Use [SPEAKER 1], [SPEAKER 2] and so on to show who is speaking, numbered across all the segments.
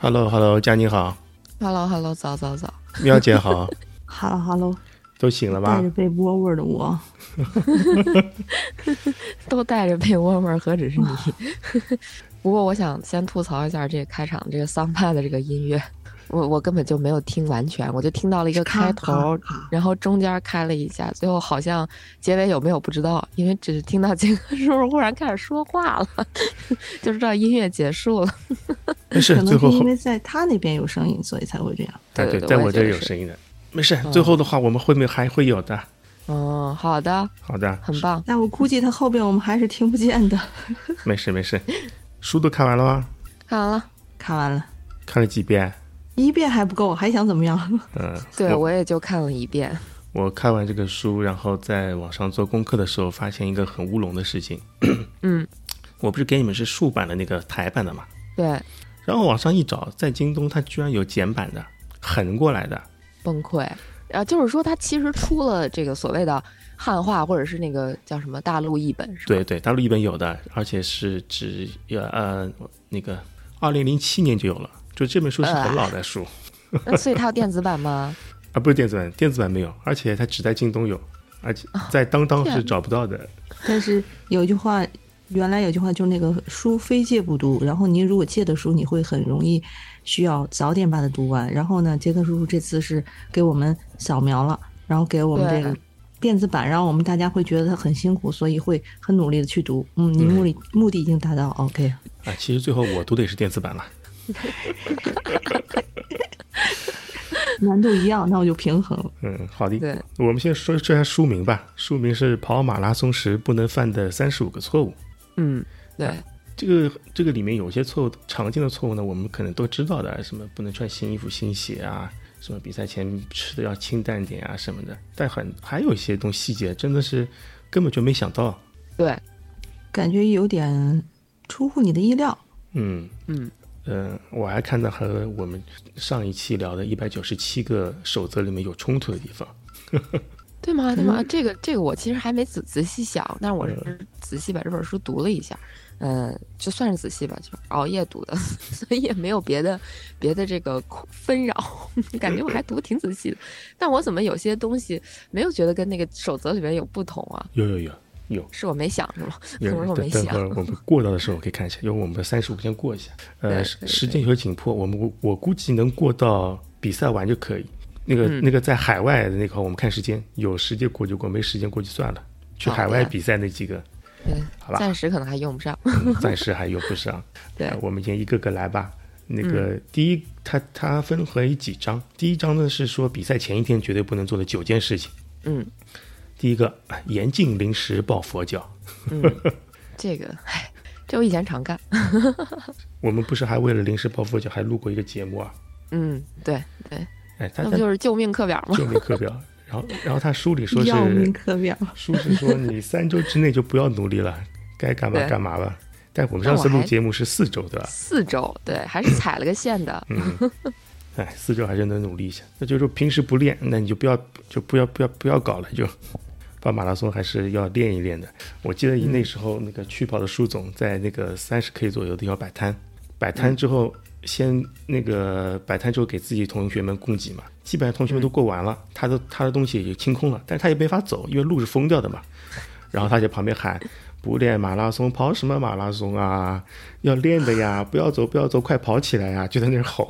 [SPEAKER 1] Hello，Hello，佳妮好，
[SPEAKER 2] Hello，Hello，早早早，
[SPEAKER 1] 喵姐 好，
[SPEAKER 3] 哈喽哈喽，
[SPEAKER 1] 都醒了
[SPEAKER 3] 带
[SPEAKER 1] 吧
[SPEAKER 3] 着？被窝味儿 的我，
[SPEAKER 2] 都带着被窝味儿，何止是你？不过我想先吐槽一下这个开场这个桑巴的这个音乐，我我根本就没有听完全，我就听到了一个开头，
[SPEAKER 3] 咔
[SPEAKER 2] 然后中间开了一下，最后好像结尾有没有不知道，因为只是听到杰克叔叔忽然开始说话了， 就知道音乐结束了。
[SPEAKER 1] 没事
[SPEAKER 3] 可，
[SPEAKER 1] 最
[SPEAKER 3] 能是
[SPEAKER 1] 后
[SPEAKER 3] 因为在他那边有声音，所以才会这样。
[SPEAKER 1] 对
[SPEAKER 2] 对
[SPEAKER 1] 对，
[SPEAKER 2] 对
[SPEAKER 1] 在
[SPEAKER 2] 我也
[SPEAKER 1] 我这儿
[SPEAKER 2] 觉得
[SPEAKER 1] 有
[SPEAKER 2] 是
[SPEAKER 1] 声音的，没事。
[SPEAKER 3] 嗯
[SPEAKER 1] 最后的话我们后面还会有的，
[SPEAKER 2] 嗯，好的，
[SPEAKER 1] 好的，
[SPEAKER 2] 很棒。
[SPEAKER 3] 但我估计他后边我们还是听不见的。
[SPEAKER 1] 没事没事。书都看完了吗？
[SPEAKER 2] 看完了，
[SPEAKER 3] 看完了
[SPEAKER 1] 看了几遍？
[SPEAKER 3] 一遍还不够，还想怎么样？
[SPEAKER 1] 嗯，
[SPEAKER 2] 对
[SPEAKER 1] 我
[SPEAKER 2] 我也就看了一遍。
[SPEAKER 1] 我看完这个书，然后在网上做功课的时候，发现一个很乌龙的事情。
[SPEAKER 2] 嗯，
[SPEAKER 1] 我不是给你们是竖版的那个台版的嘛，
[SPEAKER 2] 对，
[SPEAKER 1] 然后网上一找，在京东它居然有简版的，横过来的。
[SPEAKER 2] 崩溃。啊，就是说，它其实出了这个所谓的汉化，或者是那个叫什么大陆译本，是吧？
[SPEAKER 1] 对对，大陆一本有的，而且是指呃那个二零零七年就有了，就这本书是很老的书、
[SPEAKER 2] 那所以它有电子版吗？
[SPEAKER 1] 啊，不是电子版，电子版没有，而且它只在京东有，而且在当当是找不到的。
[SPEAKER 3] 但是有一句话，原来有句话就是那个书非借不读，然后您如果借的书，你会很容易需要早点把它读完。然后呢，杰克叔叔这次是给我们扫描了，然后给我们
[SPEAKER 2] 对
[SPEAKER 3] 这个。电子版，然后我们大家会觉得他很辛苦，所以会很努力的去读。嗯，你目的、目的已经达到，OK。
[SPEAKER 1] 啊，其实最后我读的也是电子版了。
[SPEAKER 3] 难度一样，那我就平衡了。
[SPEAKER 1] 嗯，好
[SPEAKER 2] 对
[SPEAKER 1] 的。我们先说说一下书名吧，书名是《跑马拉松时不能犯的三十五个错误》。
[SPEAKER 2] 嗯，对，
[SPEAKER 1] 这个这个里面有些错误，常见的错误呢，我们可能都知道的，什么不能穿新衣服、新鞋啊，什么比赛前吃的要清淡点啊什么的。但很还有一些东西细节，真的是根本就没想到。
[SPEAKER 2] 对，
[SPEAKER 3] 感觉有点出乎你的意料。
[SPEAKER 1] 嗯
[SPEAKER 2] 嗯，
[SPEAKER 1] 呃，我还看到和我们上一期聊的一百九十七个守则里面有冲突的地方。
[SPEAKER 2] 对吗？对吗？这个这个我其实还没仔仔细想，但是我是仔细把这本书读了一下，嗯，就算是仔细吧，就是熬夜读的， 所以也没有别的别的这个苦纷扰， 感觉我还读得挺仔细的。但我怎么有些东西没有觉得跟那个守则里面有不同啊？
[SPEAKER 1] 有有有有，
[SPEAKER 2] 是我没想是吗？
[SPEAKER 1] 有
[SPEAKER 2] 我说我
[SPEAKER 1] 等
[SPEAKER 2] 没
[SPEAKER 1] 等
[SPEAKER 2] 想
[SPEAKER 1] 会。儿我们过到的时候我可以看一下，因为我们的三十五先过一下。呃，
[SPEAKER 2] 对
[SPEAKER 1] 时
[SPEAKER 2] 对
[SPEAKER 1] 时间有些紧迫，我们我估计能过到比赛完就可以。那个、
[SPEAKER 2] 嗯
[SPEAKER 1] 那个在海外的那块，我们看时间，有时间过就过，没时间过就算了。去
[SPEAKER 2] 好
[SPEAKER 1] 海外
[SPEAKER 2] 的
[SPEAKER 1] 比赛那几个，
[SPEAKER 2] 对，
[SPEAKER 1] 好吧
[SPEAKER 2] 暂时可能还用不上。
[SPEAKER 1] 嗯暂时还有不少。
[SPEAKER 2] 对嗯
[SPEAKER 1] 呃我们先一个个来吧。那个第一，它它分为几章？第一章呢是说比赛前一天绝对不能做的九件事情。
[SPEAKER 2] 嗯，
[SPEAKER 1] 第一个，严禁临时抱佛脚。
[SPEAKER 2] 这个，唉，这我以前常干。
[SPEAKER 1] 我们不是还为了临时抱佛脚还录过一个节目啊？
[SPEAKER 2] 嗯，对对，
[SPEAKER 1] 哎，他
[SPEAKER 2] 那
[SPEAKER 1] 他
[SPEAKER 2] 不就是救命课表吗？
[SPEAKER 1] 救命课表。 然后，然后他书里说是
[SPEAKER 3] 要命可表，
[SPEAKER 1] 书是说你三周之内就不要努力了，该干嘛
[SPEAKER 2] 对
[SPEAKER 1] 干嘛吧。但我们
[SPEAKER 2] 那
[SPEAKER 1] 上
[SPEAKER 2] 我
[SPEAKER 1] 次录
[SPEAKER 2] 还
[SPEAKER 1] 节目是四周，对吧？
[SPEAKER 2] 四周，对，还 是踩了个线的。
[SPEAKER 1] 嗯哎，四周还是能努力一下。那就是说平时不练，那你就不要就不要不要不要搞了，就跑马拉松还是要练一练的。我记得那时候那个去跑的舒总在那个三十 K 左右的地方摆摊，摆摊之后先那个摆摊之后给自己同学们供给嘛，基本上同学们都过完了，他的他的东西也清空了，但是他也没法走，因为路是封掉的嘛。然后他就旁边喊：“不练马拉松，跑什么马拉松啊？要练的呀！不要走，不要走，快跑起来呀！”就在那儿吼，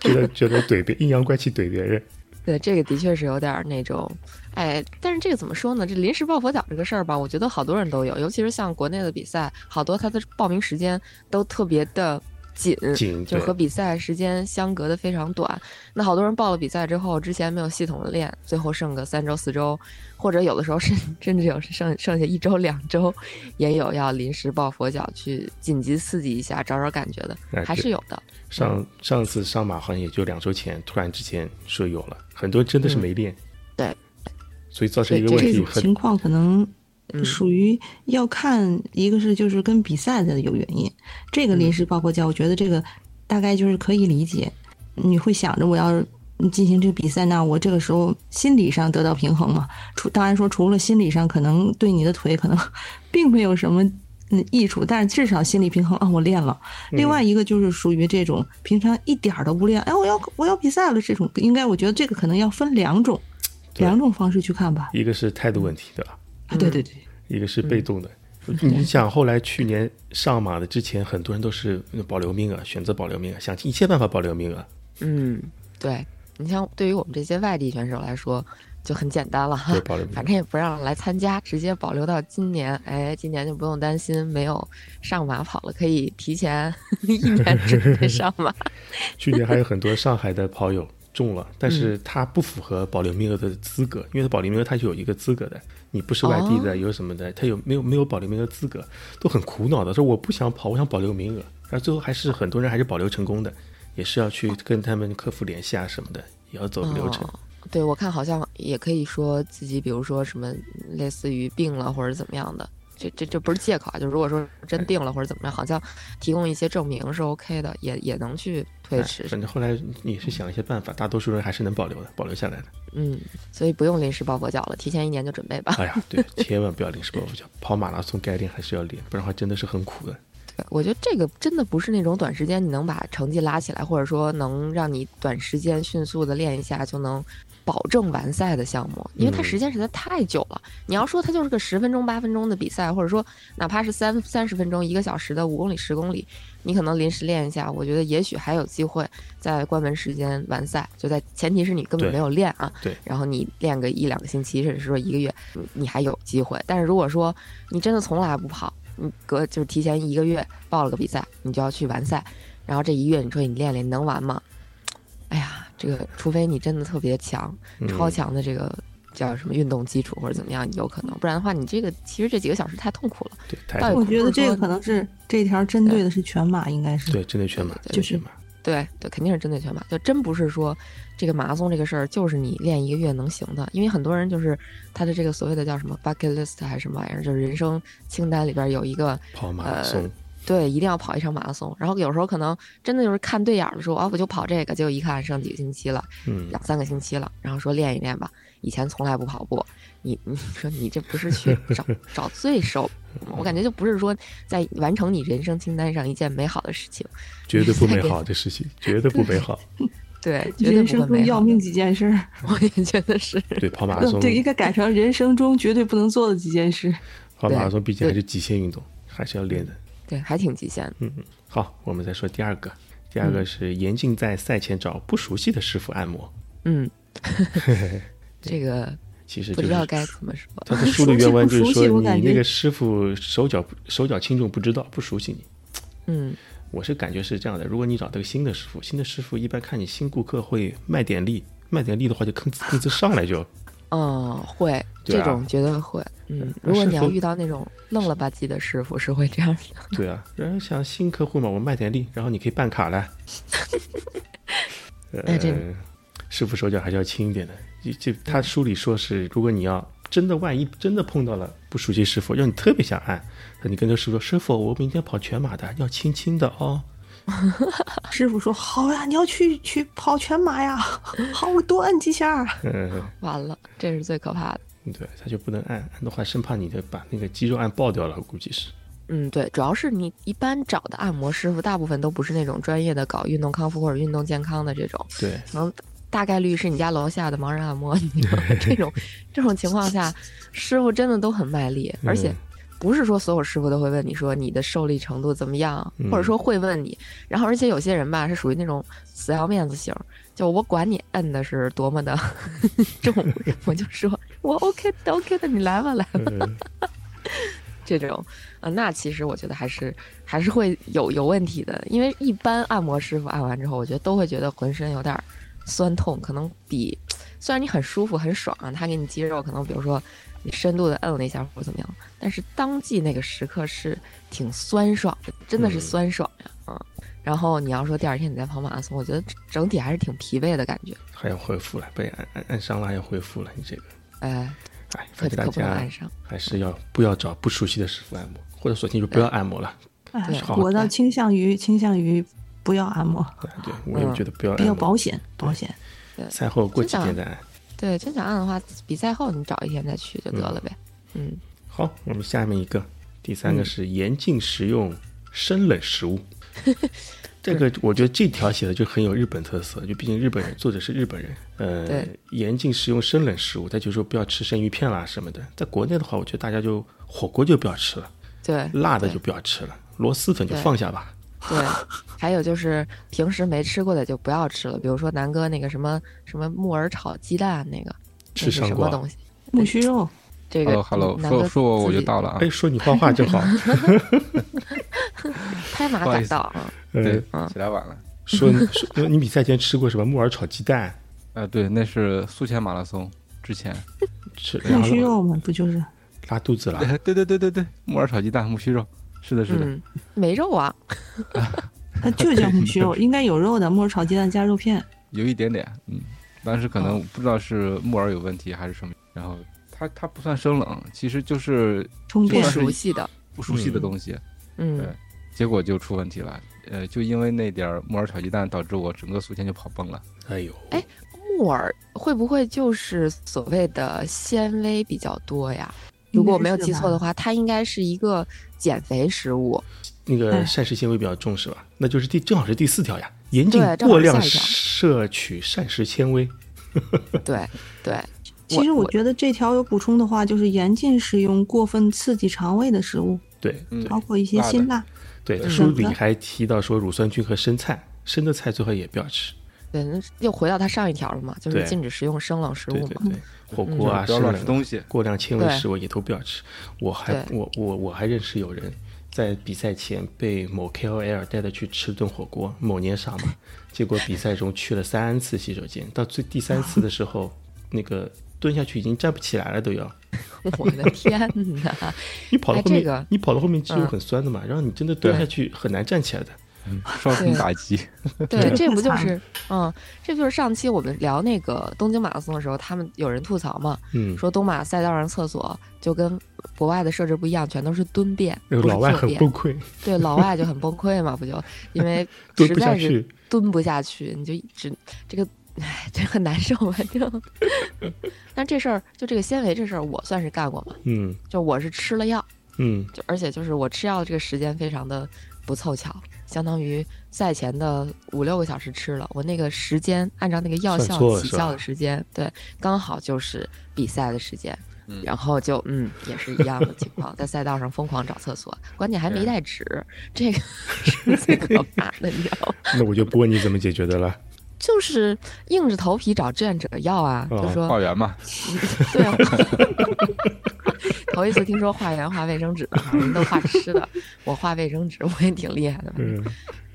[SPEAKER 1] 觉得 觉得怼别阴阳怪气怼别人。
[SPEAKER 2] 对，这个的确是有点儿那种，哎，但是这个怎么说呢？这临时抱佛脚这个事儿吧，我觉得好多人都有，尤其是像国内的比赛，好多它的报名时间都特别的紧，
[SPEAKER 1] 紧
[SPEAKER 2] 就
[SPEAKER 1] 对
[SPEAKER 2] 是和比赛时间相隔的非常短。那好多人报了比赛之后，之前没有系统的练，最后剩个三周四周，或者有的时候甚 甚至有剩剩下一周两周，也有要临时抱佛脚去紧急刺激一下，找找感觉的
[SPEAKER 1] 哎，
[SPEAKER 2] 还
[SPEAKER 1] 对
[SPEAKER 2] 是有的。
[SPEAKER 1] 上上次上马好像也就两周前，突然之间说有了，很多人真的是没练，
[SPEAKER 2] 嗯对，
[SPEAKER 1] 所以造成一个
[SPEAKER 2] 对
[SPEAKER 1] 问
[SPEAKER 3] 这
[SPEAKER 1] 题
[SPEAKER 3] 种
[SPEAKER 1] 很
[SPEAKER 3] 情况可能
[SPEAKER 2] 嗯
[SPEAKER 3] 属于要看，一个是就是跟比赛的有原因，这
[SPEAKER 1] 嗯
[SPEAKER 3] 个临时抱佛脚，我觉得这个大概就是可以理解。你会想着我要进行这个比赛，那我这个时候心理上得到 平衡嘛？除当然说除了心理上，可能对你的腿可能并没有什么嗯益处，但是至少心理平衡啊、我练了。
[SPEAKER 1] 嗯
[SPEAKER 3] 另外一个就是属于这种平常一点儿都不练，哎，我要我要比赛了这种，应该我觉得这个可能要分两种
[SPEAKER 1] 对
[SPEAKER 3] 两种方式去看吧。
[SPEAKER 1] 一个是态度问题，对
[SPEAKER 2] 嗯
[SPEAKER 1] 吧？
[SPEAKER 3] 啊，对对对，
[SPEAKER 1] 一个是被动的。你想，后来去年上马的之前，很多人都是嗯保留名额，选择保留名额，想尽一切办法保留啊名额。
[SPEAKER 2] 嗯，对你像对于我们这些外地选手来说，就很简单了哈
[SPEAKER 1] 对，保留名额
[SPEAKER 2] 反正也不让来参加，直接保留到今年。哎，今年就不用担心没有上马跑了，可以提前 一年准备上马。
[SPEAKER 1] 去年还有很多上海的跑友中了，但是他不符合保留名额的资格，因为他保留名额他是有一个资格的，你不是外地的，有什么的，他有没有没有保留名额资格，都很苦恼的，说我不想跑，我想保留名额，而最后还是很多人还是保留成功的，也是要去跟他们客服联系啊什么的，也要走流程。
[SPEAKER 2] 哦对，我看好像也可以说自己，比如说什么类似于病了或者怎么样的，这这这不是借口啊。就如果说
[SPEAKER 1] 哎
[SPEAKER 2] 真病了或者怎么样，好像提供一些证明是 OK 的，也也能去推迟。
[SPEAKER 1] 哎反正后来也是想一些办法，大多数人还是能保留的，保留下来的。
[SPEAKER 2] 嗯，所以不用临时抱佛脚了，提前一年就准备吧。
[SPEAKER 1] 哎呀，对，千万不要临时抱佛脚，跑马拉松该练还是要练，不然的话真的是很苦的。
[SPEAKER 2] 对我觉得这个真的不是那种短时间你能把成绩拉起来，或者说能让你短时间迅速的练一下就能保证完赛的项目，因为它
[SPEAKER 1] 嗯
[SPEAKER 2] 时间实在太久了。你要说它就是个十分钟、八分钟的比赛，或者说哪怕是三三十分钟、一个小时的五公里、十公里，你可能临时练一下，我觉得也许还有机会在关门时间完赛，就在前提是你根本
[SPEAKER 1] 对
[SPEAKER 2] 没有练啊。
[SPEAKER 1] 对
[SPEAKER 2] 然后你练个一两个星期，甚至说一个月，你你还有机会。但是如果说你真的从来不跑，你嗯隔就是提前一个月报了个比赛，你就要去完赛，然后这一月你说你练练，你能完吗？哎呀，这个除非你真的特别强，
[SPEAKER 1] 嗯
[SPEAKER 2] 超强的这个。叫什么运动基础或者怎么样，有可能，不然的话，你这个其实这几个小时太痛苦了。
[SPEAKER 1] 对，太
[SPEAKER 2] 到底
[SPEAKER 1] 苦
[SPEAKER 3] 我
[SPEAKER 1] 了
[SPEAKER 3] 觉得这个可能是这条针对的是全马，应该是
[SPEAKER 1] 对，真的全马，真
[SPEAKER 2] 对
[SPEAKER 1] 的
[SPEAKER 3] 就
[SPEAKER 1] 全
[SPEAKER 3] 是
[SPEAKER 1] 马。
[SPEAKER 2] 对对，肯定是针对全马，就真不是说这个马拉松这个事儿就是你练一个月能行的，因为很多人就是他的这个所谓的叫什么 bucket list 还是什么玩意儿，就是人生清单里边有一个
[SPEAKER 1] 跑马拉松，
[SPEAKER 3] 呃
[SPEAKER 2] 对，一定要跑一场马拉松。然后有时候可能真的就是看对眼儿的说，啊，我就跑这个，结果一看剩几个星期了，
[SPEAKER 1] 嗯，
[SPEAKER 2] 两三个星期了，然后说练一练吧。以前从来不跑步，你你说你这不是去 找找罪受吗？我感觉就不是说在完成你人生清单上一件美好的事情，
[SPEAKER 1] 绝对不美好的事 情，绝对不美好。
[SPEAKER 2] 对，绝对
[SPEAKER 3] 人
[SPEAKER 2] 不
[SPEAKER 3] 生
[SPEAKER 2] 会
[SPEAKER 3] 中
[SPEAKER 2] 美
[SPEAKER 3] 要
[SPEAKER 2] 好。
[SPEAKER 3] 命几件事儿，
[SPEAKER 2] 我也觉得是，
[SPEAKER 1] 对，跑马拉松，
[SPEAKER 3] 对，应该改成人生中绝对不能做的几件事。
[SPEAKER 1] 跑马拉松
[SPEAKER 2] 对
[SPEAKER 1] 毕竟还是极限运动，还是要练的。
[SPEAKER 3] 嗯
[SPEAKER 2] 对，还挺极限的。
[SPEAKER 1] 嗯，嗯。好，我们再说第二个，第二
[SPEAKER 3] 嗯
[SPEAKER 1] 个是严禁在赛前找不熟悉的师傅按摩。
[SPEAKER 2] 嗯，这个
[SPEAKER 1] 其实
[SPEAKER 2] 不
[SPEAKER 1] 就
[SPEAKER 2] 知
[SPEAKER 1] 是
[SPEAKER 2] 道该怎么说。
[SPEAKER 1] 他的书的原文就是
[SPEAKER 3] 熟悉
[SPEAKER 1] 说，
[SPEAKER 3] 不熟悉我感
[SPEAKER 1] 你那
[SPEAKER 3] 觉
[SPEAKER 1] 个师傅手脚不手脚轻重不知道，不熟悉你。
[SPEAKER 2] 嗯，
[SPEAKER 1] 我是感觉是这样的，如果你找到个新的师傅，新的师傅一般看你新顾客会卖点力，卖点力的话就吭哧吭哧上来就。
[SPEAKER 2] 嗯，会，
[SPEAKER 1] 对
[SPEAKER 2] 这
[SPEAKER 1] 啊
[SPEAKER 2] 种绝对会。嗯，如果你要遇到那种愣了吧唧的师傅，是会这样的。
[SPEAKER 1] 对啊，然后想新客户嘛，我卖点力，然后你可以办卡 了。
[SPEAKER 2] 哎这嗯
[SPEAKER 1] 呃，师傅手脚还是要轻一点的。就就他书里说是，如果你要真的万一真的碰到了不熟悉师傅，让你特别想按，那你跟这师傅说：“师傅，我明天跑全马的，要轻轻的哦。
[SPEAKER 3] 师傅说：“好呀，你要去去跑全马呀，好，我多摁几下。”
[SPEAKER 1] 嗯，
[SPEAKER 2] 完了，这是最可怕的。
[SPEAKER 1] 对，他就不能按，按的话生怕你的把那个肌肉按爆掉了，估计是。
[SPEAKER 2] 嗯，对，主要是你一般找的按摩师傅，大部分都不是那种专业的搞运动康复或者运动健康的这种，
[SPEAKER 1] 对，
[SPEAKER 2] 可能大概率是你家楼下的盲人按摩。你知道吗这种这种情况 下，师傅真的都很卖力，而且
[SPEAKER 1] 嗯
[SPEAKER 2] 不是说所有师傅都会问你说你的受力程度怎么样，
[SPEAKER 1] 嗯
[SPEAKER 2] 或者说会问你。然后，而且有些人吧是属于那种死要面子型儿，就我管你摁的是多么的 重，我就说我 OK 的 OK 的，你来吧来吧。
[SPEAKER 1] 嗯，
[SPEAKER 2] 这种，呃，那其实我觉得还是还是会有有问题的，因为一般按摩师傅按完之后，我觉得都会觉得浑身有点儿酸痛，可能比虽然你很舒服很爽，啊他给你肌肉可能比如说你深度的摁了一下或者怎么样，但是当即那个时刻是挺酸爽的，真的是
[SPEAKER 1] 嗯
[SPEAKER 2] 酸爽呀，嗯。然后你要说第二天你再跑马拉松，我觉得整体还是挺疲惫的感觉，
[SPEAKER 1] 还要恢复了，被按按按伤了还要恢复了，你这个，
[SPEAKER 2] 哎，
[SPEAKER 1] 哎，
[SPEAKER 2] 可
[SPEAKER 1] 反正大
[SPEAKER 2] 可不能
[SPEAKER 1] 家
[SPEAKER 2] 按上。
[SPEAKER 1] 还是要不要找不熟悉的师傅按
[SPEAKER 4] 嗯
[SPEAKER 1] 摩，或者索性就不要按摩了。
[SPEAKER 3] 哎
[SPEAKER 2] 对
[SPEAKER 1] 好
[SPEAKER 3] 我倒倾向于倾向于不要按摩，
[SPEAKER 1] 对，对我也觉得不要
[SPEAKER 3] 比
[SPEAKER 1] 按
[SPEAKER 3] 较
[SPEAKER 1] 摩。
[SPEAKER 3] 嗯保险，保险。
[SPEAKER 1] 赛后过几天再按。
[SPEAKER 2] 对，真想按的话，比赛后你找一天再去就得了呗。嗯
[SPEAKER 1] 好，我们下面一个第三个是严禁食用生冷食物。这个我觉得这条写的就很有日本特色，就毕竟日本人作者是日本人，呃
[SPEAKER 2] 对，
[SPEAKER 1] 严禁食用生冷食物，他就说不要吃生鱼片啦什么的。在国内的话，我觉得大家就火锅就不要吃了，
[SPEAKER 2] 对
[SPEAKER 1] 辣的就不要吃了，螺蛳粉就
[SPEAKER 2] 对
[SPEAKER 1] 放下吧。
[SPEAKER 2] 对，还有就是平时没吃过的就不要吃了，比如说南哥那个什么什么木耳炒鸡蛋那个，
[SPEAKER 1] 吃
[SPEAKER 2] 那是
[SPEAKER 1] 上
[SPEAKER 2] 什
[SPEAKER 1] 过
[SPEAKER 2] 么东西？
[SPEAKER 3] 木须肉，
[SPEAKER 2] 这个
[SPEAKER 4] Hello Hello，
[SPEAKER 2] 南
[SPEAKER 4] 说
[SPEAKER 2] 哥
[SPEAKER 4] 说我我
[SPEAKER 2] 自
[SPEAKER 4] 就
[SPEAKER 2] 己
[SPEAKER 4] 到了啊
[SPEAKER 1] 哎，。说你画画 正好，
[SPEAKER 2] 拍马
[SPEAKER 4] 不好
[SPEAKER 2] 赶
[SPEAKER 4] 意思
[SPEAKER 2] 到啊，
[SPEAKER 4] 对
[SPEAKER 1] 呃，，
[SPEAKER 4] 起来晚了。
[SPEAKER 1] 说你说你比赛前吃过什么木耳炒鸡蛋，
[SPEAKER 4] 啊，对，那是宿迁马拉松之前。
[SPEAKER 1] 吃然
[SPEAKER 3] 木
[SPEAKER 1] 后
[SPEAKER 3] 须肉嘛，不就是？
[SPEAKER 1] 拉肚子了，
[SPEAKER 4] 对对对对对，木耳炒鸡蛋，木须肉。是的，是的。
[SPEAKER 2] 嗯，没肉啊，
[SPEAKER 3] 它就叫木须肉，应该有肉的，木耳炒鸡蛋加肉片。
[SPEAKER 4] 有一点点，嗯，当时可能
[SPEAKER 2] 哦
[SPEAKER 4] 不知道是木耳有问题还是什么，然后它它不算生冷，其实就是
[SPEAKER 3] 充
[SPEAKER 4] 就
[SPEAKER 2] 不
[SPEAKER 3] 电
[SPEAKER 4] 是
[SPEAKER 2] 熟悉的，
[SPEAKER 4] 不熟悉的东西，
[SPEAKER 2] 嗯
[SPEAKER 4] 对，结果就出问题了，呃，就因为那点儿木耳炒鸡蛋，导致我整个宿迁就跑崩了，
[SPEAKER 1] 哎呦，
[SPEAKER 2] 哎木耳会不会就是所谓的纤维比较多呀？如果我没有记错的
[SPEAKER 3] 话，
[SPEAKER 2] 话，它应该是一个减肥食 物，
[SPEAKER 1] 那个
[SPEAKER 3] 哎
[SPEAKER 1] 膳食纤维比较重是吧？那就是第正好是第四条呀，严禁
[SPEAKER 2] 对正好
[SPEAKER 1] 过
[SPEAKER 2] 是
[SPEAKER 1] 量
[SPEAKER 2] 下一条
[SPEAKER 1] 摄取膳食纤维。
[SPEAKER 2] 对对。
[SPEAKER 3] 其实
[SPEAKER 2] 我
[SPEAKER 3] 我
[SPEAKER 2] 我
[SPEAKER 3] 觉得这条有补充的话，就是严禁食用过分刺激肠胃的食物，
[SPEAKER 1] 对
[SPEAKER 4] 嗯，
[SPEAKER 3] 包括一些
[SPEAKER 4] 辣的
[SPEAKER 3] 辛辣。
[SPEAKER 1] 对，
[SPEAKER 2] 嗯
[SPEAKER 4] 对
[SPEAKER 1] 书里还提到说乳酸菌和生菜，生的菜最好也不要吃。
[SPEAKER 2] 对，那又回到它上一条了嘛，就是
[SPEAKER 1] 对
[SPEAKER 2] 禁止食用生冷食
[SPEAKER 1] 对
[SPEAKER 2] 物
[SPEAKER 1] 对
[SPEAKER 2] 嘛。
[SPEAKER 1] 对，火锅啊，
[SPEAKER 2] 嗯
[SPEAKER 4] 不要
[SPEAKER 1] 生
[SPEAKER 4] 乱
[SPEAKER 1] 冷
[SPEAKER 4] 吃东西，
[SPEAKER 1] 过量纤维
[SPEAKER 2] 对
[SPEAKER 1] 食物也都不要吃。我还
[SPEAKER 2] 对
[SPEAKER 1] 我我我还认识有人在比赛前被某 KOL 带着去吃顿火锅，某年上嘛，结果比赛中去了三次洗手间，到最第三次的时 候，那个蹲下去已经站不起来了都要。
[SPEAKER 2] 我的 天哪！
[SPEAKER 1] 你跑到
[SPEAKER 2] 哎
[SPEAKER 1] 后面，
[SPEAKER 2] 这个
[SPEAKER 1] 你跑到后面肌肉
[SPEAKER 2] 嗯
[SPEAKER 1] 很酸的嘛，然后你真的蹲
[SPEAKER 2] 对
[SPEAKER 1] 下去很难站起来的。
[SPEAKER 4] 双重打击，
[SPEAKER 2] 对，这不就
[SPEAKER 3] 太惨
[SPEAKER 2] 是嗯，这就是上期我们聊那个东京马拉松的时候，他们有人吐槽嘛，
[SPEAKER 1] 嗯，
[SPEAKER 2] 说东马赛道上厕所就跟国外的设置不一样，全都是蹲便，
[SPEAKER 1] 那个
[SPEAKER 2] 不是
[SPEAKER 1] 老外
[SPEAKER 2] 坐
[SPEAKER 1] 很
[SPEAKER 2] 便
[SPEAKER 1] 崩溃，
[SPEAKER 2] 对，老外就很崩溃嘛，不就 因为
[SPEAKER 1] 蹲
[SPEAKER 2] 实
[SPEAKER 1] 不下
[SPEAKER 2] 在是
[SPEAKER 1] 去。
[SPEAKER 2] 蹲不下去，你就只这个，唉，这很难受， 反正。但这事儿就这个纤维这事儿，我算是干过嘛，
[SPEAKER 1] 嗯
[SPEAKER 2] 就我是吃了药，
[SPEAKER 1] 嗯，
[SPEAKER 2] 就而且就是我吃药的这个时间非常的不凑巧，相当于赛前的五六个小时吃了，我那个时间按照那个药
[SPEAKER 1] 算
[SPEAKER 2] 效
[SPEAKER 1] 错了
[SPEAKER 2] 起
[SPEAKER 1] 是吧
[SPEAKER 2] 效的时间，对，刚好就是比赛的时间
[SPEAKER 4] 嗯。
[SPEAKER 2] 然后就嗯，也是一样的情况，在赛道上疯狂找厕所，关键还没
[SPEAKER 4] 对
[SPEAKER 2] 带纸，这个是最可怕的，你知道吗？
[SPEAKER 1] 那我就不问你怎么解决的了。
[SPEAKER 2] 就是硬着头皮找志愿者要啊，
[SPEAKER 1] 哦
[SPEAKER 2] 就说
[SPEAKER 4] 化缘嘛，
[SPEAKER 2] 对啊， 头一次听说化缘画卫生纸的，人都画吃的，我画卫生纸我也挺厉害的。反正
[SPEAKER 1] 嗯，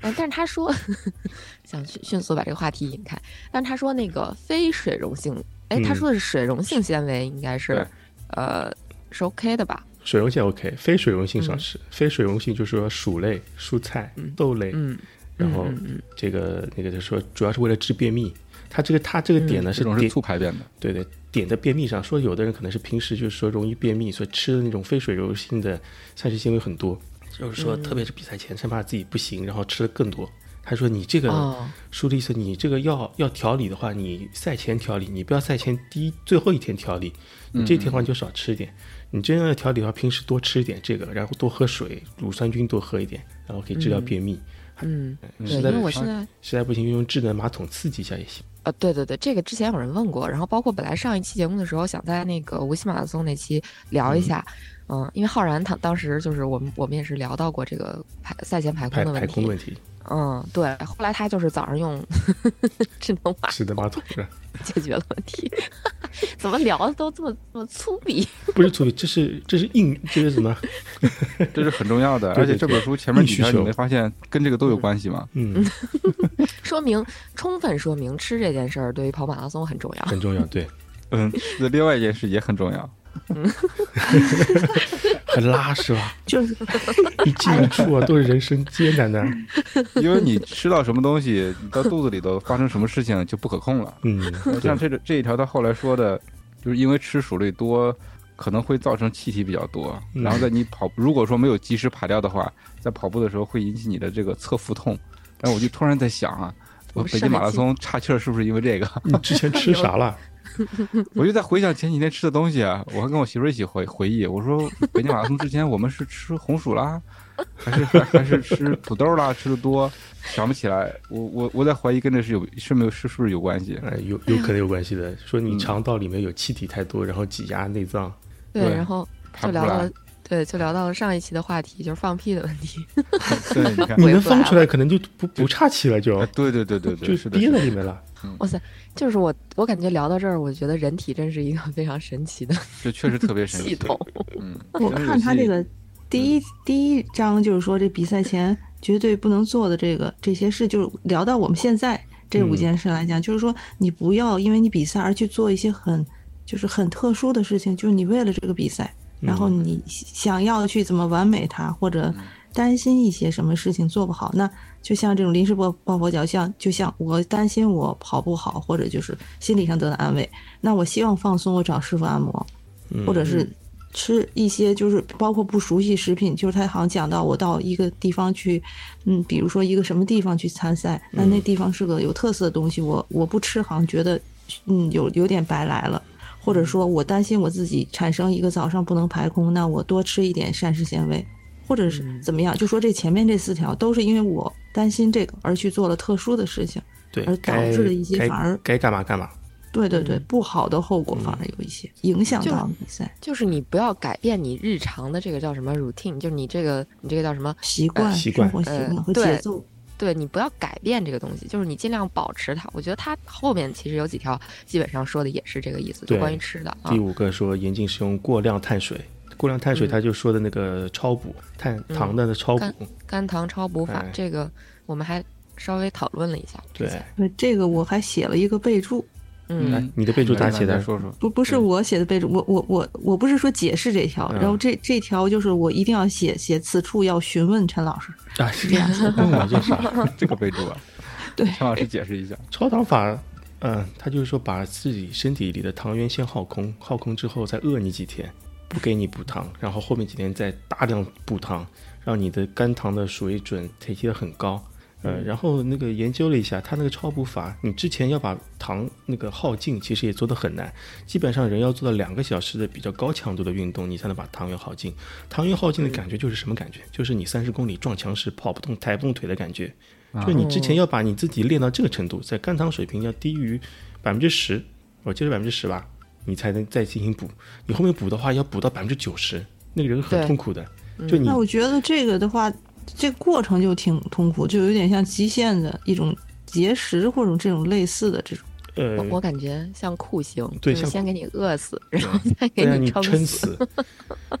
[SPEAKER 2] 哎，但是他说 想迅迅速把这个话题引开，但是他说那个非水溶性，哎，他
[SPEAKER 1] 嗯
[SPEAKER 2] 说的是水溶性纤维应该是
[SPEAKER 4] 对，
[SPEAKER 2] 呃，是 OK 的吧？
[SPEAKER 1] 水溶性 OK，非水溶性少吃。非水溶性就是说薯类、蔬菜、豆类，
[SPEAKER 2] 嗯嗯，
[SPEAKER 1] 然后
[SPEAKER 2] 嗯嗯
[SPEAKER 1] 这个那个就是说主要是为了治便秘。它这个它
[SPEAKER 2] 嗯
[SPEAKER 1] 这个点呢
[SPEAKER 4] 这
[SPEAKER 1] 是
[SPEAKER 4] 种是
[SPEAKER 1] 点
[SPEAKER 4] 醋排便的，
[SPEAKER 1] 对对，点在便秘上。说有的人可能是平时就是说容易便秘，所以吃的那种非水溶性的膳食纤维很多。就是说，特别是比赛前，生怕自己不行，然后吃的更多。他说：“你这个、
[SPEAKER 2] 哦
[SPEAKER 1] 书的意思，你这个要要调理的话，你赛前调理，你不要赛前第一最后一天调理，你这天的话你就少吃一点。你真要调理的话，平时多吃一点这个，然后多喝水，乳酸菌多喝一点，然后可以治疗便秘。
[SPEAKER 2] 嗯嗯，对，
[SPEAKER 1] 实
[SPEAKER 2] 因
[SPEAKER 1] 在
[SPEAKER 2] 为
[SPEAKER 1] 不
[SPEAKER 2] 我
[SPEAKER 1] 行
[SPEAKER 2] 现在
[SPEAKER 1] 实在不行，用智能马桶刺激一下也行。
[SPEAKER 2] 呃，对对对，这个之前有人问过，然后包括本来上一期节目的时候，想在那个无锡马拉松那期聊一下，嗯，因为浩然他当时就是我们我们也是聊到过这个排赛前排空
[SPEAKER 1] 排
[SPEAKER 2] 的问
[SPEAKER 1] 排
[SPEAKER 2] 题，
[SPEAKER 1] 空问题，
[SPEAKER 2] 嗯，对，后来他就是早上用 智能马
[SPEAKER 1] 智能马桶是吧？
[SPEAKER 2] 解决了问题， 怎么聊的都这么这么粗鄙？
[SPEAKER 1] 不是处理，这是这是硬，这是什么？
[SPEAKER 4] 这是很重要的。
[SPEAKER 1] 对
[SPEAKER 4] 而
[SPEAKER 1] 对
[SPEAKER 4] 且这本书前面几条
[SPEAKER 1] 硬需求
[SPEAKER 4] 你没发现跟这个都有关系吗？
[SPEAKER 1] 嗯，
[SPEAKER 2] 说明充分说明吃这件事儿对于跑马拉松很重要。
[SPEAKER 1] 很重要，对，
[SPEAKER 4] 嗯，那另外一件事也很重要，
[SPEAKER 1] 很拉是 吧？
[SPEAKER 3] 就是
[SPEAKER 1] 一进一出啊，都是人生艰难的。
[SPEAKER 4] 因为你吃到什么东西，你到肚子里头发生什么事情就不可控了。
[SPEAKER 1] 嗯，对
[SPEAKER 4] 像这个这一条，他后来说的，就是因为吃薯类多，可能会造成气体比较多，
[SPEAKER 1] 嗯
[SPEAKER 4] 然后在你跑，如果说没有及时排掉的话，在跑步的时候会引起你的这个侧腹痛。然后我就突然在想啊，我
[SPEAKER 2] 我
[SPEAKER 4] 北
[SPEAKER 2] 上
[SPEAKER 4] 京
[SPEAKER 2] 一
[SPEAKER 4] 马拉
[SPEAKER 2] 期
[SPEAKER 4] 松岔气儿是不是因为这个？
[SPEAKER 1] 你之前吃啥了？
[SPEAKER 4] 我就在回想前几天吃的东西啊，我还跟我媳妇儿一起回回忆，我说北京马拉松之前我们是吃红薯啦， 还是还还是吃土豆啦，吃的多，想不起来。我我我在怀疑跟这是有是没有是是不是有关 系？
[SPEAKER 1] 呃，有有可能有关系的。说你肠道里面有气体太多，然后挤压内脏，
[SPEAKER 2] 对，
[SPEAKER 4] 对
[SPEAKER 2] 然后就
[SPEAKER 4] 爬不
[SPEAKER 2] 聊
[SPEAKER 4] 出
[SPEAKER 2] 到
[SPEAKER 4] 来
[SPEAKER 2] 了。，对，就聊到了上一期的话题，就是放屁的问题。
[SPEAKER 4] 对，你看，
[SPEAKER 1] 你
[SPEAKER 2] 回
[SPEAKER 1] 能
[SPEAKER 2] 不来
[SPEAKER 1] 放出
[SPEAKER 2] 了
[SPEAKER 1] 来，可能就不不岔气了，就
[SPEAKER 4] 哎对对对对对，
[SPEAKER 1] 就是
[SPEAKER 4] 的，
[SPEAKER 1] 憋
[SPEAKER 4] 是
[SPEAKER 1] 在
[SPEAKER 4] 的
[SPEAKER 1] 里面了。
[SPEAKER 2] 就是我，我感觉聊到这儿，我觉得人体真是一个非常神奇的
[SPEAKER 4] 这确实特别神奇。
[SPEAKER 2] 系统。
[SPEAKER 4] 嗯，
[SPEAKER 3] 我
[SPEAKER 4] 真是有
[SPEAKER 3] 看他
[SPEAKER 4] 吸
[SPEAKER 3] 这
[SPEAKER 4] 引
[SPEAKER 3] 个第一第一章就是说这比赛前绝对不能做的这个这些事，就是聊到我们现在这
[SPEAKER 1] 嗯
[SPEAKER 3] 五件事来讲，就是说你不要因为你比赛而去做一些很就是很特殊的事情，就是你为了这个比赛，然后
[SPEAKER 4] 嗯
[SPEAKER 3] 你想要去怎么完美它，或者担心一些什么事情做不好，那就像这种临时抱抱佛脚，像就像我担心我跑不好，或者就是心理上得到安慰，那我希望放松，我找师傅按摩，
[SPEAKER 1] 嗯
[SPEAKER 3] 或者是吃一些就是包括不熟悉食品，就是他好像讲到我到一个地方去，嗯，比如说一个什么地方去参赛，那
[SPEAKER 2] 嗯
[SPEAKER 3] 那地方是个有特色的东西，我我不吃好像觉得，嗯，有有点白来了。或
[SPEAKER 2] 嗯
[SPEAKER 3] 者说我担心我自己产生一个早上不能排空，那我多吃一点膳食纤维，或者是
[SPEAKER 2] 嗯
[SPEAKER 3] 怎么样？就说这前面这四条都是因为我担心这个而去做了特殊的事情，
[SPEAKER 1] 对
[SPEAKER 3] 而导致了一些
[SPEAKER 1] 该
[SPEAKER 3] 反而
[SPEAKER 1] 该该干嘛干嘛。
[SPEAKER 3] 对对对，
[SPEAKER 2] 嗯
[SPEAKER 3] 不好的后果反而有一些影响
[SPEAKER 2] 就是
[SPEAKER 3] 到比赛
[SPEAKER 2] 就是你不要改变你日常的这个叫什么 routine，就是你这个你这个叫什么？
[SPEAKER 3] 习惯、
[SPEAKER 1] 习惯
[SPEAKER 3] 生活习惯
[SPEAKER 2] 呃
[SPEAKER 3] 和
[SPEAKER 2] 对
[SPEAKER 3] 节奏。
[SPEAKER 2] 对你不要改变这个东西，就是你尽量保持它。我觉得它后面其实有几条基本上说的也是这个意思，就
[SPEAKER 1] 对
[SPEAKER 2] 关于吃的啊
[SPEAKER 1] 第。五个说严禁使用过量碳水，过量碳水
[SPEAKER 2] 嗯
[SPEAKER 1] 他就说的那个超补碳
[SPEAKER 2] 嗯
[SPEAKER 1] 糖的那超
[SPEAKER 2] 干
[SPEAKER 1] 补，
[SPEAKER 2] 肝糖超补法
[SPEAKER 1] 哎
[SPEAKER 2] 这个我们还稍微讨论了一下。
[SPEAKER 1] 对。
[SPEAKER 3] 对，呃这个我还写了一个备注，
[SPEAKER 2] 嗯，
[SPEAKER 1] 来，你的备注
[SPEAKER 4] 来
[SPEAKER 1] 咋
[SPEAKER 4] 来
[SPEAKER 1] 写
[SPEAKER 4] 来
[SPEAKER 1] 的？
[SPEAKER 4] 说说，
[SPEAKER 3] 不不是
[SPEAKER 4] 对
[SPEAKER 3] 我写的备注，我我我我不是说解释这条，
[SPEAKER 1] 嗯
[SPEAKER 3] 然后这这条就是我一定要写写，此处要询问陈老师。
[SPEAKER 1] 啊，是这 样子。问我这啥？
[SPEAKER 4] 这个备注啊，
[SPEAKER 3] 对
[SPEAKER 4] 陈老师解释一下。
[SPEAKER 1] 超糖法，嗯、它就是说把自己身体里的糖原先耗空，耗空之后再饿你几天，不给你补糖，然后后面几天再大量补糖，让你的肝糖的水准提提的很高。
[SPEAKER 3] 嗯
[SPEAKER 1] 呃，然后那个研究了一下，它那个超补法，你之前要把糖那个耗尽，其实也做得很难。基本上人要做到两个小时的比较高强度的运动，你才能把糖原耗尽。糖原耗尽的感觉就是什么感觉？就是你三十公里撞墙时跑不动、抬不动腿的感觉。
[SPEAKER 3] 啊
[SPEAKER 1] 就是你之前
[SPEAKER 3] 哦
[SPEAKER 1] 要把你自己练到这个程度，在肝糖水平要低于百分之十，我记得百分之十吧，你才能再进行补。你后面补的话，要补到百分之九十，那个人很
[SPEAKER 2] 对
[SPEAKER 1] 痛苦的。就
[SPEAKER 2] 嗯
[SPEAKER 1] 你
[SPEAKER 3] 嗯那我觉得这个的话，这过程就挺痛苦，就有点像极限的一种节食或者这种类似的这种。
[SPEAKER 1] 呃
[SPEAKER 2] 我，我感觉像酷刑，
[SPEAKER 1] 对
[SPEAKER 2] 就是
[SPEAKER 1] 像
[SPEAKER 2] 先给你饿死，然后再给
[SPEAKER 1] 再让
[SPEAKER 2] 撑
[SPEAKER 1] 啊撑死。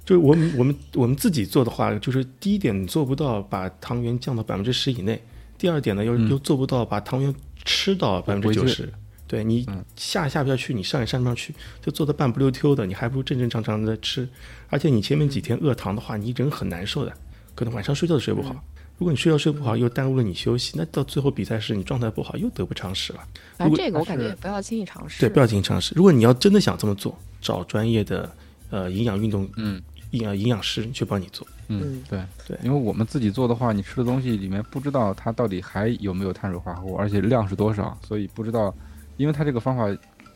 [SPEAKER 1] 就是我们我们我们自己做的话，就是第一点你做不到把糖原降到百分之十以内，第二点呢又、又做不到把糖原吃到百分之
[SPEAKER 4] 嗯回
[SPEAKER 1] 九
[SPEAKER 4] 去嗯
[SPEAKER 1] 十。对你下也下不下去，你上也上不上去，就做的半不溜丢的，你还不如正正常常的吃。而且你前面几天饿糖的话，你人很难受的，可能晚上睡觉都睡不
[SPEAKER 4] 嗯
[SPEAKER 1] 好。如果你睡觉睡不好，又耽误了你休息，那到最后比赛时你状态不好，又得不偿失了。
[SPEAKER 2] 反
[SPEAKER 1] 如
[SPEAKER 2] 正
[SPEAKER 1] 果
[SPEAKER 2] 这个我
[SPEAKER 4] 它
[SPEAKER 2] 感觉
[SPEAKER 4] 是
[SPEAKER 2] 也不要轻易尝试。
[SPEAKER 1] 对，不要进行尝试。如果你要真的想这么做，找专业的呃营养运动，
[SPEAKER 4] 嗯，
[SPEAKER 1] 营养营养师去帮你做。
[SPEAKER 4] 嗯
[SPEAKER 2] 嗯，
[SPEAKER 4] 对
[SPEAKER 1] 对
[SPEAKER 4] 因为我们自己做的话，你吃的东西里面不知道它到底还有没有碳水化合物，而且量是多少，所以不知道，因为它这个方法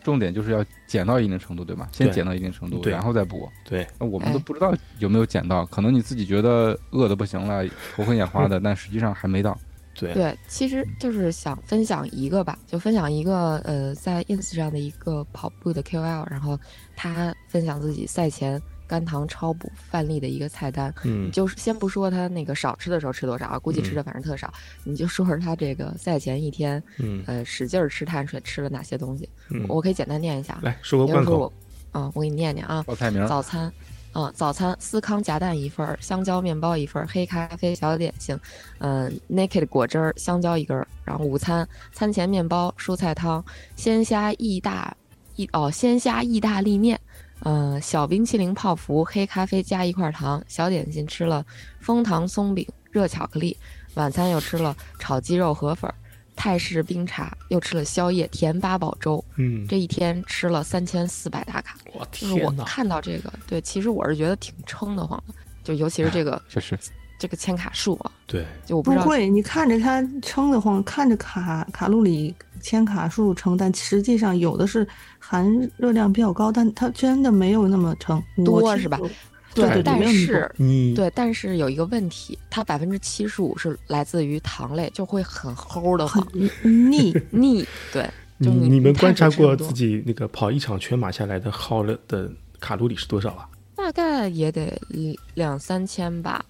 [SPEAKER 4] 重点就是要减到一定程度，对吧？先
[SPEAKER 1] 对
[SPEAKER 4] 减到一定程度，
[SPEAKER 1] 对
[SPEAKER 4] 然后再补。
[SPEAKER 1] 对，
[SPEAKER 4] 那我们都
[SPEAKER 2] 哎
[SPEAKER 4] 不知道有没有减到，可能你自己觉得饿的不行了，头昏眼花的，但实际上还没到。
[SPEAKER 1] 对，啊
[SPEAKER 2] 对，其实就是想分享一个吧，就分享一个呃，在 ins 上的一个跑步的 QL，然后他分享自己赛前肝糖超补范例的一个菜单，
[SPEAKER 1] 嗯，
[SPEAKER 2] 就是先不说他那个少吃的时候吃多少啊，估计吃的反正特少，你就说说他这个赛前一天
[SPEAKER 1] 嗯
[SPEAKER 2] 呃使劲儿吃碳水吃了哪些东西，
[SPEAKER 1] 嗯，
[SPEAKER 2] 我可以简单念一下啊，
[SPEAKER 1] 来说个
[SPEAKER 2] 因
[SPEAKER 1] 贯
[SPEAKER 2] 为不是
[SPEAKER 1] 口，
[SPEAKER 2] 我，啊、我给你念念啊，
[SPEAKER 4] 报菜名儿，
[SPEAKER 2] 早餐，嗯、早餐司康夹蛋一份儿，香蕉面包一份儿，黑咖啡小点心，嗯、n a k e d 果汁儿，香蕉一根儿。然后午餐餐前面包、蔬菜汤、鲜虾意大意哦鲜虾意大利面，嗯、小冰淇淋泡芙，黑咖啡加一块糖，小点心吃了枫糖松饼、热巧克力，晚餐又吃了炒鸡肉河粉儿。泰式冰茶又吃了宵夜甜八宝粥，
[SPEAKER 1] 嗯，
[SPEAKER 2] 这一天吃了三千四百大卡，
[SPEAKER 1] 我
[SPEAKER 2] 就是我
[SPEAKER 1] 天哪，
[SPEAKER 2] 看到这个，对，其实我是觉得挺撑得慌的，就尤其是这个
[SPEAKER 4] 确实，
[SPEAKER 2] 这个千卡数啊，
[SPEAKER 1] 对，
[SPEAKER 2] 就我不
[SPEAKER 3] 不
[SPEAKER 2] 知道
[SPEAKER 3] 会，你看着它称的慌，看着卡卡路里、千卡数称，但实际上有的是含热量比较高，但它真的没有那么称我
[SPEAKER 2] 多
[SPEAKER 3] 听
[SPEAKER 2] 是吧
[SPEAKER 3] 说
[SPEAKER 1] 对
[SPEAKER 3] 对对，
[SPEAKER 2] 但
[SPEAKER 3] 没有那么多
[SPEAKER 2] 是
[SPEAKER 1] 你
[SPEAKER 2] 对，但是有一个问题，它百分之七十五是来自于糖类，就会很齁的慌
[SPEAKER 3] 很腻。
[SPEAKER 2] 腻。对，
[SPEAKER 1] 你
[SPEAKER 2] 就你
[SPEAKER 1] 嗯你们
[SPEAKER 2] 碳
[SPEAKER 1] 观
[SPEAKER 2] 水
[SPEAKER 1] 察
[SPEAKER 2] 吃得
[SPEAKER 1] 过
[SPEAKER 2] 多
[SPEAKER 1] 自己那个跑一场全马下来的耗了的卡路里是多少啊？
[SPEAKER 2] 大概也得一两三千吧。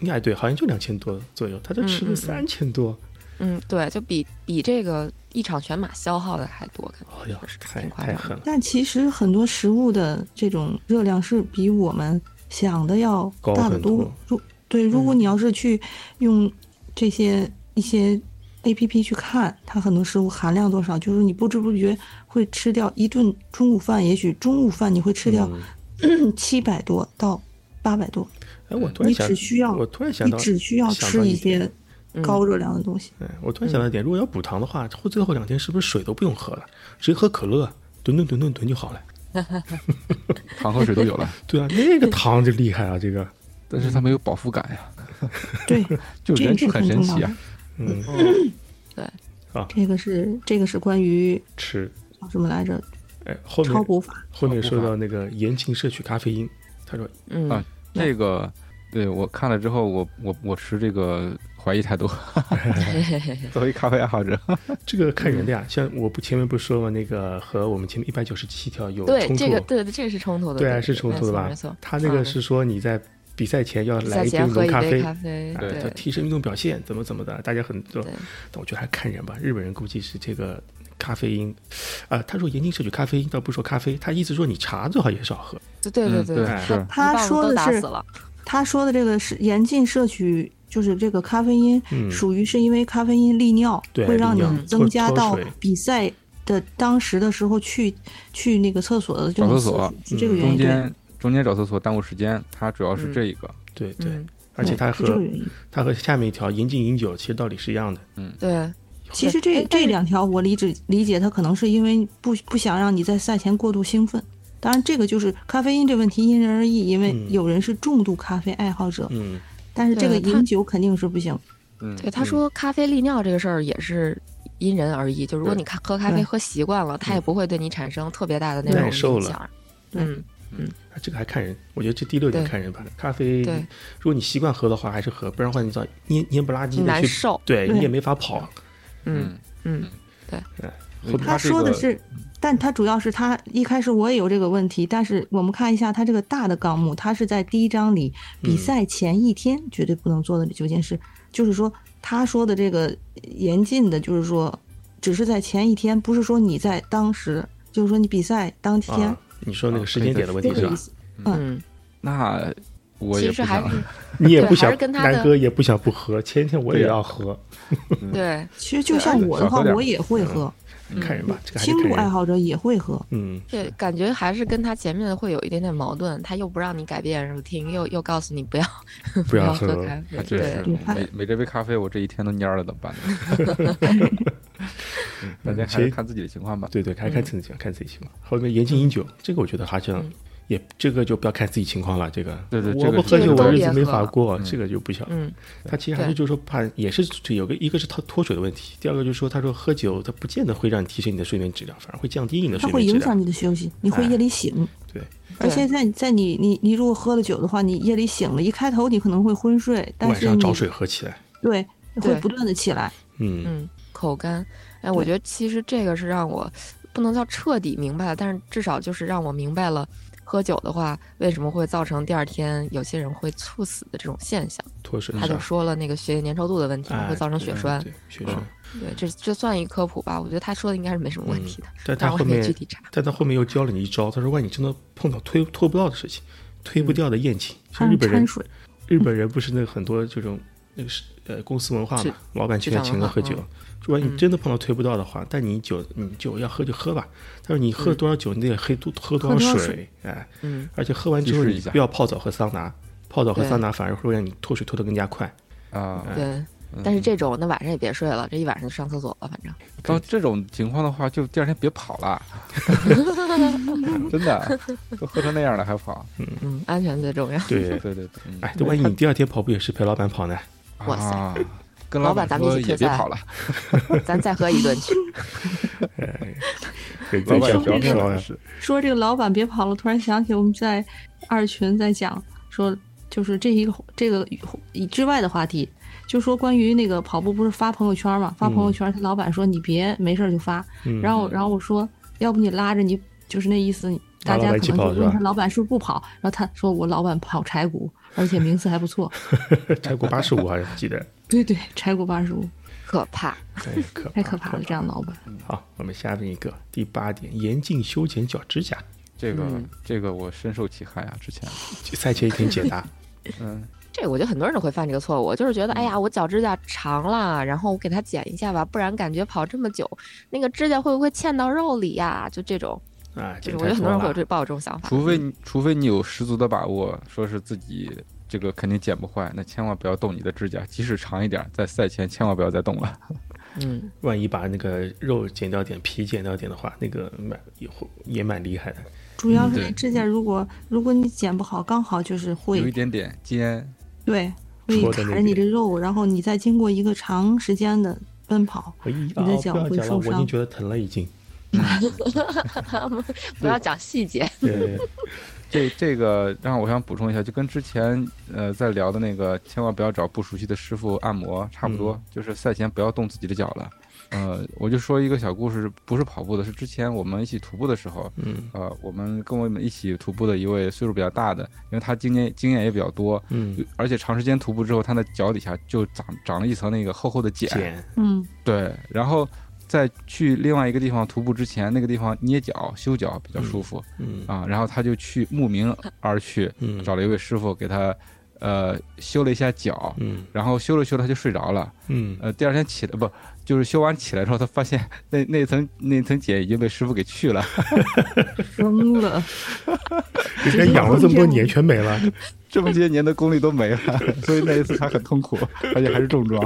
[SPEAKER 1] 应该对，好像就两千多左右，他这吃
[SPEAKER 2] 嗯嗯
[SPEAKER 1] 了
[SPEAKER 2] 嗯
[SPEAKER 1] 三千多，
[SPEAKER 2] 嗯，对，就比比这个一场全马消耗的还多，感觉
[SPEAKER 1] 哎呀
[SPEAKER 2] 确实，
[SPEAKER 1] 太
[SPEAKER 2] 挺夸
[SPEAKER 1] 太
[SPEAKER 2] 张的。
[SPEAKER 1] 狠了，
[SPEAKER 3] 但其实很多食物的这种热量是比我们想的要
[SPEAKER 1] 高
[SPEAKER 3] 大得
[SPEAKER 1] 很多
[SPEAKER 3] 多。如对，如果你要是去用这些一些 A P P 去看它很多食物含量多少，就是你不知不觉会吃掉一顿中午饭，也许中午饭你会吃掉
[SPEAKER 1] 嗯
[SPEAKER 3] 七百多到八百多，
[SPEAKER 1] 哎，我突然
[SPEAKER 3] 你
[SPEAKER 1] 想，
[SPEAKER 3] 只需要
[SPEAKER 1] 我突然想
[SPEAKER 3] 你
[SPEAKER 1] 到，
[SPEAKER 3] 只需要
[SPEAKER 1] 想到
[SPEAKER 3] 吃一
[SPEAKER 1] 点
[SPEAKER 3] 些高热量的 东西。
[SPEAKER 1] 哎，我突然想到一点，
[SPEAKER 2] 嗯
[SPEAKER 1] 如果要补糖的话，后最后两天是不是水都不用喝了，直接喝可乐，吨吨吨吨吨就好了？
[SPEAKER 4] 糖和水都有了，
[SPEAKER 1] 对啊，那
[SPEAKER 2] 嗯
[SPEAKER 1] 个糖就厉害啊，这个，
[SPEAKER 4] 但是它没有饱腹感呀，
[SPEAKER 3] 对，
[SPEAKER 4] 就
[SPEAKER 3] 这
[SPEAKER 4] 人
[SPEAKER 3] 这
[SPEAKER 4] 是很
[SPEAKER 3] 很
[SPEAKER 4] 神
[SPEAKER 3] 正
[SPEAKER 4] 奇
[SPEAKER 3] 常
[SPEAKER 4] 啊。
[SPEAKER 1] 嗯，
[SPEAKER 3] 这个是这个是关于
[SPEAKER 1] 吃，
[SPEAKER 3] 叫什么来着？
[SPEAKER 1] 哎，后
[SPEAKER 3] 超
[SPEAKER 1] 面
[SPEAKER 3] 补法。
[SPEAKER 1] 后面
[SPEAKER 4] 超
[SPEAKER 1] 说
[SPEAKER 4] 补法
[SPEAKER 1] 到那个严禁摄取咖啡因，他说
[SPEAKER 2] 嗯，
[SPEAKER 4] 啊这个，对我看了之后，我我我持这个怀疑态度。 作为咖啡爱好者，
[SPEAKER 1] 这个看人的呀，
[SPEAKER 2] 嗯
[SPEAKER 1] 像我不前面不是说嘛，那个和我们前面一百九十七条有
[SPEAKER 2] 对，
[SPEAKER 1] 冲
[SPEAKER 2] 这个
[SPEAKER 1] 突，
[SPEAKER 2] 对对，这个是冲突的，
[SPEAKER 1] 对啊，
[SPEAKER 2] 对
[SPEAKER 1] 是冲突的吧
[SPEAKER 2] 没错，没错？
[SPEAKER 1] 他那个
[SPEAKER 2] 嗯
[SPEAKER 1] 是说你在比赛前要
[SPEAKER 2] 比
[SPEAKER 1] 来
[SPEAKER 2] 赛
[SPEAKER 1] 一杯
[SPEAKER 2] 前喝
[SPEAKER 1] 浓
[SPEAKER 2] 一
[SPEAKER 1] 咖
[SPEAKER 2] 杯
[SPEAKER 1] 啡。
[SPEAKER 2] 咖啡，
[SPEAKER 1] 啊，
[SPEAKER 2] 对
[SPEAKER 1] 它提升运动表现，怎么怎么的，大家很多。
[SPEAKER 2] 对
[SPEAKER 1] 但我觉得还看人吧，日本人估计是这个咖啡因，啊、他说严禁摄取咖啡因，倒不是说咖啡，他意思说你茶最好也少喝。
[SPEAKER 2] 对对对
[SPEAKER 4] 嗯
[SPEAKER 2] 对，
[SPEAKER 1] 对
[SPEAKER 4] 是
[SPEAKER 2] 一
[SPEAKER 3] 他
[SPEAKER 2] 棒子
[SPEAKER 3] 说
[SPEAKER 2] 都
[SPEAKER 3] 的
[SPEAKER 2] 打
[SPEAKER 3] 是
[SPEAKER 2] 死了，
[SPEAKER 3] 他说的这个是严禁摄取，就是这个咖啡因，
[SPEAKER 1] 嗯
[SPEAKER 3] 属于是因为咖啡因利尿，
[SPEAKER 1] 对
[SPEAKER 3] 会让
[SPEAKER 1] 利
[SPEAKER 3] 你
[SPEAKER 1] 尿
[SPEAKER 3] 增加
[SPEAKER 1] 脱
[SPEAKER 3] 到
[SPEAKER 1] 脱水
[SPEAKER 3] 比赛的当时的时候去去那个厕所的这
[SPEAKER 4] 找
[SPEAKER 3] 种
[SPEAKER 4] 厕所
[SPEAKER 3] 是这个
[SPEAKER 1] 嗯
[SPEAKER 3] 原
[SPEAKER 4] 中
[SPEAKER 3] 因，对
[SPEAKER 4] 间中间找厕所耽误时间，它主要是这一个。
[SPEAKER 1] 对对，
[SPEAKER 2] 嗯，
[SPEAKER 1] 而且他嗯
[SPEAKER 3] 是这
[SPEAKER 1] 和
[SPEAKER 3] 个原因。
[SPEAKER 1] 他和下面一条严禁饮酒，其实道理是一样的。
[SPEAKER 2] 对，
[SPEAKER 3] 其实这
[SPEAKER 2] 哎但是
[SPEAKER 3] 这两条我理解理解，它可能是因为不不想让你在赛前过度兴奋。当然，这个就是咖啡因这问题因人而异，因为
[SPEAKER 1] 嗯
[SPEAKER 3] 有人是重度咖啡爱好者，
[SPEAKER 1] 嗯，
[SPEAKER 3] 但是这个
[SPEAKER 2] 对他
[SPEAKER 3] 饮酒肯定是不行。
[SPEAKER 4] 嗯，
[SPEAKER 2] 对，他说咖啡利尿这个事儿也是因人而异，就如果
[SPEAKER 1] 对
[SPEAKER 2] 你看喝咖啡
[SPEAKER 3] 对
[SPEAKER 2] 喝习惯了，它也不会对你产生特别大的那
[SPEAKER 1] 耐
[SPEAKER 2] 种
[SPEAKER 1] 受
[SPEAKER 2] 影
[SPEAKER 1] 了
[SPEAKER 2] 响。
[SPEAKER 3] 对
[SPEAKER 2] 嗯，
[SPEAKER 1] 啊这个还看人，我觉得这第六点
[SPEAKER 2] 对
[SPEAKER 1] 看人吧。咖啡，
[SPEAKER 2] 对
[SPEAKER 1] 如果你习惯喝的话，还是喝，不然的话你知道蔫蔫不拉几的
[SPEAKER 2] 难
[SPEAKER 1] 去，
[SPEAKER 2] 受。
[SPEAKER 1] 对
[SPEAKER 3] 对
[SPEAKER 1] 你也没法跑。
[SPEAKER 2] 嗯嗯，
[SPEAKER 4] 嗯，
[SPEAKER 3] 他
[SPEAKER 4] 这
[SPEAKER 3] 说的
[SPEAKER 4] 个
[SPEAKER 3] 是，但他主要是他一开始我也有这个问题，但是我们看一下他这个大的纲目，他是在第一章里比
[SPEAKER 1] 嗯
[SPEAKER 3] 赛前一天绝对不能做的九件事，就是说他说的这个严禁的，就是说只是在前一天，不是说你在当时，就是说你比赛当天
[SPEAKER 1] 啊，你说那个
[SPEAKER 4] 啊
[SPEAKER 1] 时
[SPEAKER 4] 可以
[SPEAKER 1] 间
[SPEAKER 4] 再
[SPEAKER 1] 点的问
[SPEAKER 3] 这
[SPEAKER 1] 题是
[SPEAKER 3] 个
[SPEAKER 1] 吧
[SPEAKER 3] 意？思。
[SPEAKER 2] 嗯，
[SPEAKER 4] 那我也
[SPEAKER 2] 其
[SPEAKER 4] 不
[SPEAKER 2] 实还
[SPEAKER 4] 想，
[SPEAKER 2] 是
[SPEAKER 1] 你也
[SPEAKER 2] 对
[SPEAKER 1] 不
[SPEAKER 2] 还
[SPEAKER 1] 想
[SPEAKER 2] 是，跟他
[SPEAKER 1] 南
[SPEAKER 2] 的
[SPEAKER 1] 哥也不想不喝。前一天我也
[SPEAKER 4] 对呀
[SPEAKER 1] 要喝，
[SPEAKER 2] 对，
[SPEAKER 3] 其实就像我的
[SPEAKER 4] 少
[SPEAKER 3] 话
[SPEAKER 4] 喝，点
[SPEAKER 3] 我也会喝，
[SPEAKER 2] 嗯
[SPEAKER 1] 看人嗯吧，这个还是
[SPEAKER 3] 轻
[SPEAKER 1] 看
[SPEAKER 3] 度
[SPEAKER 1] 人
[SPEAKER 3] 爱。好者也会喝。
[SPEAKER 1] 嗯，
[SPEAKER 2] 对，感觉还是跟他前面会有一点点矛盾，他又不让你改变 routine，又又告诉你不要
[SPEAKER 1] 不要
[SPEAKER 2] 喝
[SPEAKER 1] 喝
[SPEAKER 2] 咖啡，
[SPEAKER 4] 还真是
[SPEAKER 2] 对，
[SPEAKER 3] 对他
[SPEAKER 4] 每每这杯咖啡，我这一天都蔫了，怎么办呢？嗯大家还是
[SPEAKER 1] 谁
[SPEAKER 4] 看自己的情况吧。
[SPEAKER 1] 对对，
[SPEAKER 2] 嗯
[SPEAKER 1] 还是看自己情况，看自己情况。后面严禁饮酒，这个我觉得好像也这个就不要看自己情况了。这个
[SPEAKER 4] 对对这
[SPEAKER 1] 我
[SPEAKER 4] 个
[SPEAKER 1] 不
[SPEAKER 4] 是
[SPEAKER 1] 喝
[SPEAKER 2] 这
[SPEAKER 1] 酒，
[SPEAKER 2] 个
[SPEAKER 1] 我
[SPEAKER 2] 都
[SPEAKER 1] 日
[SPEAKER 2] 别
[SPEAKER 1] 子没
[SPEAKER 2] 喝
[SPEAKER 1] 法
[SPEAKER 2] 了
[SPEAKER 1] 过，这个就不想。
[SPEAKER 2] 嗯
[SPEAKER 1] 他其实还是
[SPEAKER 2] 对
[SPEAKER 1] 就是说怕也是有个一个是他脱水的问题，第二个就是说他说喝酒它不见得会让你提升你的睡眠质量，反而会降低你的
[SPEAKER 3] 它
[SPEAKER 1] 睡
[SPEAKER 3] 会
[SPEAKER 1] 眠质
[SPEAKER 3] 影响
[SPEAKER 1] 量。
[SPEAKER 3] 你的休息，你会夜里醒。
[SPEAKER 1] 对，
[SPEAKER 3] 而且
[SPEAKER 2] 对
[SPEAKER 3] 在在你你你如果喝了酒的话，你夜里醒了，一开头你可能会昏睡，但
[SPEAKER 1] 晚
[SPEAKER 3] 是
[SPEAKER 1] 上
[SPEAKER 3] 你
[SPEAKER 1] 找水喝起来，
[SPEAKER 3] 对会
[SPEAKER 2] 对
[SPEAKER 3] 不断的起来。
[SPEAKER 1] 嗯，
[SPEAKER 2] 嗯，口干。哎，我觉得其实这个是让我不能叫彻底明白了，但是至少就是让我明白了喝酒的话为什么会造成第二天有些人会猝死的这种现象。
[SPEAKER 1] 脱水
[SPEAKER 2] 他就说了那个血液粘稠度的问题
[SPEAKER 1] 哎
[SPEAKER 2] 会造成血
[SPEAKER 1] 对
[SPEAKER 2] 栓，嗯
[SPEAKER 1] 对血栓。
[SPEAKER 2] 对，这这算一科普吧。我觉得他说的应该是没什么问题的，
[SPEAKER 1] 但嗯
[SPEAKER 2] 但
[SPEAKER 1] 他
[SPEAKER 2] 我
[SPEAKER 1] 后
[SPEAKER 2] 也没
[SPEAKER 1] 面
[SPEAKER 2] 具体查。
[SPEAKER 1] 但他后面又教了你一招，他说：“万一真的碰到推脱不掉的事情，推
[SPEAKER 2] 嗯
[SPEAKER 1] 不掉的宴请，像
[SPEAKER 3] 掺
[SPEAKER 1] 日本人
[SPEAKER 3] 掺，水，
[SPEAKER 1] 日本人不是那个很多这种那个是呃公司文化
[SPEAKER 2] 是
[SPEAKER 1] 嘛，老板
[SPEAKER 2] 职
[SPEAKER 1] 请了
[SPEAKER 2] 场
[SPEAKER 1] 请
[SPEAKER 2] 文
[SPEAKER 1] 客
[SPEAKER 2] 化
[SPEAKER 1] 喝酒，
[SPEAKER 3] 嗯
[SPEAKER 1] 说万一你真的碰到推不掉的话，但你酒你酒要喝就喝吧，他说你喝多少酒，你得喝多喝多
[SPEAKER 3] 喝多
[SPEAKER 1] 少
[SPEAKER 3] 少
[SPEAKER 1] 水，哎，
[SPEAKER 2] 嗯，
[SPEAKER 1] 而且喝完之后
[SPEAKER 4] 稀释
[SPEAKER 1] 你
[SPEAKER 4] 一下
[SPEAKER 1] 不要泡澡和桑拿，泡澡和
[SPEAKER 2] 对
[SPEAKER 1] 桑拿反而会让你脱水脱得更加快，
[SPEAKER 4] 啊，
[SPEAKER 2] 对，嗯但是这种那晚上也别睡了，这一晚上就上厕所了，反正
[SPEAKER 4] 到这种情况的话，就第二天别跑 了，真的，都喝成那样了还跑？
[SPEAKER 2] 嗯，安全最重要。
[SPEAKER 1] 对，
[SPEAKER 4] 对对对，嗯
[SPEAKER 1] 哎，这万一你第二天跑步也是陪老板跑呢？
[SPEAKER 2] 哇塞
[SPEAKER 4] 啊跟
[SPEAKER 2] 老
[SPEAKER 4] 老
[SPEAKER 2] 板咱们一
[SPEAKER 4] 说
[SPEAKER 2] 起退
[SPEAKER 4] 也别
[SPEAKER 2] 赛
[SPEAKER 4] 跑了，
[SPEAKER 2] 咱再喝一顿去，
[SPEAKER 1] 可以再
[SPEAKER 4] 老板
[SPEAKER 1] 去聊
[SPEAKER 3] 说
[SPEAKER 4] 也不要
[SPEAKER 3] 这
[SPEAKER 1] 聊
[SPEAKER 3] 个
[SPEAKER 4] 说
[SPEAKER 1] 呀
[SPEAKER 4] 了，。是
[SPEAKER 3] 说这个老板别跑了，突然想起我们在二群在讲说，就是这一个这个之外的话题，就说关于那个跑步不是发朋友圈嘛？发朋友圈，他老板说你别没事儿就发，
[SPEAKER 1] 嗯
[SPEAKER 3] 然后然后我说，要不你拉着你，就是那意思，你大
[SPEAKER 1] 拉
[SPEAKER 3] 家
[SPEAKER 1] 老板一
[SPEAKER 3] 可
[SPEAKER 1] 起
[SPEAKER 3] 能
[SPEAKER 1] 跑
[SPEAKER 3] 就是问
[SPEAKER 1] 吧
[SPEAKER 3] 他老板是不是不跑，然后他说我老板跑柴谷，而且名次还不错，
[SPEAKER 1] 泰国八十五还是记得，
[SPEAKER 3] 对对，柴谷八十五，
[SPEAKER 2] 可怕。
[SPEAKER 1] 哎，可
[SPEAKER 3] 太可怕了，这样的老板。
[SPEAKER 1] 好，我们下面一个第八点，严禁修剪脚趾甲。
[SPEAKER 4] 这个
[SPEAKER 2] 嗯
[SPEAKER 4] 这个我深受其害啊， 之前，
[SPEAKER 1] 赛前一天解答，
[SPEAKER 4] 嗯，
[SPEAKER 2] 这个我觉得很多人都会犯这个错误，我就是觉得，
[SPEAKER 1] 嗯
[SPEAKER 2] 哎呀，我脚指甲长了，然后我给它剪一下吧，不然感觉跑这么久，那个指甲会不会嵌到肉里呀？就这种，
[SPEAKER 1] 啊，剪
[SPEAKER 2] 就是我
[SPEAKER 1] 太
[SPEAKER 2] 觉得很
[SPEAKER 1] 多
[SPEAKER 2] 多人会有
[SPEAKER 1] 了。
[SPEAKER 2] 这抱有这种想法。
[SPEAKER 4] 除非你除非你有十足的把握，说是自己这个肯定剪不坏，那千万不要动你的指甲，即使长一点，在赛前千万不要再动了。
[SPEAKER 2] 嗯，
[SPEAKER 1] 万一把那个肉剪掉点，皮剪掉点的话，那个蛮也会也蛮厉害的。
[SPEAKER 3] 主要是
[SPEAKER 4] 对
[SPEAKER 3] 那指甲，如果如果你剪不好，刚好就是
[SPEAKER 4] 有一
[SPEAKER 3] 会
[SPEAKER 4] 点点尖，
[SPEAKER 3] 对会
[SPEAKER 1] 戳在
[SPEAKER 3] 卡
[SPEAKER 1] 那
[SPEAKER 3] 着你的
[SPEAKER 1] 边
[SPEAKER 3] 肉，然后你再经过一个长时间的奔跑，
[SPEAKER 1] 哎呀，
[SPEAKER 3] 的
[SPEAKER 1] 不要
[SPEAKER 3] 脚
[SPEAKER 1] 讲
[SPEAKER 3] 会
[SPEAKER 1] 了，
[SPEAKER 3] 受
[SPEAKER 1] 我已经
[SPEAKER 3] 伤
[SPEAKER 1] 觉得疼了，已经。
[SPEAKER 2] 不要讲细 节。
[SPEAKER 1] 对，
[SPEAKER 4] 这这个让我想补充一下，就跟之前呃在聊的那个，千万不要找不熟悉的师傅按摩，差不多，就是赛前不要动自己的脚了。呃，我就说一个小故事，不是跑步的，是之前我们一起徒步的时候，
[SPEAKER 1] 嗯
[SPEAKER 4] 呃，我们跟我们一起徒步的一位岁数比较大的，因为他经验经验也比较多，
[SPEAKER 1] 嗯，
[SPEAKER 4] 而且长时间徒步之后，他的脚底下就长长了一层那个厚厚的茧，
[SPEAKER 1] 剪
[SPEAKER 3] 嗯，
[SPEAKER 4] 对，然后在去另外一个地方徒步之前，那个地方捏脚修脚比较舒服、
[SPEAKER 1] 嗯
[SPEAKER 4] 啊，然后他就去慕名而去，
[SPEAKER 1] 嗯
[SPEAKER 4] 找了一位师傅给他呃修了一下脚，
[SPEAKER 1] 嗯
[SPEAKER 4] 然后修着修着他就睡着了，
[SPEAKER 1] 嗯
[SPEAKER 4] 呃，第二天起来不就是修完起来之后，他发现那那层那层茧已经被师傅给 去了，
[SPEAKER 3] 扔了。
[SPEAKER 1] 人家养了这么多年全没了，
[SPEAKER 4] 这么些年的功力都 没了，所以那一次他很痛苦，而且还是重装。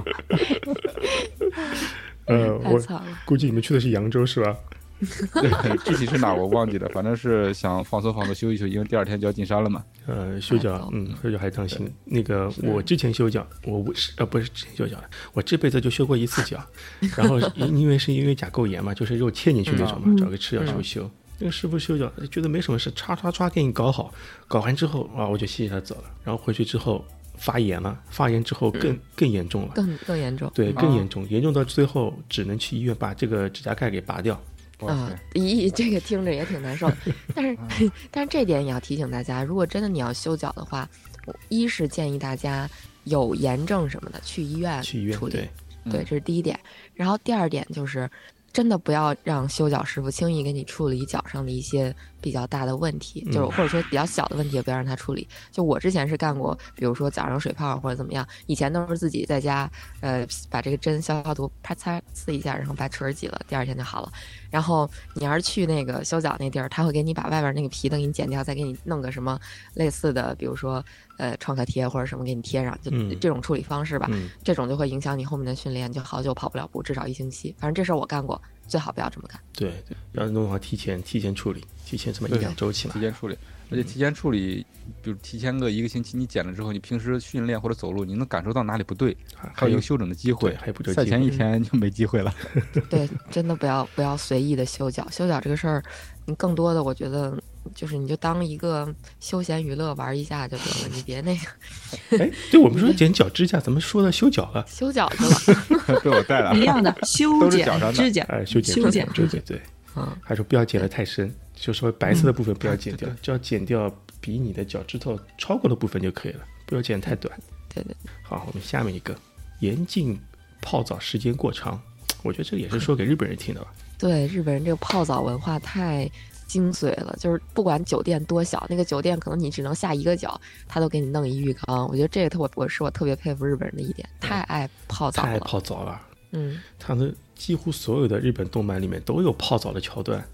[SPEAKER 1] 呃，
[SPEAKER 2] 太
[SPEAKER 1] 我
[SPEAKER 2] 惨了，
[SPEAKER 1] 估计你们去的是扬州是吧？
[SPEAKER 4] 对，具体是哪儿我忘记了，反正是想放松放松休息休息，因为第二天就要进山了嘛。
[SPEAKER 1] 呃，修脚，嗯，修脚还当心。那个我之前修脚，我不是呃不是之前修脚，我这辈子就修过一次脚， 然后因因为是因为甲沟炎嘛，就是肉嵌进去那种嘛，
[SPEAKER 3] 嗯
[SPEAKER 1] 找个吃药师傅修。那个师傅修脚觉得没什么事，唰唰唰给你搞好，搞完之后啊，我就谢谢他走了。然后回去之后发炎了，发炎之后更更严重了，
[SPEAKER 2] 更更严重。
[SPEAKER 1] 对，
[SPEAKER 2] 嗯
[SPEAKER 1] 更严重，严重到最后只能去医院把这个指甲盖给拔掉。
[SPEAKER 4] 哇
[SPEAKER 2] 啊
[SPEAKER 4] 塞，，
[SPEAKER 2] 咦，这个听着也挺 难受。但是，
[SPEAKER 1] 嗯
[SPEAKER 2] 但是这点也要提醒大家，如果真的你要修脚的话，我一是建议大家有炎症什么的去医院
[SPEAKER 1] 去医院
[SPEAKER 2] 处理，
[SPEAKER 1] 对，
[SPEAKER 2] 对，
[SPEAKER 4] 嗯
[SPEAKER 2] 这是第一点。然后第二点就是，真的不要让修脚师傅轻易给你处理脚上的一些比较大的问题，就是
[SPEAKER 1] 嗯
[SPEAKER 2] 或者说比较小的问题，也不要让他处理。就我之前是干过，比如说脚上水泡或者怎么样，以前都是自己在家，呃，把这个针消消毒，啪嚓刺一下，然后把齿儿挤了，第二天就好了。然后你要是去那个修脚那地儿，他会给你把外边那个皮都给你剪掉，再给你弄个什么类似的，比如说呃创可贴或者什么给你贴上，就
[SPEAKER 1] 嗯
[SPEAKER 2] 这种处理方式吧。
[SPEAKER 1] 嗯，
[SPEAKER 2] 这种就会影响你后面的训练，就好久跑不了步，至少一星期。反正这事儿我干过，最好不要这么干。
[SPEAKER 1] 对，对要弄好提前提前处理，提前什么一
[SPEAKER 4] 对
[SPEAKER 1] 两周起码
[SPEAKER 4] 提。前处理，而且提前处理，比如提前个一个星期，你剪了之后，你平时训练或者走路，你能感受到哪里不对，还
[SPEAKER 1] 还
[SPEAKER 4] 有一
[SPEAKER 1] 有
[SPEAKER 4] 个修整的机会
[SPEAKER 1] 对还有补救。
[SPEAKER 4] 赛
[SPEAKER 1] 机
[SPEAKER 4] 前
[SPEAKER 1] 会
[SPEAKER 4] 一天就没机会了。
[SPEAKER 2] 对，真的不要不要随意的修脚，修脚这个事儿，你更多的我觉得就是你就当一个休闲娱乐玩一下就得了，你别那个
[SPEAKER 1] 哎，对我们说剪脚指甲，怎么说到修脚了？
[SPEAKER 2] 修脚去了。
[SPEAKER 4] 被我带了
[SPEAKER 3] 一，样的，修
[SPEAKER 4] 都是
[SPEAKER 3] 剪
[SPEAKER 4] 脚上的
[SPEAKER 3] 指甲，
[SPEAKER 1] 哎，修剪
[SPEAKER 3] 修剪
[SPEAKER 1] 对
[SPEAKER 3] 指
[SPEAKER 1] 对
[SPEAKER 3] 甲，
[SPEAKER 1] 对，
[SPEAKER 2] 嗯，
[SPEAKER 1] 还说不要剪得太深，就稍微白色的部分不要剪掉
[SPEAKER 4] 对，
[SPEAKER 1] 只要剪掉比你的脚趾头超过的部分就可以了，不要剪太短。
[SPEAKER 2] 对对，
[SPEAKER 1] 好，我们下面一个，严禁泡澡时间过长，我觉得这也是说给日本人听的吧。
[SPEAKER 2] 对，日本人这个泡澡文化太精髓了，就是不管酒店多小，那个酒店可能你只能下一个脚，他都给你弄一浴缸。我觉得这个特我我是我特别佩服日本人的一点，太爱泡澡
[SPEAKER 1] 太爱
[SPEAKER 2] 了。
[SPEAKER 1] 泡澡了，
[SPEAKER 2] 嗯。
[SPEAKER 1] 他们几乎所有的日本动漫里面都有泡澡的桥段。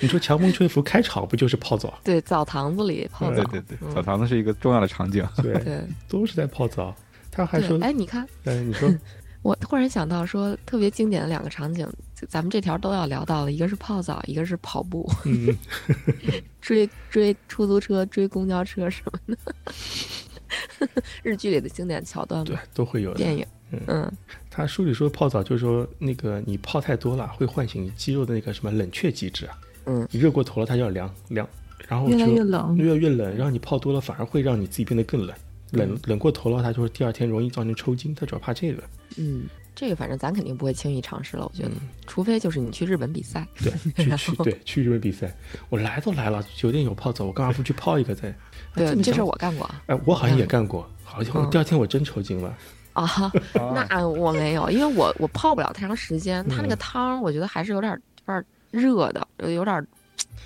[SPEAKER 1] 你说《强风吹拂》开场不就是泡澡？
[SPEAKER 2] 对，澡堂子里泡
[SPEAKER 1] 嗯
[SPEAKER 2] 澡，
[SPEAKER 4] 对对对，澡堂子是一个重要的场景。
[SPEAKER 1] 对，
[SPEAKER 2] 对
[SPEAKER 1] 都是在泡澡。他还说
[SPEAKER 2] 对，，哎，你看，
[SPEAKER 1] 嗯，你说
[SPEAKER 2] 我突然想到说，特别经典的两个场景，就咱们这条都要聊到了，一个是泡澡，一个是跑步，
[SPEAKER 1] 嗯，
[SPEAKER 2] 追追出租车、追公交车什么的，日剧里的 经典桥段
[SPEAKER 1] 对
[SPEAKER 2] 嘛，，
[SPEAKER 1] 都会有的。
[SPEAKER 2] 电影，嗯，
[SPEAKER 1] 他书里说泡澡就是说那个你泡太多了会唤醒你肌肉的那个什么冷却机制啊，
[SPEAKER 2] 嗯，
[SPEAKER 1] 你热过头了它就要凉凉，然后
[SPEAKER 3] 越
[SPEAKER 1] 就
[SPEAKER 3] 来越冷
[SPEAKER 1] 越来越冷，然后你泡多了反而会让你自己变得更冷，
[SPEAKER 3] 嗯
[SPEAKER 1] 冷冷过头了它就是第二天容易造成抽筋，他主要怕这个，
[SPEAKER 2] 嗯，这个反正咱肯定不会轻易尝试了，我觉得，
[SPEAKER 1] 嗯
[SPEAKER 2] 除非就是你去日本比赛，
[SPEAKER 1] 对， 去去对去日本比赛，我来都来了，酒店有泡澡，我干嘛不去泡一个再？哎
[SPEAKER 2] 对，这事儿
[SPEAKER 1] 儿
[SPEAKER 2] 我干 过啊
[SPEAKER 1] 哎，我好像也干过，好像
[SPEAKER 2] 嗯
[SPEAKER 1] 第二天我真抽筋了，
[SPEAKER 2] 啊哈，
[SPEAKER 4] 啊，
[SPEAKER 2] 那我没有，因为我我泡不了太长时间，它那个
[SPEAKER 1] 嗯
[SPEAKER 2] 汤我觉得还是有点有点热的，有点，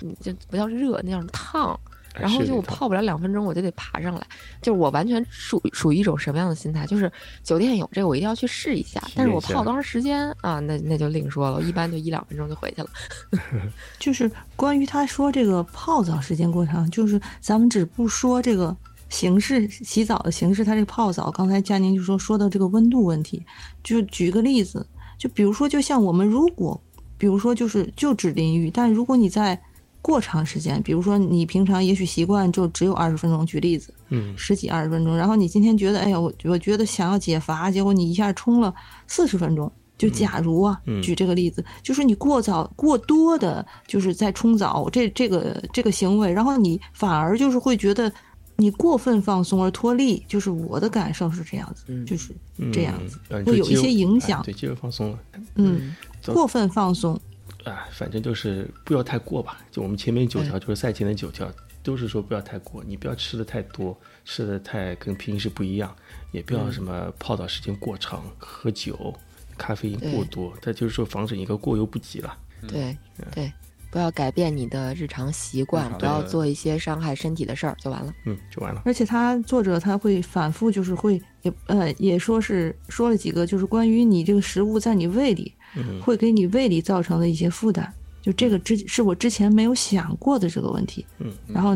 [SPEAKER 2] 嗯就不叫热，那叫什么烫。
[SPEAKER 1] 哎
[SPEAKER 2] 然后
[SPEAKER 1] 是
[SPEAKER 2] 就
[SPEAKER 1] 那
[SPEAKER 2] 我
[SPEAKER 1] 套
[SPEAKER 2] 泡不了两分钟，我就得爬上来，就是我完全属属于一种什么样的心态？就是酒店有这个，我一定要去试一下。但是我
[SPEAKER 1] 体验一下
[SPEAKER 2] 泡多长时间啊？那那就另说了，我一般就一两分钟就回去了。
[SPEAKER 3] 就是关于他说这个泡澡时间过长，就是咱们只不说这个形式洗澡的形式，它这个泡澡，刚才佳宁就说说到这个温度问题，就举个例子，就比如说，就像我们如果，比如说就是就只淋浴，但如果你在过长时间，比如说你平常也许习惯就只有二十分钟，举例子，
[SPEAKER 1] 嗯
[SPEAKER 3] 十几二十分钟，然后你今天觉得，哎呀，我我觉得想要解乏，结果你一下冲了四十分钟。就假如啊，
[SPEAKER 1] 嗯
[SPEAKER 3] 举这个例子，就是你过早过多的，就是在冲澡这这个这个行为，然后你反而就是会觉得你过分放松而脱力，就是我的感受是这样子，
[SPEAKER 2] 嗯
[SPEAKER 3] 就是
[SPEAKER 1] 嗯
[SPEAKER 3] 这样子，
[SPEAKER 1] 嗯
[SPEAKER 3] 会有一些影
[SPEAKER 1] 哎
[SPEAKER 3] 响
[SPEAKER 1] 对肌肉放松了。
[SPEAKER 3] 嗯，
[SPEAKER 1] 走
[SPEAKER 3] 过分放松，
[SPEAKER 1] 啊，反正就是不要太过吧。就我们前面九条，就是赛前的九条，都是说不要太过，你不要吃的太多，吃的太跟平时不一样，也不要什么泡澡时间过长，喝酒、咖啡因过多。它就是说防止你一个过犹不及了。
[SPEAKER 2] 对对，不要改变你的日常习惯，
[SPEAKER 4] 常
[SPEAKER 2] 不要
[SPEAKER 4] 的
[SPEAKER 2] 做一些伤害身体的事儿，就完了。
[SPEAKER 1] 嗯，就完了。
[SPEAKER 3] 而且他作者他会反复，就是会也呃也说是说了几个，就是关于你这个食物在你胃里
[SPEAKER 1] 嗯
[SPEAKER 3] 会给你胃里造成的一些负担，就这个之是我之前没有想过的这个问题，
[SPEAKER 1] 嗯，
[SPEAKER 3] 然后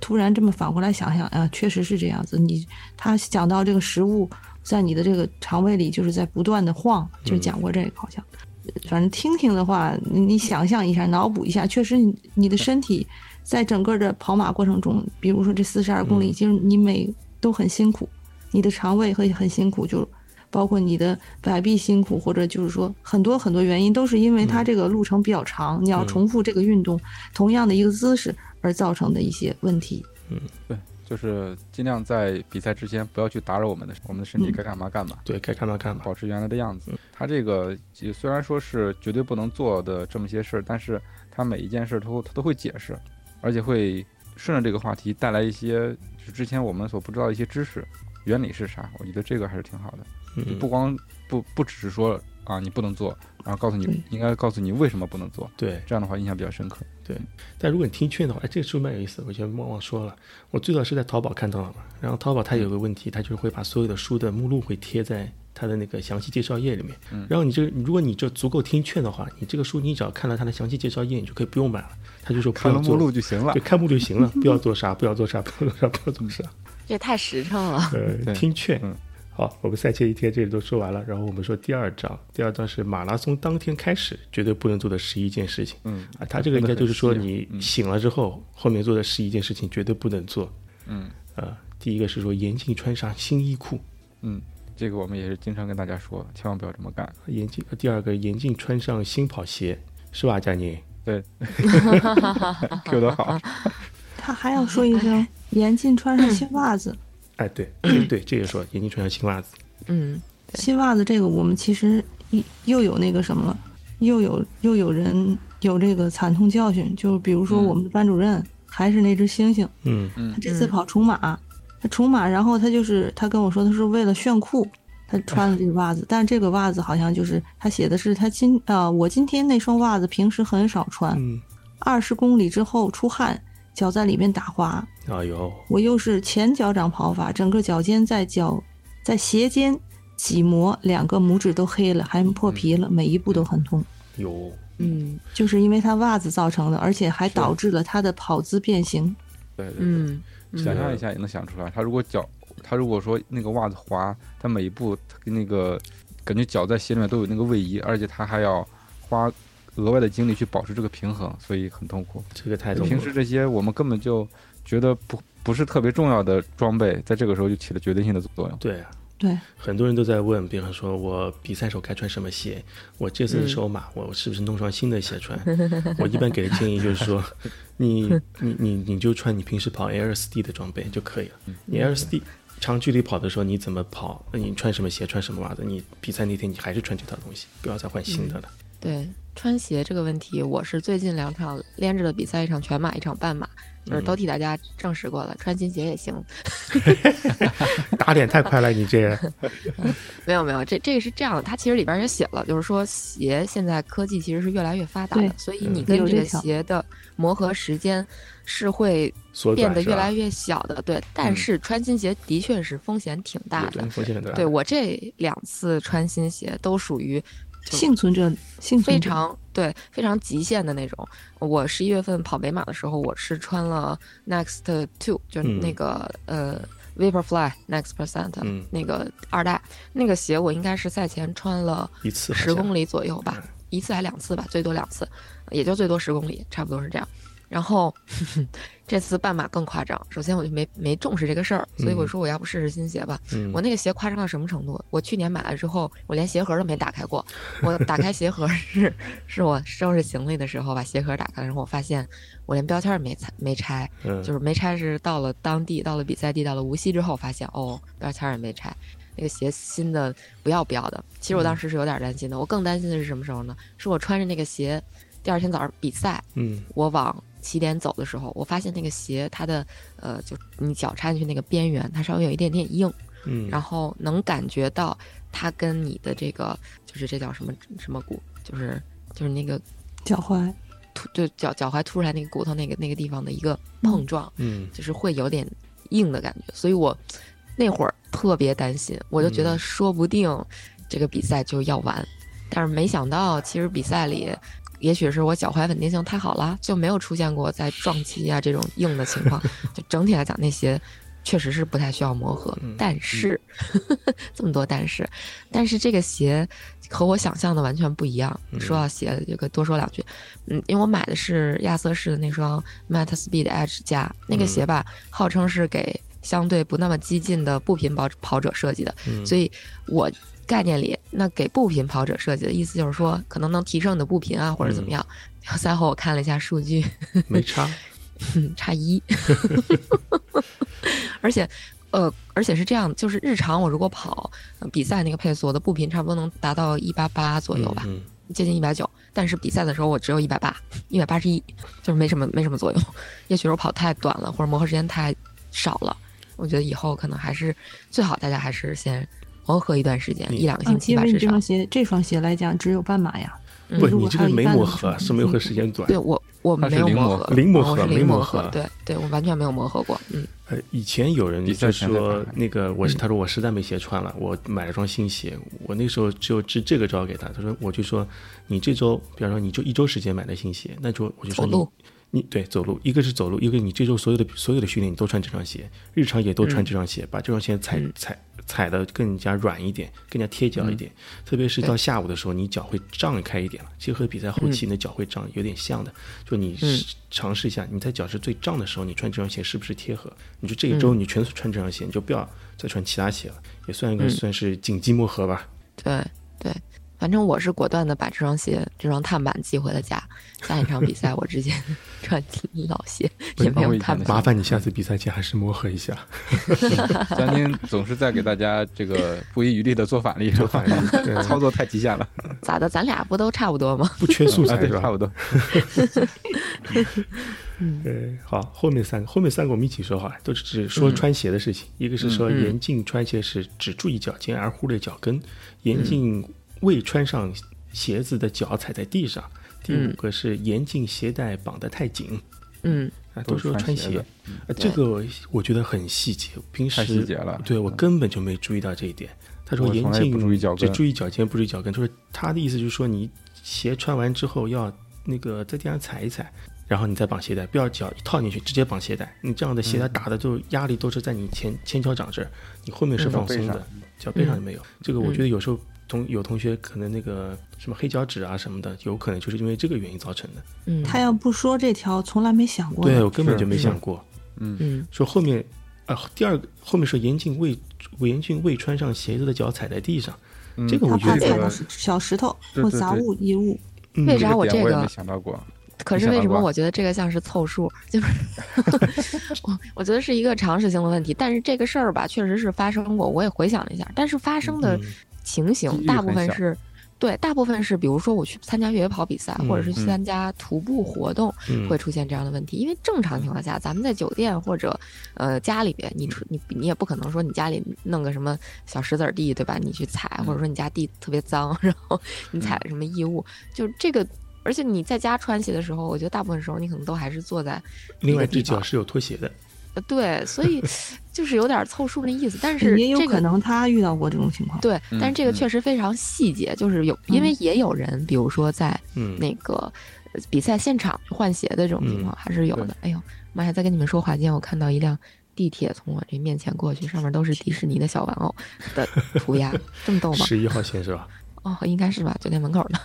[SPEAKER 3] 突然这么反过来想想啊，确实是这样子。你他讲到这个食物在你的这个肠胃里就是在不断的晃，就讲过这个好像。反正听听的话，你你想象一下，脑补一下，确实你你的身体在整个的跑马过程中，比如说这四十二公里，其实你每都很辛苦，你的肠胃会很辛苦，就包括你的摆臂辛苦，或者就是说很多很多原因，都是因为它这个路程比较长，你要重复这个运动，同样的一个姿势而造成的一些问题。
[SPEAKER 4] 对，就是尽量在比赛之前不要去打扰我们的我们的身
[SPEAKER 1] 嗯
[SPEAKER 4] 体该干嘛干嘛。
[SPEAKER 1] 对该干嘛干嘛。
[SPEAKER 4] 保持原来的样
[SPEAKER 1] 嗯
[SPEAKER 4] 子。他这个也虽然说是绝对不能做的这么些事儿，但是他每一件事儿都他都会解释，而且会顺着这个话题带来一些就之前我们所不知道的一些知识，原理是啥？我觉得这个还是挺好的。就
[SPEAKER 1] 嗯，
[SPEAKER 4] 不光不不只是说啊你不能做，然后告诉
[SPEAKER 1] 嗯
[SPEAKER 4] 你
[SPEAKER 3] 对
[SPEAKER 4] 应该告诉你为什么不能做，
[SPEAKER 1] 对。
[SPEAKER 4] 这样的话印象比较深刻。
[SPEAKER 1] 但如果你听劝的话，哎，这个书蛮有意思的，我觉得忘忘说了。我最早是在淘宝看到了嘛，然后淘宝它有个问题，它就是会把所有的书的目录会贴在它的那个详细介绍页里面。
[SPEAKER 4] 嗯
[SPEAKER 1] 然后你这个，如果你这足够听劝的话，你这个书你只要看了它的详细介绍页，你就可以不用买了。他就说不
[SPEAKER 4] 看
[SPEAKER 1] 要
[SPEAKER 4] 了目
[SPEAKER 1] 做
[SPEAKER 4] 录，就 行了
[SPEAKER 1] 对，。看目录就行了，不要做啥，不要做啥，不要做啥，不要做啥。
[SPEAKER 2] 这也太实诚了，
[SPEAKER 1] 呃，
[SPEAKER 4] 对
[SPEAKER 1] 听劝。
[SPEAKER 4] 嗯
[SPEAKER 1] 好，我们赛前一天这里都说完了，然后我们说第二章，第二章是马拉松当天开始绝对不能做的十一件事情。
[SPEAKER 4] 嗯
[SPEAKER 1] 啊，他这个应该就是说
[SPEAKER 4] 真的很细啊
[SPEAKER 1] 你醒了之后，后面做的十一件事情绝对不能做。
[SPEAKER 4] 嗯
[SPEAKER 1] 呃，第一个是说严禁穿上新衣裤，
[SPEAKER 4] 嗯，这个我们也是经常跟大家说，千万不要这么干。
[SPEAKER 1] 严禁；呃第二个严禁穿上新跑鞋，是吧，佳宁？
[SPEAKER 4] 对，Q 的好，
[SPEAKER 3] 他还要说一声，严禁穿上新袜子。
[SPEAKER 1] 哎，对，对对，这也说严禁穿上新袜子。
[SPEAKER 2] 嗯，
[SPEAKER 3] 新袜子这个，我们其实一又有那个什么了，又有又有人有这个惨痛教训，就比如说
[SPEAKER 4] 嗯
[SPEAKER 3] 我们的班主任、还是那只猩猩，
[SPEAKER 1] 嗯
[SPEAKER 3] 他这次跑重马，他重马，然后他就是他跟我说，他是为了炫酷，他穿了这个袜子，但这个袜子好像就是他写的是他今呃，我今天那双袜子平时很少穿，
[SPEAKER 1] 嗯，
[SPEAKER 3] 二十、公里之后出汗，脚在里面打滑，
[SPEAKER 1] 哎呦，
[SPEAKER 3] 我又是前脚掌跑法，整个脚尖在脚在鞋尖挤磨，两个拇指都黑了，还
[SPEAKER 1] 嗯
[SPEAKER 3] 破皮了，每一步都很痛。
[SPEAKER 1] 有，
[SPEAKER 2] 嗯
[SPEAKER 3] 就是因为他袜子造成的，而且还导致了他的跑姿变形。
[SPEAKER 4] 对对对。
[SPEAKER 2] 嗯，
[SPEAKER 4] 想象一下也能想出来，他如果脚他如果说那个袜子滑，他每一步他跟那个感觉脚在鞋里面都有那个位移，而且他还要花额外的精力去保持这个平衡，所以很痛苦。
[SPEAKER 1] 这个太痛苦
[SPEAKER 4] 平
[SPEAKER 1] 了。
[SPEAKER 4] 时这些我们根本就觉得不不是特别重要的装备，在这个时候就起了决定性的 作用。
[SPEAKER 1] 对啊，
[SPEAKER 3] 对，
[SPEAKER 1] 很多人都在问，比方说我比赛时候该穿什么鞋，我这次首马，
[SPEAKER 2] 嗯
[SPEAKER 1] 我是不是弄双新的鞋 穿？我一般给的建议就是说，你你你你就穿你平时跑 Air SD 的装备就可以了。
[SPEAKER 2] 嗯
[SPEAKER 1] 你 Air SD 长距离跑的时候你怎么跑，你穿什么鞋，穿什么袜子，你比赛那天你还是穿这套东西，不要再换新的了。
[SPEAKER 2] 对，穿鞋这个问题，我是最近两场连着的比赛，一场全马，一场半马，就是都替大家证实过了，穿新鞋也行。嗯
[SPEAKER 1] 打脸太快了，你这人
[SPEAKER 2] 没有没有，这这个是这样的，它其实里边也写了，就是说鞋现在科技其实是越来越发达的
[SPEAKER 3] 对，
[SPEAKER 2] 所以你
[SPEAKER 1] 嗯
[SPEAKER 2] 跟
[SPEAKER 3] 有
[SPEAKER 2] 这
[SPEAKER 3] 这
[SPEAKER 2] 个
[SPEAKER 3] 条
[SPEAKER 2] 鞋的磨合时间是会
[SPEAKER 1] 缩
[SPEAKER 2] 变
[SPEAKER 1] 短
[SPEAKER 2] 得
[SPEAKER 1] 是
[SPEAKER 2] 越
[SPEAKER 1] 吧
[SPEAKER 2] 来越小的。对，但
[SPEAKER 4] 嗯
[SPEAKER 2] 是穿新鞋的确是风险挺大的。
[SPEAKER 1] 风险很大。
[SPEAKER 2] 对我这两次穿新鞋都属于就
[SPEAKER 3] 幸存者，幸存
[SPEAKER 2] 非
[SPEAKER 3] 者
[SPEAKER 2] 常对非常极限的那种。我十一月份跑北马的时候，我是穿了 Next Two，就是
[SPEAKER 1] 嗯
[SPEAKER 2] 那个、呃 Vaporfly Next Percent、
[SPEAKER 1] 嗯
[SPEAKER 2] 那个二代那个鞋，我应该是赛前穿了
[SPEAKER 1] 一次好
[SPEAKER 2] 十
[SPEAKER 1] 像
[SPEAKER 2] 公里左右吧，
[SPEAKER 1] 嗯
[SPEAKER 2] 一次还两次吧，最多两次，也就最多十公里，差不多是这样。然后 这次半马更夸张，首先我就没没重视这个事儿，所以我
[SPEAKER 1] 嗯
[SPEAKER 2] 说我要不试试新鞋吧。
[SPEAKER 1] 嗯
[SPEAKER 2] 我那个鞋夸张到什么程度？我去年买了之后，我连鞋盒都没打开过。我打开鞋盒是 是我收拾行李的时候把鞋盒打开了，然后我发现我连标签儿没拆没拆，
[SPEAKER 1] 嗯
[SPEAKER 2] 就是没拆是到了当地，到了比赛地，到了无锡之后发现哦，标签儿也没拆。那个鞋新的不要不要的，其实
[SPEAKER 1] 嗯
[SPEAKER 2] 我当时是有点担心的。我更担心的是什么时候呢？是我穿着那个鞋，第二天早上比赛，
[SPEAKER 1] 嗯
[SPEAKER 2] 我往起点走的时候，我发现那个鞋它的呃，就你脚插进去那个边缘，它稍微有一点点硬，
[SPEAKER 1] 嗯，
[SPEAKER 2] 然后能感觉到它跟你的这个就是这叫什么什么骨，就是就是那个
[SPEAKER 3] 脚踝，啊
[SPEAKER 2] 突就脚脚踝突出来那个骨头那个那个地方的一个碰撞，
[SPEAKER 1] 嗯
[SPEAKER 2] 就是会有点硬的感觉，所以我那会儿特别担心，我就觉得
[SPEAKER 1] 嗯
[SPEAKER 2] 说不定这个比赛就要完，但是没想到其实比赛里。也许是我脚踝稳定性太好了，就没有出现过在撞击啊这种硬的情况。就整体来讲，那些确实是不太需要磨合。
[SPEAKER 1] 嗯
[SPEAKER 2] 但是， 这么多但是，但是这个鞋和我想象的完全不一样。
[SPEAKER 1] 嗯
[SPEAKER 2] 说到鞋，这个多说两句。嗯，因为我买的是亚瑟士的那双 Meta Speed Edge 加那
[SPEAKER 1] 嗯
[SPEAKER 2] 个鞋吧，号称是给相对不那么激进的步频跑跑者设计的，
[SPEAKER 1] 嗯
[SPEAKER 2] 所以我概念里，那给步频跑者设计的意思就是说，可能能提升你的步频啊，或者怎
[SPEAKER 1] 嗯
[SPEAKER 2] 么样。赛后我看了一下数据，
[SPEAKER 1] 没差，
[SPEAKER 2] 嗯，差一，而且，呃，而且是这样，就是日常我如果跑、呃比赛那个配速，我的步频差不多能达到一八八左右吧，
[SPEAKER 1] 嗯
[SPEAKER 2] 接近一百九。但是比赛的时候我只有一百八，一百八十一，就是没什么没什么作用。也许是我跑太短了，或者磨合时间太少了。我觉得以后可能还是最好，大家还是先磨合一段时间，
[SPEAKER 1] 嗯
[SPEAKER 2] 一两个
[SPEAKER 3] 啊
[SPEAKER 2] 星，期
[SPEAKER 3] 因
[SPEAKER 2] 吧，
[SPEAKER 3] 为你
[SPEAKER 2] 至
[SPEAKER 3] 这
[SPEAKER 2] 少
[SPEAKER 3] 双。鞋，这双鞋来讲只有半马呀，
[SPEAKER 1] 嗯，不，
[SPEAKER 2] 嗯
[SPEAKER 3] 如
[SPEAKER 1] 你
[SPEAKER 3] 果
[SPEAKER 1] 这
[SPEAKER 3] 还
[SPEAKER 1] 个
[SPEAKER 3] 有一
[SPEAKER 1] 没
[SPEAKER 3] 半的
[SPEAKER 1] 磨
[SPEAKER 3] 时
[SPEAKER 1] 合，啊
[SPEAKER 3] 间
[SPEAKER 1] 是没有和时间短。
[SPEAKER 2] 对我我
[SPEAKER 4] 它是
[SPEAKER 2] 没有
[SPEAKER 4] 零
[SPEAKER 2] 磨
[SPEAKER 4] 磨
[SPEAKER 2] 合，
[SPEAKER 4] 合
[SPEAKER 1] 零磨
[SPEAKER 2] 我是
[SPEAKER 1] 合
[SPEAKER 2] 零
[SPEAKER 1] 零
[SPEAKER 2] 磨
[SPEAKER 1] 磨合
[SPEAKER 2] 对对，我完全没有磨合过，嗯。
[SPEAKER 1] 呃，以前有人
[SPEAKER 4] 比
[SPEAKER 1] 就
[SPEAKER 4] 赛前再
[SPEAKER 1] 说
[SPEAKER 4] 看看
[SPEAKER 1] 那个，我是他说我实在没鞋穿了，我买了双新鞋。我那时候只有支这个招给他，他说我就说你这周，比方说你就一周时间买的新鞋，那就我就说
[SPEAKER 2] 走
[SPEAKER 1] 你
[SPEAKER 2] 路
[SPEAKER 1] 你对走路，一个是走路，一个你这周所有的所有的训练你都穿这双鞋，日常也都穿这双鞋，把这双鞋踩
[SPEAKER 2] 嗯
[SPEAKER 1] 踩踩的更加软一点，更加贴脚一点。特别是到下午的时候，你脚会胀开一点了，其实和比赛后期你的脚会胀有点像的。就你
[SPEAKER 2] 嗯
[SPEAKER 1] 尝试一下，你在脚是最胀的时候，你穿这双鞋是不是贴合？你就这
[SPEAKER 2] 嗯
[SPEAKER 1] 一周你全穿这双鞋，你就不要再穿其他鞋了，也算一个
[SPEAKER 2] 嗯
[SPEAKER 1] 算是紧急磨合吧。
[SPEAKER 2] 对对，反正我是果断的把这双鞋、这双碳板寄回了家。下一场比赛我直接 穿老鞋，
[SPEAKER 4] 不
[SPEAKER 2] 也没嗯
[SPEAKER 4] 是包
[SPEAKER 2] 有
[SPEAKER 4] 括以
[SPEAKER 2] 碳
[SPEAKER 4] 前的
[SPEAKER 2] 板。
[SPEAKER 1] 麻烦你下次比赛前还是磨合一下。
[SPEAKER 4] 三天总是在给大家这个不遗余力的做 反例，
[SPEAKER 1] 反例对
[SPEAKER 4] 操作太极限了，
[SPEAKER 2] 咋的？咱俩不都差不多吗？
[SPEAKER 1] 不缺素
[SPEAKER 4] 啊
[SPEAKER 1] 材
[SPEAKER 4] 对
[SPEAKER 1] 是吧？
[SPEAKER 4] 差不多。
[SPEAKER 1] 对，好，后面三个，后面三个我们一起说好了，都是只说穿鞋的事情。一个是说
[SPEAKER 2] 嗯
[SPEAKER 1] 严禁穿鞋时只注意脚尖而忽略脚跟，
[SPEAKER 2] 嗯
[SPEAKER 1] 严禁未穿上鞋子的脚踩在地上。第五
[SPEAKER 2] 嗯
[SPEAKER 1] 个是严禁鞋带绑得太紧。
[SPEAKER 2] 嗯，
[SPEAKER 1] 啊，都说
[SPEAKER 4] 都是
[SPEAKER 1] 穿
[SPEAKER 4] 穿
[SPEAKER 1] 鞋
[SPEAKER 4] 鞋的，嗯
[SPEAKER 1] 啊，这个我我觉得很细节，平时
[SPEAKER 4] 太细节了嗯
[SPEAKER 1] 对我根本就没注意到这一点。他说
[SPEAKER 4] 我
[SPEAKER 1] 严
[SPEAKER 4] 从来也
[SPEAKER 1] 禁
[SPEAKER 4] 不注意脚
[SPEAKER 1] 只
[SPEAKER 4] 跟
[SPEAKER 1] 注意脚尖，不注意脚跟。他说他的意思就是说，你鞋穿完之后要那个在地上踩一踩，然后你再绑鞋带，不要脚一套进去直接绑鞋带，你这样的鞋带
[SPEAKER 4] 嗯
[SPEAKER 1] 打的就压力都是在你前前脚掌这儿，你后面是放松的，脚背上就没
[SPEAKER 4] 嗯
[SPEAKER 1] 有。这个我觉得有时候同有同学可能那个什么黑脚趾啊什么的，有可能就是因为这个原因造成的。
[SPEAKER 2] 嗯，
[SPEAKER 3] 他要不说这条，从来没想过。
[SPEAKER 1] 对我根本
[SPEAKER 4] 是
[SPEAKER 1] 就没
[SPEAKER 4] 是
[SPEAKER 1] 想过，
[SPEAKER 2] 嗯
[SPEAKER 1] 说后面啊、第二个后面说严禁未严禁未穿上鞋子的脚踩在地上，
[SPEAKER 4] 嗯
[SPEAKER 1] 这个
[SPEAKER 3] 他
[SPEAKER 1] 我觉
[SPEAKER 3] 怕
[SPEAKER 1] 得
[SPEAKER 4] 这
[SPEAKER 3] 踩
[SPEAKER 4] 个
[SPEAKER 3] 到石小石头
[SPEAKER 4] 对
[SPEAKER 3] 或
[SPEAKER 4] 对
[SPEAKER 3] 杂
[SPEAKER 4] 对
[SPEAKER 3] 物异物。
[SPEAKER 1] 嗯
[SPEAKER 2] 为啥我
[SPEAKER 4] 点
[SPEAKER 2] 这
[SPEAKER 4] 我也
[SPEAKER 2] 个
[SPEAKER 4] 没想到过，
[SPEAKER 2] 可
[SPEAKER 4] 你
[SPEAKER 2] 是
[SPEAKER 4] 想
[SPEAKER 2] 为
[SPEAKER 4] 到
[SPEAKER 2] 什么
[SPEAKER 4] 过
[SPEAKER 2] 我觉得这个像是凑数？ 就是我我觉得是一个常识性的问题，但是这个事儿吧，确实是发生过，我也回想了一下，但是发生的
[SPEAKER 1] 嗯
[SPEAKER 2] 情形、
[SPEAKER 4] 几率
[SPEAKER 2] 大
[SPEAKER 4] 很
[SPEAKER 2] 部分
[SPEAKER 4] 小
[SPEAKER 2] 是。对，大部分是比如说我去参加越野跑比赛，或者是去
[SPEAKER 4] 嗯
[SPEAKER 2] 参加徒步活动，
[SPEAKER 1] 嗯
[SPEAKER 2] 会出现这样的问题。因为正
[SPEAKER 4] 嗯
[SPEAKER 2] 常情况下，咱们在酒店或者呃家里边，你出你你也不可能说你家里弄个什么小石子儿地，对吧？你去踩，或
[SPEAKER 4] 嗯
[SPEAKER 2] 者说你家地特别脏， 然后你踩什么异物，就这个。而且你在家穿鞋的时候，我觉得大部分时候你可能都还是坐在
[SPEAKER 1] 另外一
[SPEAKER 2] 一个地
[SPEAKER 1] 只脚
[SPEAKER 2] 方
[SPEAKER 1] 是有拖鞋的，
[SPEAKER 2] 呃对，所 以就是有点凑数那意思。但是
[SPEAKER 3] 也有
[SPEAKER 2] 这
[SPEAKER 3] 可
[SPEAKER 2] 个
[SPEAKER 3] 能他遇到过这种情况。
[SPEAKER 2] 对，
[SPEAKER 4] 嗯
[SPEAKER 2] 但是这个
[SPEAKER 4] 嗯
[SPEAKER 2] 确实非常细节，就是有因为也有人，比如说在
[SPEAKER 1] 嗯，
[SPEAKER 2] 那个呃比赛现场换鞋的这种情况还是有的。哎呦妈呀！在跟你们说话间，我看到一辆地铁从我这面前过去，上面都是迪士尼的小玩偶的涂 鸦，这么逗吗？
[SPEAKER 1] 十一号线是吧？
[SPEAKER 2] 哦，应该是吧，酒店门口的。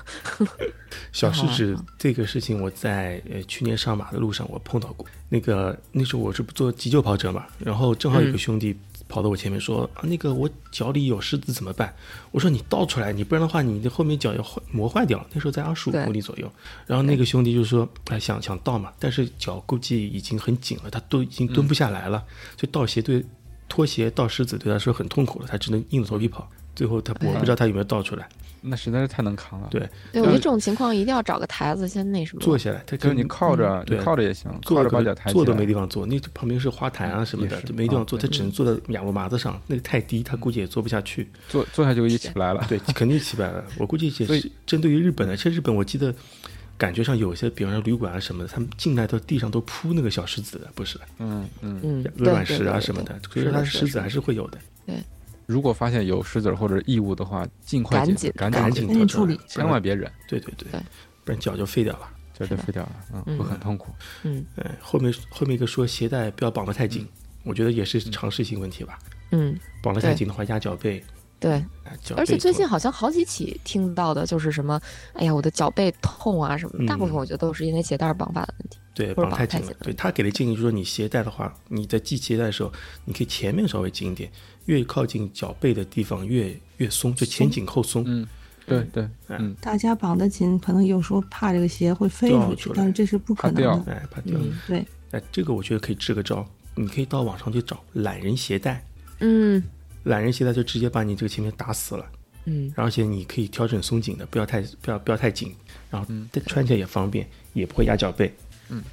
[SPEAKER 1] 小
[SPEAKER 2] 挺
[SPEAKER 1] 食
[SPEAKER 2] 哦好玩
[SPEAKER 1] 指
[SPEAKER 2] 的
[SPEAKER 1] 这个事情，我在呃去年上马的路上我碰到过。那个那时候我是做急救跑者嘛，然后正好有个
[SPEAKER 2] 嗯
[SPEAKER 1] 兄弟跑到我前面说：“啊，那个我脚里有石子怎么办？”我说：“你倒出来，你不然的话，你的后面脚要坏磨坏掉。”那时候在二十五
[SPEAKER 2] 对
[SPEAKER 1] 公里左右。然后那个兄弟就说：“哎，想想倒嘛，但是脚估计已经很紧了，他都已经蹲
[SPEAKER 2] 嗯
[SPEAKER 1] 不下来了，就倒鞋对拖鞋倒石子对他说很痛苦了，他只能硬着头皮跑。最后他我不知道他有没有倒出来，
[SPEAKER 4] 那实在是太能扛了。
[SPEAKER 1] 对
[SPEAKER 2] 对，我觉得这种情况一定要找个台子先那什么。
[SPEAKER 1] 呃坐下来，他
[SPEAKER 4] 就
[SPEAKER 1] 跟
[SPEAKER 4] 是你靠着，你
[SPEAKER 1] 嗯对
[SPEAKER 4] 靠着也行，
[SPEAKER 1] 坐
[SPEAKER 4] 靠着把
[SPEAKER 1] 可
[SPEAKER 4] 脚抬起
[SPEAKER 1] 坐
[SPEAKER 4] 来。
[SPEAKER 1] 都没地方坐，那旁边是花坛啊什么
[SPEAKER 4] 也
[SPEAKER 1] 的，
[SPEAKER 4] 是
[SPEAKER 1] 就没地方
[SPEAKER 4] 啊
[SPEAKER 1] 坐，他
[SPEAKER 4] 对
[SPEAKER 1] 只能坐在仰卧麻子上，那个太低，他估计也坐不下去。
[SPEAKER 4] 坐坐下就一起不来了。
[SPEAKER 1] 对，肯定起不来了。我估计
[SPEAKER 4] 嗯所
[SPEAKER 1] 也是
[SPEAKER 4] 以
[SPEAKER 1] 针对于日本的，其实日本我记得感觉上有些，比方说旅馆啊什么的，他们进来都地上都铺那个小石子的，不是的
[SPEAKER 4] 嗯嗯，
[SPEAKER 2] 嗯，对
[SPEAKER 1] 软石啊什么，
[SPEAKER 2] 对
[SPEAKER 1] 的，所
[SPEAKER 2] 对
[SPEAKER 1] 以
[SPEAKER 2] 是
[SPEAKER 1] 说它
[SPEAKER 2] 的是
[SPEAKER 1] 石
[SPEAKER 2] 的
[SPEAKER 1] 子还啊是会有的，
[SPEAKER 4] 如果发现有石子儿或者异物的话，尽快
[SPEAKER 2] 赶
[SPEAKER 4] 解决，
[SPEAKER 2] 紧
[SPEAKER 4] 赶
[SPEAKER 1] 赶紧
[SPEAKER 4] 紧解
[SPEAKER 1] 跳
[SPEAKER 3] 赶紧
[SPEAKER 1] 出来
[SPEAKER 3] 处理
[SPEAKER 4] 千万别忍，
[SPEAKER 1] 对对对
[SPEAKER 2] 对，
[SPEAKER 1] 不然脚就废掉了。
[SPEAKER 4] 这就是
[SPEAKER 2] 的
[SPEAKER 4] 废掉了，嗯，
[SPEAKER 2] 嗯
[SPEAKER 4] 会很痛苦。
[SPEAKER 2] 对嗯
[SPEAKER 1] 哎，后面后面一个说鞋带不要绑得太紧，我觉得也是常识性问题吧，
[SPEAKER 2] 嗯，
[SPEAKER 1] 绑得太
[SPEAKER 2] 对
[SPEAKER 1] 紧的话压脚背，
[SPEAKER 2] 对。
[SPEAKER 1] 哎脚
[SPEAKER 2] 而且
[SPEAKER 1] 背
[SPEAKER 2] 最
[SPEAKER 1] 痛
[SPEAKER 2] 近好像好几起听到的就是什么，哎呀，我的脚背痛啊什么的，大部分
[SPEAKER 1] 嗯
[SPEAKER 2] 我觉得都是因为鞋带儿绑法的问题。
[SPEAKER 1] 对，
[SPEAKER 2] 或
[SPEAKER 1] 绑
[SPEAKER 2] 者绑
[SPEAKER 1] 太
[SPEAKER 2] 太
[SPEAKER 1] 紧了
[SPEAKER 2] 紧。了
[SPEAKER 1] 对他给的建议就是说，你鞋带的话，你在系鞋带的时候，你可以前面稍微紧一点，越靠近脚背的地方越越松，就前紧后松。
[SPEAKER 4] 嗯，对对，嗯，
[SPEAKER 3] 大家绑得紧，可能有时候怕这个鞋会飞
[SPEAKER 1] 掉
[SPEAKER 3] 出
[SPEAKER 1] 出
[SPEAKER 3] 去
[SPEAKER 1] 来，
[SPEAKER 3] 但是这是不可能
[SPEAKER 4] 掉
[SPEAKER 3] 的。
[SPEAKER 1] 哎，怕掉。
[SPEAKER 2] 嗯
[SPEAKER 3] 对，
[SPEAKER 1] 哎，这个我觉得可以支个招，你可以到网上去找懒人鞋带，
[SPEAKER 2] 嗯
[SPEAKER 1] 懒人鞋带就直接把你这个前面打死了，
[SPEAKER 2] 嗯，
[SPEAKER 1] 而且你可以调整松紧的，不要太不要不要太紧，然后再穿起来也方便，也不会压脚背。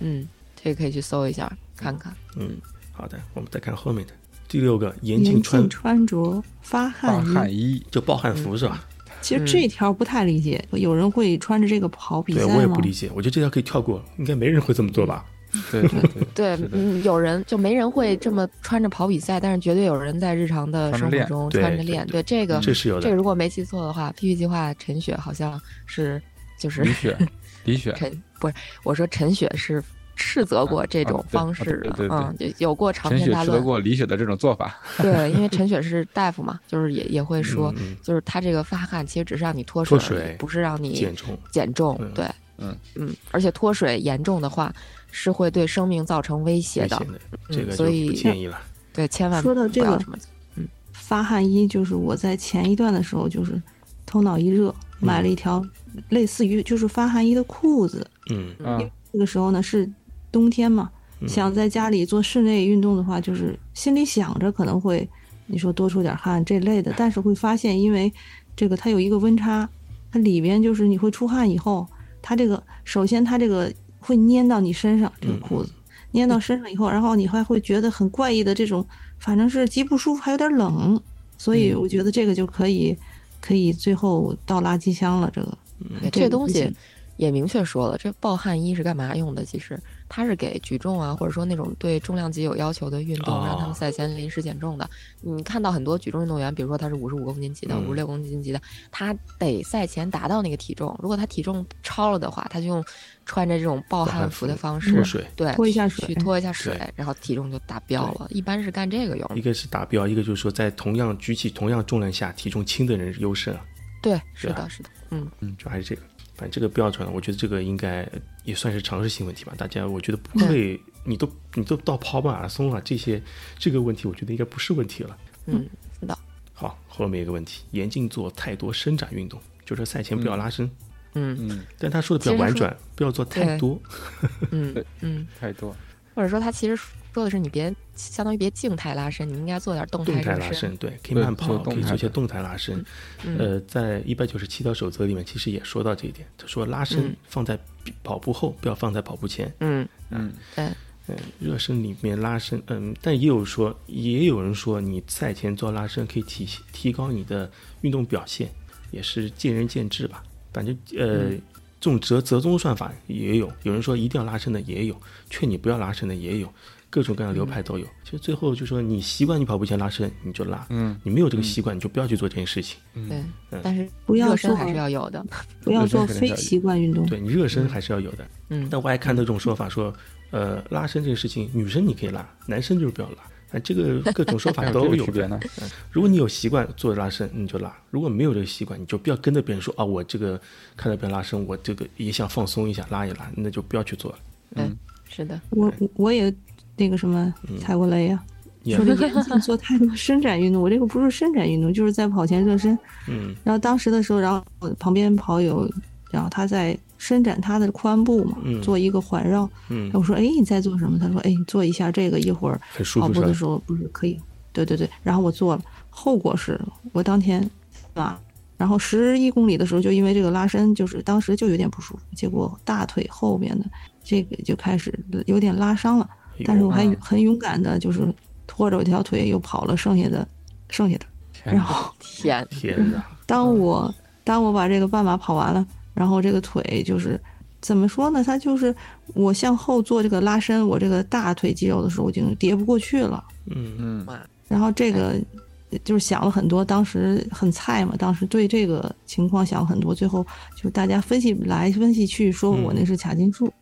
[SPEAKER 2] 嗯，这个可以去搜一下看看。
[SPEAKER 1] 嗯，好的，我们再看后面的第六个，严禁
[SPEAKER 3] 严
[SPEAKER 1] 穿嗯
[SPEAKER 3] 禁穿着发
[SPEAKER 4] 大
[SPEAKER 3] 汗衣。
[SPEAKER 4] 汗衣，
[SPEAKER 1] 就暴汗服是吧？
[SPEAKER 3] 其实这条不太理解，有人会穿着这个跑比
[SPEAKER 1] 对
[SPEAKER 3] 赛
[SPEAKER 1] 我也
[SPEAKER 3] 吗
[SPEAKER 1] 不？理解，我觉得这条可以跳过，应该没人会这么做吧？
[SPEAKER 4] 对对对，
[SPEAKER 2] 对
[SPEAKER 4] 是，的
[SPEAKER 2] 嗯，有人就没人会这么穿着跑比赛，但是绝对有人在日常的生
[SPEAKER 4] 穿着
[SPEAKER 2] 活
[SPEAKER 4] 练
[SPEAKER 2] 中
[SPEAKER 1] 对
[SPEAKER 2] 穿着
[SPEAKER 1] 对
[SPEAKER 2] 练。对这个，
[SPEAKER 1] 这是有的
[SPEAKER 2] 这个如果没记错的话，PP 计划陈雪好像是就是
[SPEAKER 4] 李雪，李雪，
[SPEAKER 2] 陈不是我说陈雪是斥责过这种
[SPEAKER 4] 啊对
[SPEAKER 2] 方式
[SPEAKER 4] 啊对对
[SPEAKER 2] 的，
[SPEAKER 4] 对
[SPEAKER 2] 嗯，有有过长
[SPEAKER 4] 陈
[SPEAKER 2] 篇
[SPEAKER 4] 雪
[SPEAKER 2] 大
[SPEAKER 4] 吃得
[SPEAKER 2] 论。
[SPEAKER 4] 过李雪的这种做法，
[SPEAKER 2] 对，因为陈雪是大夫嘛，就是也也会说
[SPEAKER 1] 嗯，嗯
[SPEAKER 2] 就是他这个发汗其实只是让你脱
[SPEAKER 1] 脱
[SPEAKER 2] 水而已，
[SPEAKER 1] 水
[SPEAKER 2] 不是让你
[SPEAKER 1] 减重，
[SPEAKER 2] 减重
[SPEAKER 1] 嗯，
[SPEAKER 2] 对，
[SPEAKER 4] 嗯
[SPEAKER 2] 嗯，而且脱水严重的话是会对生命造成威胁
[SPEAKER 1] 危
[SPEAKER 2] 的，
[SPEAKER 1] 险的，这个就
[SPEAKER 2] 嗯所
[SPEAKER 1] 不
[SPEAKER 2] 以
[SPEAKER 1] 建议了。
[SPEAKER 2] 对，千万
[SPEAKER 3] 说到这
[SPEAKER 2] 不要
[SPEAKER 3] 个
[SPEAKER 2] 这么做
[SPEAKER 3] 发汗衣就是我在前一段的时候，就是头脑一热买了一条类似于就是发汗衣的裤子。
[SPEAKER 1] 嗯，
[SPEAKER 2] 嗯
[SPEAKER 4] 啊，
[SPEAKER 3] 这个时候呢是冬天嘛，
[SPEAKER 4] 嗯
[SPEAKER 3] 想在家里做室内运动的话，就是心里想着可能会你说多出点汗这类的，但是会发现因为这个它有一个温差，它里边就是你会出汗以后，它这个首先它这个会粘到你身上这
[SPEAKER 4] 嗯
[SPEAKER 3] 个裤子，粘到身上以后，然后你还会觉得很怪异的这种，反正是极不舒服，还有点冷，所以
[SPEAKER 4] 嗯
[SPEAKER 3] 我觉得这个就可以可以最后倒垃圾箱了，这个
[SPEAKER 2] 对
[SPEAKER 3] 这
[SPEAKER 2] 这
[SPEAKER 3] 个
[SPEAKER 2] 东
[SPEAKER 3] 不
[SPEAKER 2] 西
[SPEAKER 3] 行
[SPEAKER 2] 也明确说了，这暴汗衣是干嘛用的？其实它是给举重啊，或者说那种对重量级有要求的运动，
[SPEAKER 1] 哦
[SPEAKER 2] 让他们赛前临时减重的。你看到很多举重运动员，比如说他是五十五公斤级的、
[SPEAKER 1] 嗯
[SPEAKER 2] 五十六公斤级的，他得赛前达到那个体重。如果他体重超了的话，他就用穿着这种暴
[SPEAKER 1] 暴汗
[SPEAKER 2] 汗服的
[SPEAKER 1] 服
[SPEAKER 2] 方
[SPEAKER 1] 嗯脱
[SPEAKER 2] 式，
[SPEAKER 1] 水，
[SPEAKER 2] 对，
[SPEAKER 3] 脱一下
[SPEAKER 2] 去
[SPEAKER 3] 水
[SPEAKER 2] 脱一下水
[SPEAKER 1] 对，
[SPEAKER 2] 然后体重就达标了。一般是干这个用的
[SPEAKER 1] 一。个是达标，一个就是说在同样举起同样重量下，体重轻的人优胜啊。
[SPEAKER 2] 对，是
[SPEAKER 1] 吧
[SPEAKER 2] 的，是的，嗯。
[SPEAKER 1] 嗯，主要还是这个。反正这个不要传了，我觉得这个应该也算是常识性问题吧。大家我觉得不会，你都你都到跑马拉松啊这些这个问题，我觉得应该不是问题了。
[SPEAKER 2] 嗯，是的，
[SPEAKER 1] 好，后面一个问题，严禁做太多伸展运动，就是赛前不要拉伸。
[SPEAKER 2] 嗯
[SPEAKER 4] 嗯，
[SPEAKER 1] 但他说的比较婉转，不要做太多。
[SPEAKER 2] 嗯嗯，
[SPEAKER 4] 太多。
[SPEAKER 2] 或者说他其实说的是你别相当于别静态拉伸，你应该做点动
[SPEAKER 1] 动态
[SPEAKER 2] 态
[SPEAKER 1] 拉
[SPEAKER 2] 热身。
[SPEAKER 1] 伸，对，可以慢跑，
[SPEAKER 4] 对做
[SPEAKER 1] 可以做一些动
[SPEAKER 4] 动
[SPEAKER 1] 态拉伸。
[SPEAKER 2] 嗯
[SPEAKER 1] 呃，在一百九十七条守则里面，其实也说到这一点，他说拉伸
[SPEAKER 2] 嗯
[SPEAKER 1] 放在跑步后，不要放在跑步前。
[SPEAKER 2] 嗯，
[SPEAKER 4] 嗯，
[SPEAKER 2] 对，
[SPEAKER 1] 嗯，热身里面拉伸，嗯，但也有说，也有人说你赛前做拉伸可以提提高你的运动表现，也是见仁见智吧。反正呃，这种折折中算法也有，有人说一定要拉伸的也有，劝你不要拉伸的也有，各种各样的流派都有。其实最后就说你习惯你跑步前拉伸你就拉，
[SPEAKER 4] 嗯，
[SPEAKER 1] 你没有这个习惯你就不要去做这件事情。
[SPEAKER 2] 对
[SPEAKER 1] 嗯，
[SPEAKER 2] 但是
[SPEAKER 3] 不要
[SPEAKER 2] 热身
[SPEAKER 3] 做
[SPEAKER 2] 还是要有 的。
[SPEAKER 3] 不要
[SPEAKER 4] 对
[SPEAKER 3] 做
[SPEAKER 4] 这肯定
[SPEAKER 3] 非
[SPEAKER 4] 要有
[SPEAKER 3] 习惯运动。
[SPEAKER 1] 对你热身还是要有的。
[SPEAKER 2] 嗯
[SPEAKER 1] 但我还看到这种说法说，呃，拉伸这个事情，女生你可以拉，男生就是不要拉。哎，这个各种说
[SPEAKER 4] 还
[SPEAKER 1] 法
[SPEAKER 4] 有
[SPEAKER 1] 啊都
[SPEAKER 4] 这个
[SPEAKER 1] 有
[SPEAKER 4] 区
[SPEAKER 1] 的
[SPEAKER 4] 别呢？
[SPEAKER 1] 如果你有习惯做拉伸，你就拉；如果没有这个习惯，你就不要跟着别人说啊，我这个看到别人拉伸，我这个也想放松一下，拉一拉，那就不要去做了。
[SPEAKER 2] 对，是的，
[SPEAKER 3] 我我我也那个什么踩过雷呀、
[SPEAKER 1] 嗯也
[SPEAKER 3] 说这 严禁做太多伸展运动，我这个不是伸展运动，就是在跑前热身。
[SPEAKER 1] 嗯
[SPEAKER 3] 然后当时的时候，然后我旁边跑友，然后他在伸展他的髋部嘛，
[SPEAKER 1] 嗯
[SPEAKER 3] 做一个环绕。
[SPEAKER 1] 嗯，
[SPEAKER 3] 我说：“哎，你在做什么？”他说：“哎，你做一下这个，一会儿
[SPEAKER 1] 很舒
[SPEAKER 3] 跑
[SPEAKER 1] 服是
[SPEAKER 3] 步
[SPEAKER 1] 吧
[SPEAKER 3] 的？时候不是可以？”对对对，然后我做了，后果是我当天啊，然后十一公里的时候就因为这个拉伸，就是当时就有点不舒服，结果大腿后面的这个就开始有点拉伤了。
[SPEAKER 1] 哎呦
[SPEAKER 3] 但是我还
[SPEAKER 4] 啊
[SPEAKER 3] 很勇敢的，就是拖着我这条腿又跑了剩下的剩下的。
[SPEAKER 4] 天
[SPEAKER 3] 然后
[SPEAKER 2] 天，
[SPEAKER 1] 天哪，
[SPEAKER 3] 当我当我把这个半马跑完了，然后这个腿就是怎么说呢？它就是我向后做这个拉伸，我这个大腿肌肉的时候，我已经叠不过去了。
[SPEAKER 1] 嗯，
[SPEAKER 4] 嗯，
[SPEAKER 3] 然后这个就是想了很多，当时很菜嘛，当时对这个情况想了很多，最后就大家分析来分析去，说我那是卡筋术。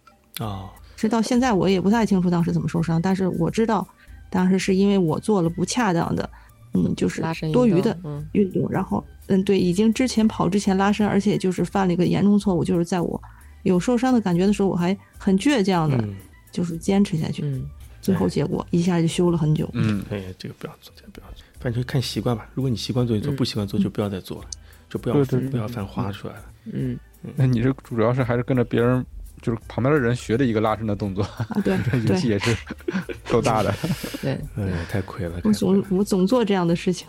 [SPEAKER 1] 哦，
[SPEAKER 3] 直到现在我也不太清楚当时怎么受伤，但是我知道当时是因为我做了不恰当的，嗯，就是
[SPEAKER 2] 拉伸运
[SPEAKER 3] 多余
[SPEAKER 2] 动
[SPEAKER 3] 的
[SPEAKER 2] 嗯
[SPEAKER 3] 运动，然后嗯，对，已经之前跑之前拉伸，而且就是犯了一个严重错误，就是在我有受伤的感觉的时候，我还很倔强的，
[SPEAKER 1] 嗯，
[SPEAKER 3] 就是坚持下去，
[SPEAKER 2] 嗯，
[SPEAKER 3] 最后结果一下就休了很久。
[SPEAKER 4] 嗯，
[SPEAKER 1] 哎呀，这个不要做，这个不要做，反正就看习惯吧。如果你习惯做就做，
[SPEAKER 2] 嗯
[SPEAKER 1] 不习惯做就不要再做了，就不要
[SPEAKER 4] 对对对
[SPEAKER 1] 不要犯花出来了。
[SPEAKER 2] 嗯，
[SPEAKER 4] 那你这主要是还是跟着别人，就是旁边的人学的一个拉伸的动作，
[SPEAKER 3] 啊，对
[SPEAKER 4] 勇
[SPEAKER 3] 对，
[SPEAKER 4] 气也是够大的。
[SPEAKER 2] 对，
[SPEAKER 1] 哎呀，太亏了，
[SPEAKER 3] 我
[SPEAKER 1] 太亏
[SPEAKER 3] 总
[SPEAKER 1] 了。
[SPEAKER 3] 我总做这样的事情。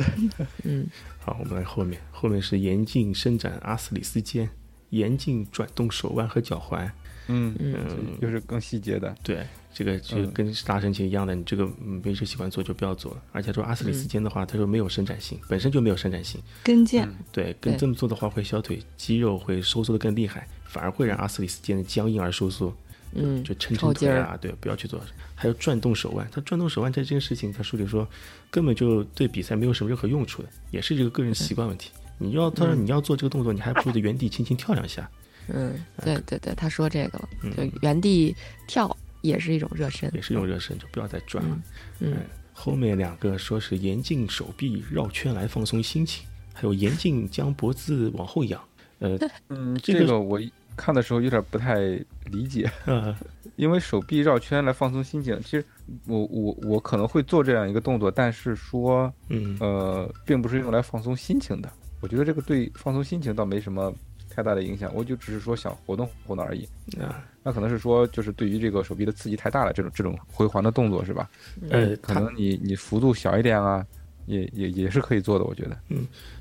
[SPEAKER 2] 嗯
[SPEAKER 1] 好，我们来后面，后面是严禁伸展阿斯里斯腱，严禁转动手腕和脚踝。
[SPEAKER 4] 嗯，
[SPEAKER 2] 嗯，
[SPEAKER 4] 又是更细节的。
[SPEAKER 1] 对，这个就
[SPEAKER 4] 嗯
[SPEAKER 1] 跟拉伸其实一样的，你这个嗯没是喜欢做就不要做了。而且说阿斯里斯腱的话，它说没有伸展性，本身就没有伸展性。
[SPEAKER 3] 跟腱，
[SPEAKER 1] 对，跟
[SPEAKER 2] 对
[SPEAKER 1] 这么做的话，会小腿肌肉会收缩的更厉害，反而会让阿斯里斯腱的僵硬而收缩。
[SPEAKER 2] 嗯
[SPEAKER 1] 就抻抻
[SPEAKER 2] 抽筋
[SPEAKER 1] 腿
[SPEAKER 2] 儿
[SPEAKER 1] 啊，对，不要去做。还有转动手腕，他转动手腕这件事情，他书里说根本就对比赛没有什么任何用处的，也是这个个人习惯问
[SPEAKER 2] 嗯
[SPEAKER 1] 题。你要他说你要做这个动作，你还不如在原地轻轻跳两下。
[SPEAKER 2] 嗯， 对对对，他说这个了，
[SPEAKER 1] 嗯
[SPEAKER 2] 就原地跳也是一种热身，
[SPEAKER 1] 也是用热身，就不要再转了。
[SPEAKER 2] 嗯嗯
[SPEAKER 1] 哎后面两个说是严禁手臂绕圈来放松心情，还有严禁将脖子往后仰。呃
[SPEAKER 4] 嗯，
[SPEAKER 1] 这
[SPEAKER 4] 这
[SPEAKER 1] 个
[SPEAKER 4] 个我看的时候有点不太理解，
[SPEAKER 1] 呃，
[SPEAKER 4] 因为手臂绕圈来放松心情。其实我我我可能会做这样一个动作，但是说
[SPEAKER 1] 嗯，
[SPEAKER 4] 呃，并不是用来放松心情的。我觉得这个对放松心情倒没什么太大的影响，我就只是说想活动活动而已。
[SPEAKER 1] 啊，
[SPEAKER 4] 那可能是说，就是对于这个手臂的刺激太大了，这种这种回环的动作是吧？
[SPEAKER 1] 呃，
[SPEAKER 4] 可
[SPEAKER 1] 他
[SPEAKER 4] 能你你幅度小一点啊，也也也是可以做的，我觉得。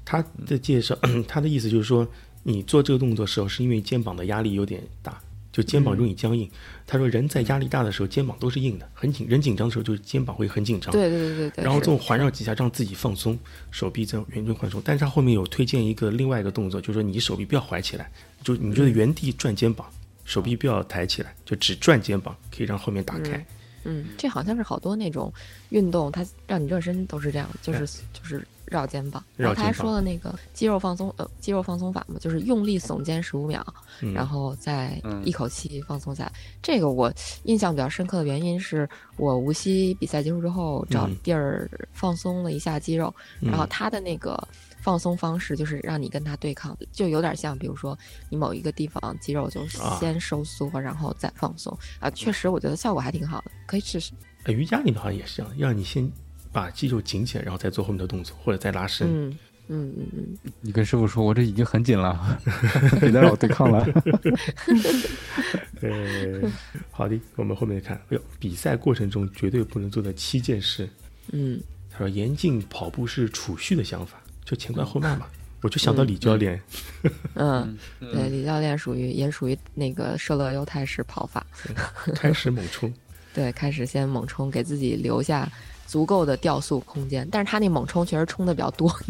[SPEAKER 1] 他的介绍， 他的意思就是说，你做这个动作的时候，是因为肩膀的压力有点大，就肩膀容易僵硬。他说，人在压力大的时候，肩膀都是硬的，很紧。人紧张的时候，就是肩膀会很紧张。
[SPEAKER 2] 对对对对对，
[SPEAKER 1] 然后这
[SPEAKER 2] 是
[SPEAKER 1] 种环绕几下，让自己放松，手臂在原地放松。但是他后面有推荐一个另外一个动作，就是说你手臂不要怀起来，就你就在原地转肩膀，手臂不要抬起来，就只转肩膀，可以让后面打开。
[SPEAKER 2] 嗯，这好像是好多那种运动，它让你热身都是这样，就是就是绕肩膀。然
[SPEAKER 1] 嗯绕
[SPEAKER 2] 后他还
[SPEAKER 1] 肩膀
[SPEAKER 2] 说了那个肌肉放松，呃，肌肉放松法嘛，就是用力耸肩十五秒，
[SPEAKER 1] 嗯，
[SPEAKER 2] 然后再
[SPEAKER 4] 嗯
[SPEAKER 2] 一口气放松下来。这个我印象比较深刻的原因是我无锡比赛结束之后找
[SPEAKER 1] 嗯
[SPEAKER 2] 地儿放松了一下肌肉，
[SPEAKER 1] 嗯
[SPEAKER 2] 然后他的那个放松方式就是让你跟他对抗，就有点像，比如说你某一个地方肌肉就
[SPEAKER 1] 啊
[SPEAKER 2] 先收缩，然后再放松啊。确实，我觉得效果还挺好的，可以试试。
[SPEAKER 1] 哎瑜伽里面好像也是这样，让你先把肌肉紧起来，然后再做后面的动作，或者再拉伸。
[SPEAKER 2] 嗯嗯嗯嗯，
[SPEAKER 4] 你跟师傅说，我这已经很紧了，别再让我对抗了。嗯
[SPEAKER 1] 呃，好的，我们后面看。哎呦，比赛过程中绝对不能做的七件事。
[SPEAKER 2] 嗯，
[SPEAKER 1] 他说严禁跑步是储蓄的想法，就前快后慢嘛。我就想到李教练，
[SPEAKER 2] 嗯，对，李教练属于也属于那个舍勒犹太式跑法，嗯
[SPEAKER 1] 开始猛冲，
[SPEAKER 2] 对，开始先猛冲，给自己留下足够的掉速空间。但是他那猛冲确实冲的比较多，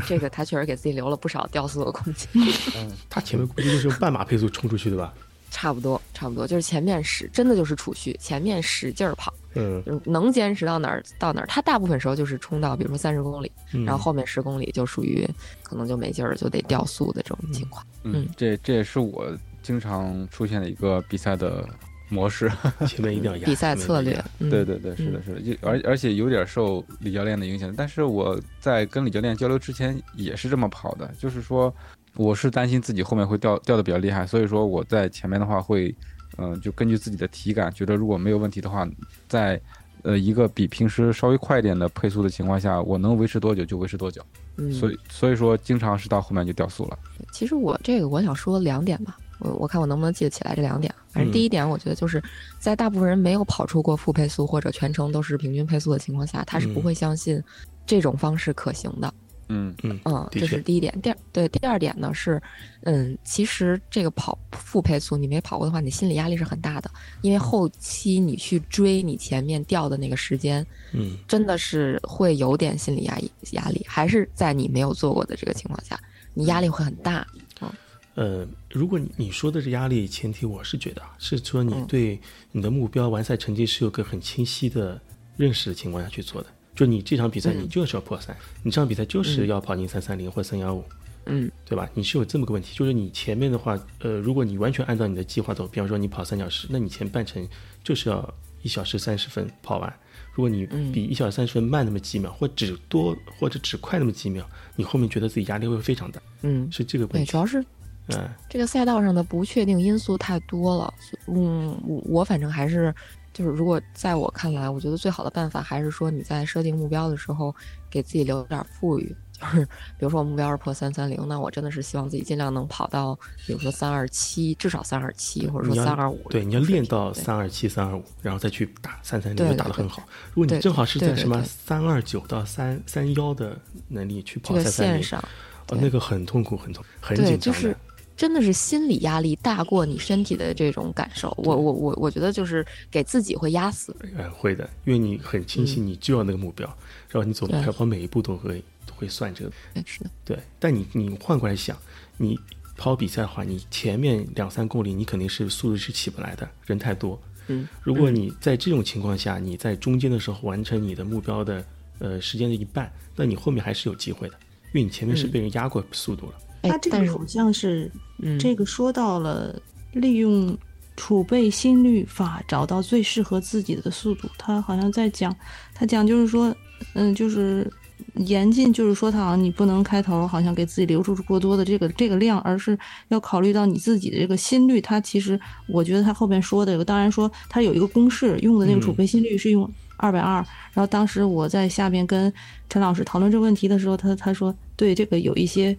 [SPEAKER 2] 这这个他确实给自己留了不少掉速的空间。
[SPEAKER 1] 他前面估计就是用半马配速冲出去的吧？
[SPEAKER 2] 差不多，差不多，就是前面使真的就是储蓄，前面使劲儿跑，
[SPEAKER 1] 嗯，
[SPEAKER 2] 就是能坚持到哪儿到哪儿。他大部分时候就是冲到，比如说三十公里，
[SPEAKER 1] 嗯
[SPEAKER 2] 然后后面十公里就属于可能就没劲儿，就得掉速的这种情况。
[SPEAKER 4] 嗯，这这也是我经常出现的一个比赛的模式。
[SPEAKER 1] 前面一定要压。
[SPEAKER 2] 比赛策略，嗯、
[SPEAKER 4] 对对对，是的，
[SPEAKER 2] 嗯
[SPEAKER 4] 是的，就而而且有点受李教练的影响，但是我在跟李教练交流之前也是这么跑的，就是说我是担心自己后面会掉掉的比较厉害，所以说我在前面的话会，嗯、就根据自己的体感，觉得如果没有问题的话，在呃一个比平时稍微快一点的配速的情况下，我能维持多久就维持多久，
[SPEAKER 2] 嗯，
[SPEAKER 4] 所以所以说经常是到后面就掉速了。
[SPEAKER 2] 其实我这个我想说两点吧，我我看我能不能记得起来这两点。啊反
[SPEAKER 1] 嗯
[SPEAKER 2] 正第一点，我觉得就是在大部分人没有跑出过负配速或者全程都是平均配速的情况下，他是不
[SPEAKER 1] 嗯
[SPEAKER 2] 会相信这种方式可行的。
[SPEAKER 4] 嗯
[SPEAKER 1] 嗯
[SPEAKER 2] 嗯，
[SPEAKER 1] 的
[SPEAKER 2] 这是
[SPEAKER 1] 确
[SPEAKER 2] 第一点。第二，对第二点呢是，嗯，其实这个跑负配速你没跑过的话，你心理压力是很大的，
[SPEAKER 1] 嗯
[SPEAKER 2] 因为后期你去追你前面掉的那个时间，
[SPEAKER 1] 嗯
[SPEAKER 2] 真的是会有点心理压抑压力，还是在你没有做过的这个情况下，你压力会很大。
[SPEAKER 1] 呃，如果你你说的这压力，前提我是觉得啊，是说你
[SPEAKER 2] 嗯
[SPEAKER 1] 对你的目标完赛成绩是有个很清晰的认识的情况下去做的。就你这场比赛，
[SPEAKER 2] 嗯
[SPEAKER 1] 你就是要破三，你这场比赛就是要跑进三三零或三幺五，
[SPEAKER 2] 嗯
[SPEAKER 1] 对吧？你是有这么个问题，就是你前面的话，呃，如果你完全按照你的计划走，比方说你跑三小时，那你前半程就是要一小时三十分跑完。如果你
[SPEAKER 2] 嗯
[SPEAKER 1] 比一小时三十分慢那么几秒，或只多或者只快那么几秒，你后面觉得自己压力会非常大，
[SPEAKER 2] 嗯，
[SPEAKER 1] 是这个问
[SPEAKER 2] 对，
[SPEAKER 1] 题
[SPEAKER 2] 主。要是
[SPEAKER 1] 嗯，
[SPEAKER 2] 这个赛道上的不确定因素太多了。所以嗯，我我反正还是就是，如果在我看来，我觉得最好的办法还是说你在设定目标的时候，给自己留点儿富裕。 就是比如说我目标是破三三零，那我真的是希望自己尽量能跑到，比如说三二七，至少三二七，或者说
[SPEAKER 1] 你要
[SPEAKER 2] 三二五。
[SPEAKER 1] 对，你要练到
[SPEAKER 2] 对
[SPEAKER 1] 三二七、三二五，然后再去打三三零，
[SPEAKER 2] 对对
[SPEAKER 1] 就打得很好。如果你
[SPEAKER 2] 对
[SPEAKER 1] 正好是
[SPEAKER 2] 对
[SPEAKER 1] 在
[SPEAKER 2] 对
[SPEAKER 1] 什么
[SPEAKER 2] 对
[SPEAKER 1] 三二九到三三幺的能力去
[SPEAKER 2] 这
[SPEAKER 1] 跑
[SPEAKER 2] 个
[SPEAKER 1] 三三
[SPEAKER 2] 线
[SPEAKER 1] 零，
[SPEAKER 2] 上，
[SPEAKER 1] 哦，
[SPEAKER 2] 对
[SPEAKER 1] 那个很痛苦，很痛，很
[SPEAKER 2] 对
[SPEAKER 1] 紧
[SPEAKER 2] 就
[SPEAKER 1] 张
[SPEAKER 2] 是
[SPEAKER 1] 的。
[SPEAKER 2] 真的是心理压力大过你身体的这种感受。我我我我觉得就是给自己会压死。
[SPEAKER 1] 嗯，会的，因为你很清晰，你就要那个目标，然后你走路
[SPEAKER 2] 嗯对
[SPEAKER 1] 开跑每一步都会都会算这个。
[SPEAKER 2] 对，是的，
[SPEAKER 1] 对，但你你换过来想，你跑比赛的话，你前面两三公里你肯定是速度是起不来的，人太多。
[SPEAKER 2] 嗯，
[SPEAKER 1] 如果你在这种情况下，你在中间的时候完成你的目标的呃时间的一半，那你后面还是有机会的，因为你前面是被人压过速度了。
[SPEAKER 2] 哎
[SPEAKER 3] 他这
[SPEAKER 2] 但
[SPEAKER 3] 个
[SPEAKER 2] 是
[SPEAKER 3] 好像是
[SPEAKER 2] 嗯，
[SPEAKER 3] 这个说到了利用储备心率法找到最适合自己的速度。他好像在讲，他讲就是说，嗯，就是严禁，就是说他好像你不能开头好像给自己留住过多的这个这个量，而是要考虑到你自己的这个心率。他其实我觉得他后边说的，当然说他有一个公式用的那个储备心率是用二百二。然后当时我在下边跟陈老师讨论这个问题的时候，他他说对这个有一些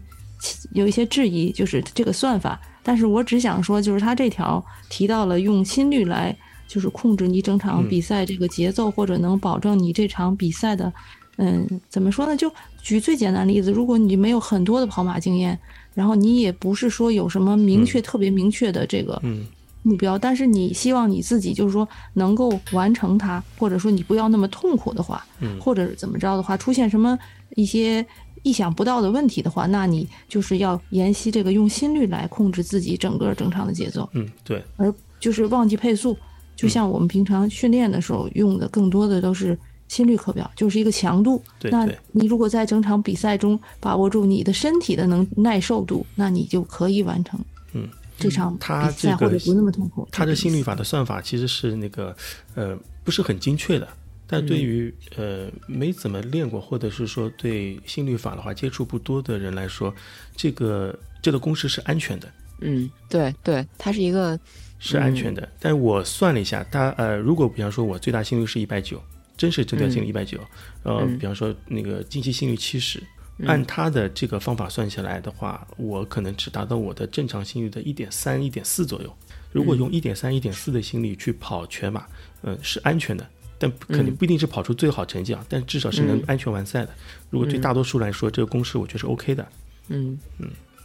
[SPEAKER 3] 有一些质疑，就是这个算法。但是我只想说，就是他这条提到了用心率来，就是控制你整场
[SPEAKER 1] 嗯
[SPEAKER 3] 比赛这个节奏，或者能保证你这场比赛的，嗯，怎么说呢？就举最简单的例子，如果你没有很多的跑马经验，然后你也不是说有什么明确、特别明确的这个
[SPEAKER 1] 嗯
[SPEAKER 3] 目标，但是你希望你自己就是说能够完成它，或者说你不要那么痛苦的话，
[SPEAKER 1] 嗯
[SPEAKER 3] 或者是怎么着的话，出现什么一些意想不到的问题的话，那你就是要沿袭这个用心率来控制自己整个正常的节奏，
[SPEAKER 1] 嗯，对，
[SPEAKER 3] 而就是忘记配速。
[SPEAKER 1] 嗯
[SPEAKER 3] 就像我们平常训练的时候用的，更多的都是心率课表，就是一个强度。
[SPEAKER 1] 对
[SPEAKER 3] 那
[SPEAKER 1] 对
[SPEAKER 3] 你如果在整场比赛中把握住你的身体的能耐受度，那你就可以完成
[SPEAKER 1] 嗯
[SPEAKER 3] 这场比
[SPEAKER 1] 他这
[SPEAKER 3] 赛，
[SPEAKER 1] 个
[SPEAKER 3] 或者不那么痛苦。
[SPEAKER 1] 它的心
[SPEAKER 3] 率
[SPEAKER 1] 率法的算法其实是那个呃不是很精确的，但对于、呃没怎么练过或者是说对心率法的话接触不多的人来说，这个这个公式是安全的，
[SPEAKER 2] 嗯，对对，它是一个
[SPEAKER 1] 是安全的。
[SPEAKER 2] 嗯
[SPEAKER 1] 但我算了一下，它呃如果比方说我最大心率是一百九，真是最大心率一百九，呃
[SPEAKER 2] 嗯
[SPEAKER 1] 比方说那个近期心率七十。
[SPEAKER 2] 嗯
[SPEAKER 1] 按他的这个方法算下来的话，我可能只达到我的正常心率的一点三、一点四左右。如果用
[SPEAKER 2] 嗯
[SPEAKER 1] 一点三、一点四的心率去跑全马，嗯、是安全的，但肯定不一定是跑出最好成绩啊，但至少是能
[SPEAKER 2] 嗯
[SPEAKER 1] 安全完赛的。如果对大多数来说，这个公式我觉得是 OK 的。
[SPEAKER 2] 嗯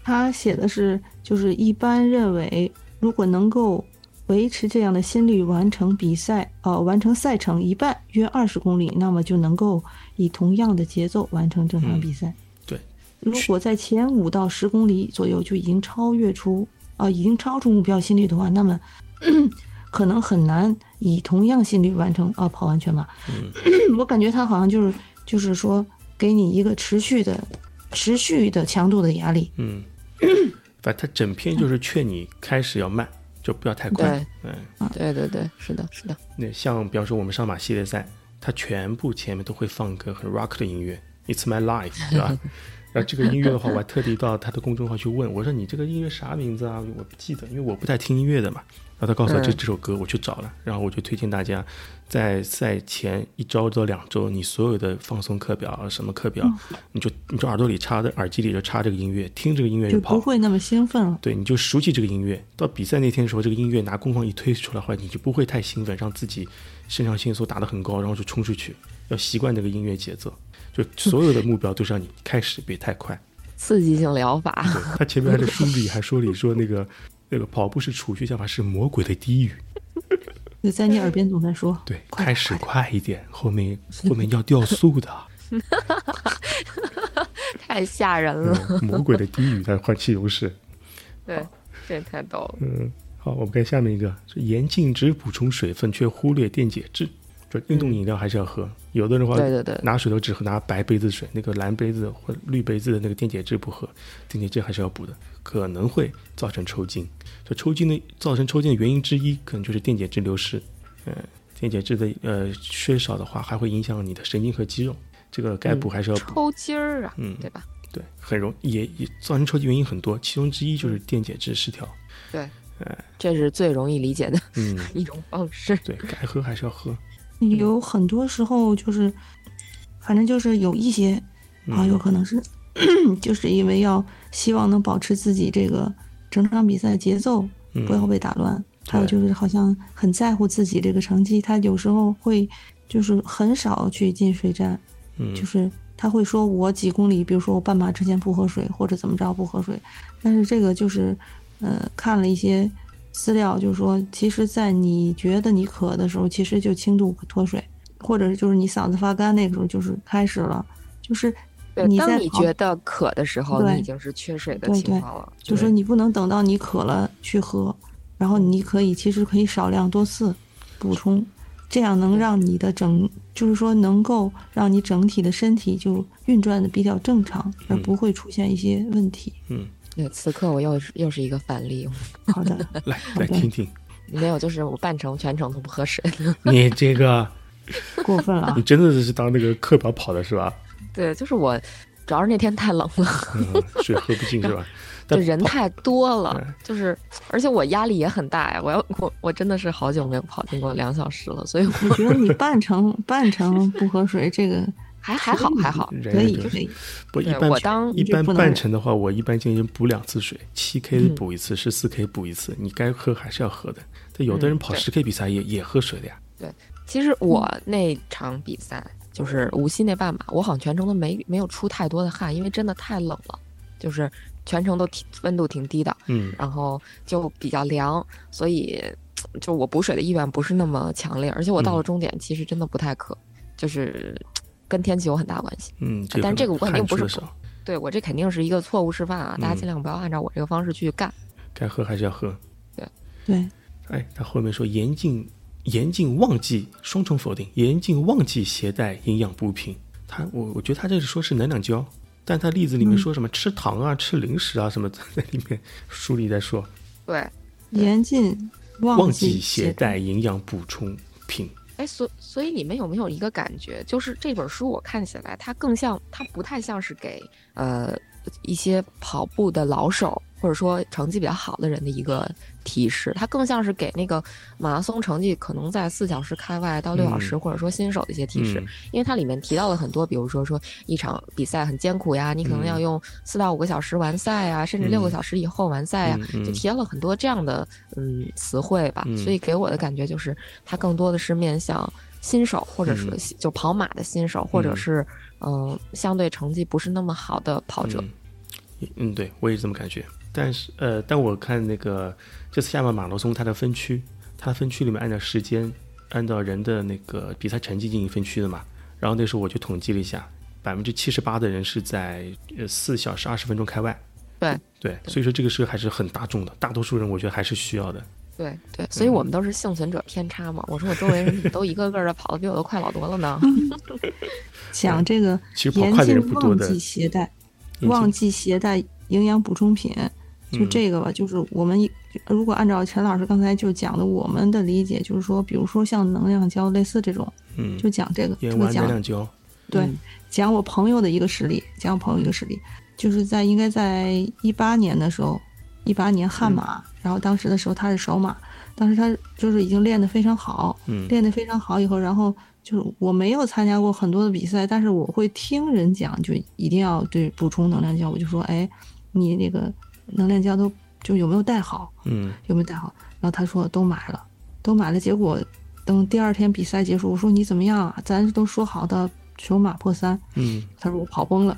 [SPEAKER 3] 他写的是，就是一般认为，如果能够维持这样的心率完成比赛，呃，完成赛程一半，约二十公里，那么就能够以同样的节奏完成正
[SPEAKER 1] 嗯
[SPEAKER 3] 常比赛。
[SPEAKER 1] 对，
[SPEAKER 3] 如果在前五到十公里左右就已经超越出啊、已经超出目标心率的话，那么 可能很难以同样心率完成啊、跑完全马。
[SPEAKER 1] 嗯
[SPEAKER 3] 我感觉他好像就是就是说给你一个持续的、持续的强度的压力。
[SPEAKER 1] 嗯，反正他整篇就是劝你开始要慢，就不要太快。嗯，
[SPEAKER 3] 啊
[SPEAKER 2] 对对对，是的，是的，
[SPEAKER 1] 那像比方说我们上马系列赛，它全部前面都会放个很 rock 的音乐，It's My Life，对吧？然后这个音乐的话，我还特地到他的公众号去问，我说你这个音乐啥名字啊？我不记得，因为我不太听音乐的嘛。然后他告诉我这
[SPEAKER 2] 嗯
[SPEAKER 1] 这首歌，我去找了，然后我就推荐大家，在赛前一周到两周，你所有的放松课表啊什么课表，
[SPEAKER 3] 嗯
[SPEAKER 1] 你就你就耳朵里插的耳机里就插这个音乐，听这个音乐
[SPEAKER 3] 就
[SPEAKER 1] 跑
[SPEAKER 3] 不。会那么兴奋了。
[SPEAKER 1] 对，你就熟悉这个音乐。到比赛那天的时候，这个音乐拿功放一推出来的话，你就不会太兴奋，让自己肾上腺素打得很高，然后就冲出去。要习惯这个音乐节奏，就所有的目标都是让你开始别太快。
[SPEAKER 2] 刺激性疗法，
[SPEAKER 1] 对他前面还在书里还说了，说那个那个跑步是储蓄想法，是魔鬼的低语。
[SPEAKER 3] 就在你耳边总在说，
[SPEAKER 1] 对，
[SPEAKER 3] 快
[SPEAKER 1] 开始快一点，后面后面要掉速的。啊
[SPEAKER 2] 太吓人了，
[SPEAKER 1] 嗯、魔鬼的低语在换气优势。
[SPEAKER 3] 嗯
[SPEAKER 2] 对，这也太逗了，
[SPEAKER 1] 嗯，好，我们看下面一个，是严禁只补充水分却忽略电解质。就运动饮料还是要喝，有的人的话
[SPEAKER 2] 对对对
[SPEAKER 1] 拿水都只喝拿白杯子水，那个蓝杯子或绿杯子的那个电解质不喝，电解质还是要补的，可能会造成抽筋。这抽筋的造成抽筋的原因之一，可能就是电解质流失。嗯、电解质的呃缺少的话，还会影响你的神经和肌肉，这个该补还是要补。
[SPEAKER 2] 抽筋儿啊，
[SPEAKER 1] 嗯
[SPEAKER 2] 对吧？
[SPEAKER 1] 对，很容也也造成抽筋原因很多，其中之一就是电解质失调。
[SPEAKER 2] 对，这是最容易理解的
[SPEAKER 1] 嗯，
[SPEAKER 2] 一种方式，
[SPEAKER 1] 对该喝还是要喝。
[SPEAKER 3] 有很多时候就是，反正就是有一些
[SPEAKER 1] 嗯
[SPEAKER 3] 啊，有可能是 就是因为要希望能保持自己这个整场比赛节奏
[SPEAKER 1] 嗯
[SPEAKER 3] 不要被打乱，还有
[SPEAKER 1] 对
[SPEAKER 3] 就是好像很在乎自己这个成绩，他有时候会就是很少去进水站，
[SPEAKER 1] 嗯
[SPEAKER 3] 就是他会说我几公里，比如说我半马之前不喝水，或者怎么着不喝水。但是这个就是，呃，看了一些资料，就是说，其实，在你觉得你渴的时候，其实就轻度脱水，或者就是你嗓子发干那个时候，就是开始了，就是
[SPEAKER 2] 对，
[SPEAKER 3] 你在
[SPEAKER 2] 当你
[SPEAKER 3] 跑
[SPEAKER 2] 觉得渴的时候，
[SPEAKER 3] 对
[SPEAKER 2] 你已经是缺水的
[SPEAKER 3] 对
[SPEAKER 2] 情
[SPEAKER 3] 对
[SPEAKER 2] 况了，
[SPEAKER 3] 就说你不能等到你渴了去喝，然后你可以其实可以少量多次补充，这样能让你的整，就是说能够让你整体的身体就运转的比较正常，而不会出现一些问题。
[SPEAKER 1] 嗯，
[SPEAKER 2] 对，此刻我又是又是一个反例，
[SPEAKER 3] 好的，
[SPEAKER 1] 来来听听，
[SPEAKER 2] 没有，就是我半程全程都不喝水，
[SPEAKER 1] 你这个
[SPEAKER 3] 过分了啊
[SPEAKER 1] 你，真的是当那个课表跑的是吧？
[SPEAKER 2] 对，就是我，主要是那天太冷了。
[SPEAKER 1] 嗯，水喝不 进是 吧？
[SPEAKER 2] 这
[SPEAKER 1] 但
[SPEAKER 2] 人
[SPEAKER 1] 跑
[SPEAKER 2] 太多了
[SPEAKER 1] 嗯，
[SPEAKER 2] 就是，而且我压力也很大呀。我要 我我真的是好久没有跑进过两小时了，所以我
[SPEAKER 3] 我觉得你半程半程不喝水，这个
[SPEAKER 2] 还还好还 好。
[SPEAKER 1] 人
[SPEAKER 3] 可以
[SPEAKER 1] 人
[SPEAKER 3] 可以。
[SPEAKER 1] 不一
[SPEAKER 2] 对
[SPEAKER 1] 般
[SPEAKER 2] 我当
[SPEAKER 1] 一般
[SPEAKER 3] 就不能
[SPEAKER 1] 半
[SPEAKER 3] 忍
[SPEAKER 1] 程的话，我一般建议补两次水，七 K
[SPEAKER 2] 嗯
[SPEAKER 1] 补一次，十四 K 补一次，你该喝还是要喝的。但有的人
[SPEAKER 2] 嗯
[SPEAKER 1] 跑
[SPEAKER 2] 对
[SPEAKER 1] 十 K 比赛也也喝水的呀。
[SPEAKER 2] 其实我
[SPEAKER 1] 嗯
[SPEAKER 2] 那场比赛就是无锡那半马，我好像全程都没没有出太多的汗，因为真的太冷了，就是全程都挺温度挺低的，
[SPEAKER 1] 嗯
[SPEAKER 2] 然后就比较凉，所以就我补水的意愿不是那么强烈。而且我
[SPEAKER 1] 嗯
[SPEAKER 2] 到了终点，其实真的不太渴，就是跟天气有很大关系。
[SPEAKER 1] 嗯，这
[SPEAKER 2] 但这个我肯定
[SPEAKER 1] 汗
[SPEAKER 2] 不
[SPEAKER 1] 出
[SPEAKER 2] 是
[SPEAKER 1] 的少。
[SPEAKER 2] 对我这肯定是一个错误示范啊！大家
[SPEAKER 1] 嗯
[SPEAKER 2] 尽量不要按照我这个方式去干。
[SPEAKER 1] 该喝还是要喝。
[SPEAKER 3] 对，
[SPEAKER 1] 哎，他后面说严禁严禁忘记双重否定，严禁忘记携带营养补品。他我我觉得他这是说是能量胶，但他例子里面
[SPEAKER 2] 嗯
[SPEAKER 1] 说什么吃糖啊、吃零食啊什么，在里面书里在说
[SPEAKER 2] 对，
[SPEAKER 3] 严禁
[SPEAKER 1] 忘
[SPEAKER 3] 记
[SPEAKER 1] 记携带营养补充品。
[SPEAKER 2] 哎，所所以你们有没有一个感觉，就是这本书我看起来，它更像，它不太像是给呃一些跑步的老手或者说成绩比较好的人的一个提示，它更像是给那个马拉松成绩可能在四小时开外到六小时，
[SPEAKER 1] 嗯
[SPEAKER 2] 或者说新手的一些提示，
[SPEAKER 1] 嗯
[SPEAKER 2] 因为它里面提到了很多，比如说说一场比赛很艰苦呀，你可能要
[SPEAKER 1] 嗯
[SPEAKER 2] 用四到五个小时完赛啊，甚至六个
[SPEAKER 1] 嗯
[SPEAKER 2] 小时以后完赛呀，
[SPEAKER 1] 嗯嗯
[SPEAKER 2] 就提到了很多这样的嗯词汇吧，
[SPEAKER 1] 嗯
[SPEAKER 2] 所以给我的感觉就是它更多的是面向新手，或者说
[SPEAKER 1] 嗯
[SPEAKER 2] 新就跑马的新手，或者
[SPEAKER 1] 嗯
[SPEAKER 2] 是嗯、呃相对成绩不是那么好的跑者。
[SPEAKER 1] 嗯也嗯，对我也是这么感觉。但是呃，但我看那个这次厦门马拉松它的分区，它分区里面按照时间，按照人的那个比赛成绩进行分区的嘛。然后那时候我就统计了一下，百分之七十八的人是在呃四小时二十分钟开外。
[SPEAKER 2] 对
[SPEAKER 1] 对，所以说这个是还是很大众的，大多数人我觉得还是需要的。
[SPEAKER 2] 对对，所
[SPEAKER 1] 嗯
[SPEAKER 2] 以我们都是幸存者偏差嘛。我说我周围人怎么都一个个的跑的比我都快老多了 呢？
[SPEAKER 1] 嗯
[SPEAKER 3] 讲这个
[SPEAKER 1] 其实跑
[SPEAKER 3] 严
[SPEAKER 1] 快的人
[SPEAKER 3] 禁
[SPEAKER 1] 不多
[SPEAKER 3] 忘
[SPEAKER 1] 的，
[SPEAKER 3] 记携带
[SPEAKER 1] 禁
[SPEAKER 3] 忘记携带营养补充品，就
[SPEAKER 1] 嗯
[SPEAKER 3] 这个吧，就是我们一如果按照陈老师刚才就讲的，我们的理解就是说，比如说像能量胶类似这种，
[SPEAKER 1] 嗯，
[SPEAKER 3] 就讲这个，这
[SPEAKER 1] 盐
[SPEAKER 3] 个
[SPEAKER 1] 丸能
[SPEAKER 3] 讲
[SPEAKER 1] 量嗯胶，
[SPEAKER 3] 对，讲我朋友的一个实例，讲我朋友一个实例，就是在应该在一八年的时候，一八年
[SPEAKER 1] 嗯
[SPEAKER 3] 汉马，然后当时的时候他是首马，当时他就是已经练得非常好，
[SPEAKER 1] 嗯
[SPEAKER 3] 练得非常好以后，然后就是我没有参加过很多的比赛，但是我会听人讲，就一定要对补充能量胶，我就说，哎，你那个能量胶都就有没有带好，
[SPEAKER 1] 嗯
[SPEAKER 3] 有没有带好？然后他说都买了，都买了。结果等第二天比赛结束，我说你怎么样啊？咱都说好的首马破三，
[SPEAKER 1] 嗯
[SPEAKER 3] 他说我跑崩了。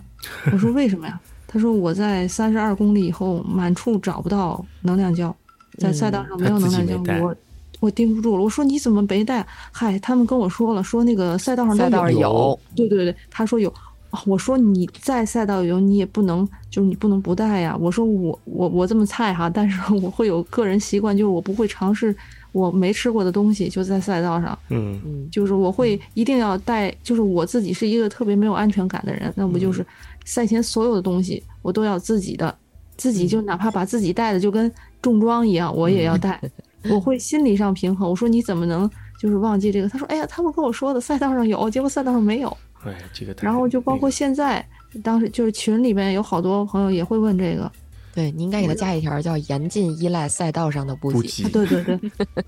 [SPEAKER 3] 我说为什么呀？他说我在三十二公里以后满处找不到能量胶，在赛道上没有
[SPEAKER 1] 嗯
[SPEAKER 3] 能
[SPEAKER 1] 他自己
[SPEAKER 3] 量
[SPEAKER 1] 没
[SPEAKER 3] 胶，
[SPEAKER 1] 带
[SPEAKER 3] 我我盯不住了。我说你怎么没带？嗨，他们跟我说了，说那个赛道上都
[SPEAKER 2] 赛道上有
[SPEAKER 3] 对对对，他说有。啊我说你在赛道有，你也不能就是你不能不带呀。我说我我我这么菜哈，但是我会有个人习惯，就是我不会尝试我没吃过的东西，就在赛道上。
[SPEAKER 1] 嗯
[SPEAKER 2] 嗯，
[SPEAKER 3] 就是我会一定要带，就是我自己是一个特别没有安全感的人，那我就是赛前所有的东西我都要自己的，自己就哪怕把自己带的就跟重装一样，我也要带，我会心理上平衡。我说你怎么能就是忘记这个？他说哎呀，他们跟我说的赛道上有，结果赛道上没有。
[SPEAKER 1] 哎，这个太
[SPEAKER 3] 然后就包
[SPEAKER 1] 那
[SPEAKER 3] 括
[SPEAKER 1] 个
[SPEAKER 3] 现在，当时就是群里面有好多朋友也会问这个，
[SPEAKER 2] 对你应该给他加一条叫严禁依赖赛道上的补
[SPEAKER 1] 补
[SPEAKER 2] 给。
[SPEAKER 1] 给，
[SPEAKER 3] 对对对，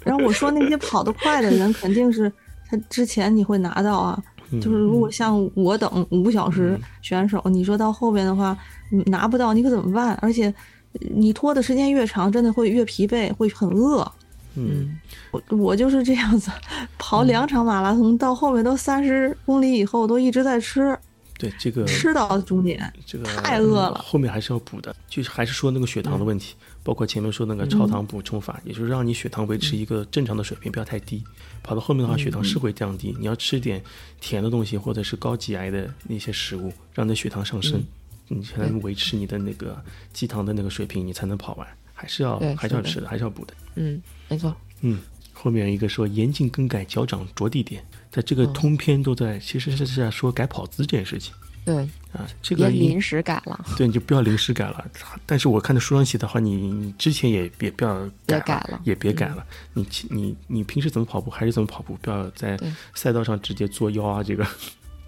[SPEAKER 3] 然后我说那些跑得快的人，肯定是他之前你会拿到啊。
[SPEAKER 1] 嗯
[SPEAKER 3] 就是如果像我等五小时选手，你说到后边的话嗯拿不到，你可怎么办？而且呃你拖的时间越长，真的会越疲惫，会很饿。
[SPEAKER 1] 嗯
[SPEAKER 2] 嗯，
[SPEAKER 3] 我我就是这样子，跑两场马拉松，到后面都三十公里以后，都一直在吃，
[SPEAKER 1] 对这个
[SPEAKER 3] 吃到中间。
[SPEAKER 1] 这个
[SPEAKER 3] 太饿了
[SPEAKER 1] 后面还是要补的，就是还是说那个血糖的问题，包括前面说那个超糖补充法，也就是让你血糖维持一个正常的水平，不要太低。跑到后面的话，血糖是会降低，你要吃点甜的东西或者是高 GI 的那些食物，让你的血糖上升，你才能维持你的那个肌糖的那个水平，你才能跑完。还是要
[SPEAKER 2] 对
[SPEAKER 1] 还是要
[SPEAKER 2] 是的
[SPEAKER 1] 吃的，还是要补的。
[SPEAKER 2] 嗯，没错。
[SPEAKER 1] 嗯，后面一个说严禁更改脚掌着地点，在这个通篇都在，其实是是在说改跑姿这件事情
[SPEAKER 2] 对，
[SPEAKER 1] 啊。这
[SPEAKER 2] 别
[SPEAKER 1] 个应
[SPEAKER 2] 临时改了，
[SPEAKER 1] 对，你就不要临时改了。但是我看的书上写的话，你你之前也别不要
[SPEAKER 2] 别
[SPEAKER 1] 改
[SPEAKER 2] 改了嗯
[SPEAKER 1] 也别改了。你其你你平时怎么跑步还是怎么跑步，不要在
[SPEAKER 2] 对
[SPEAKER 1] 赛道上直接作妖啊！这个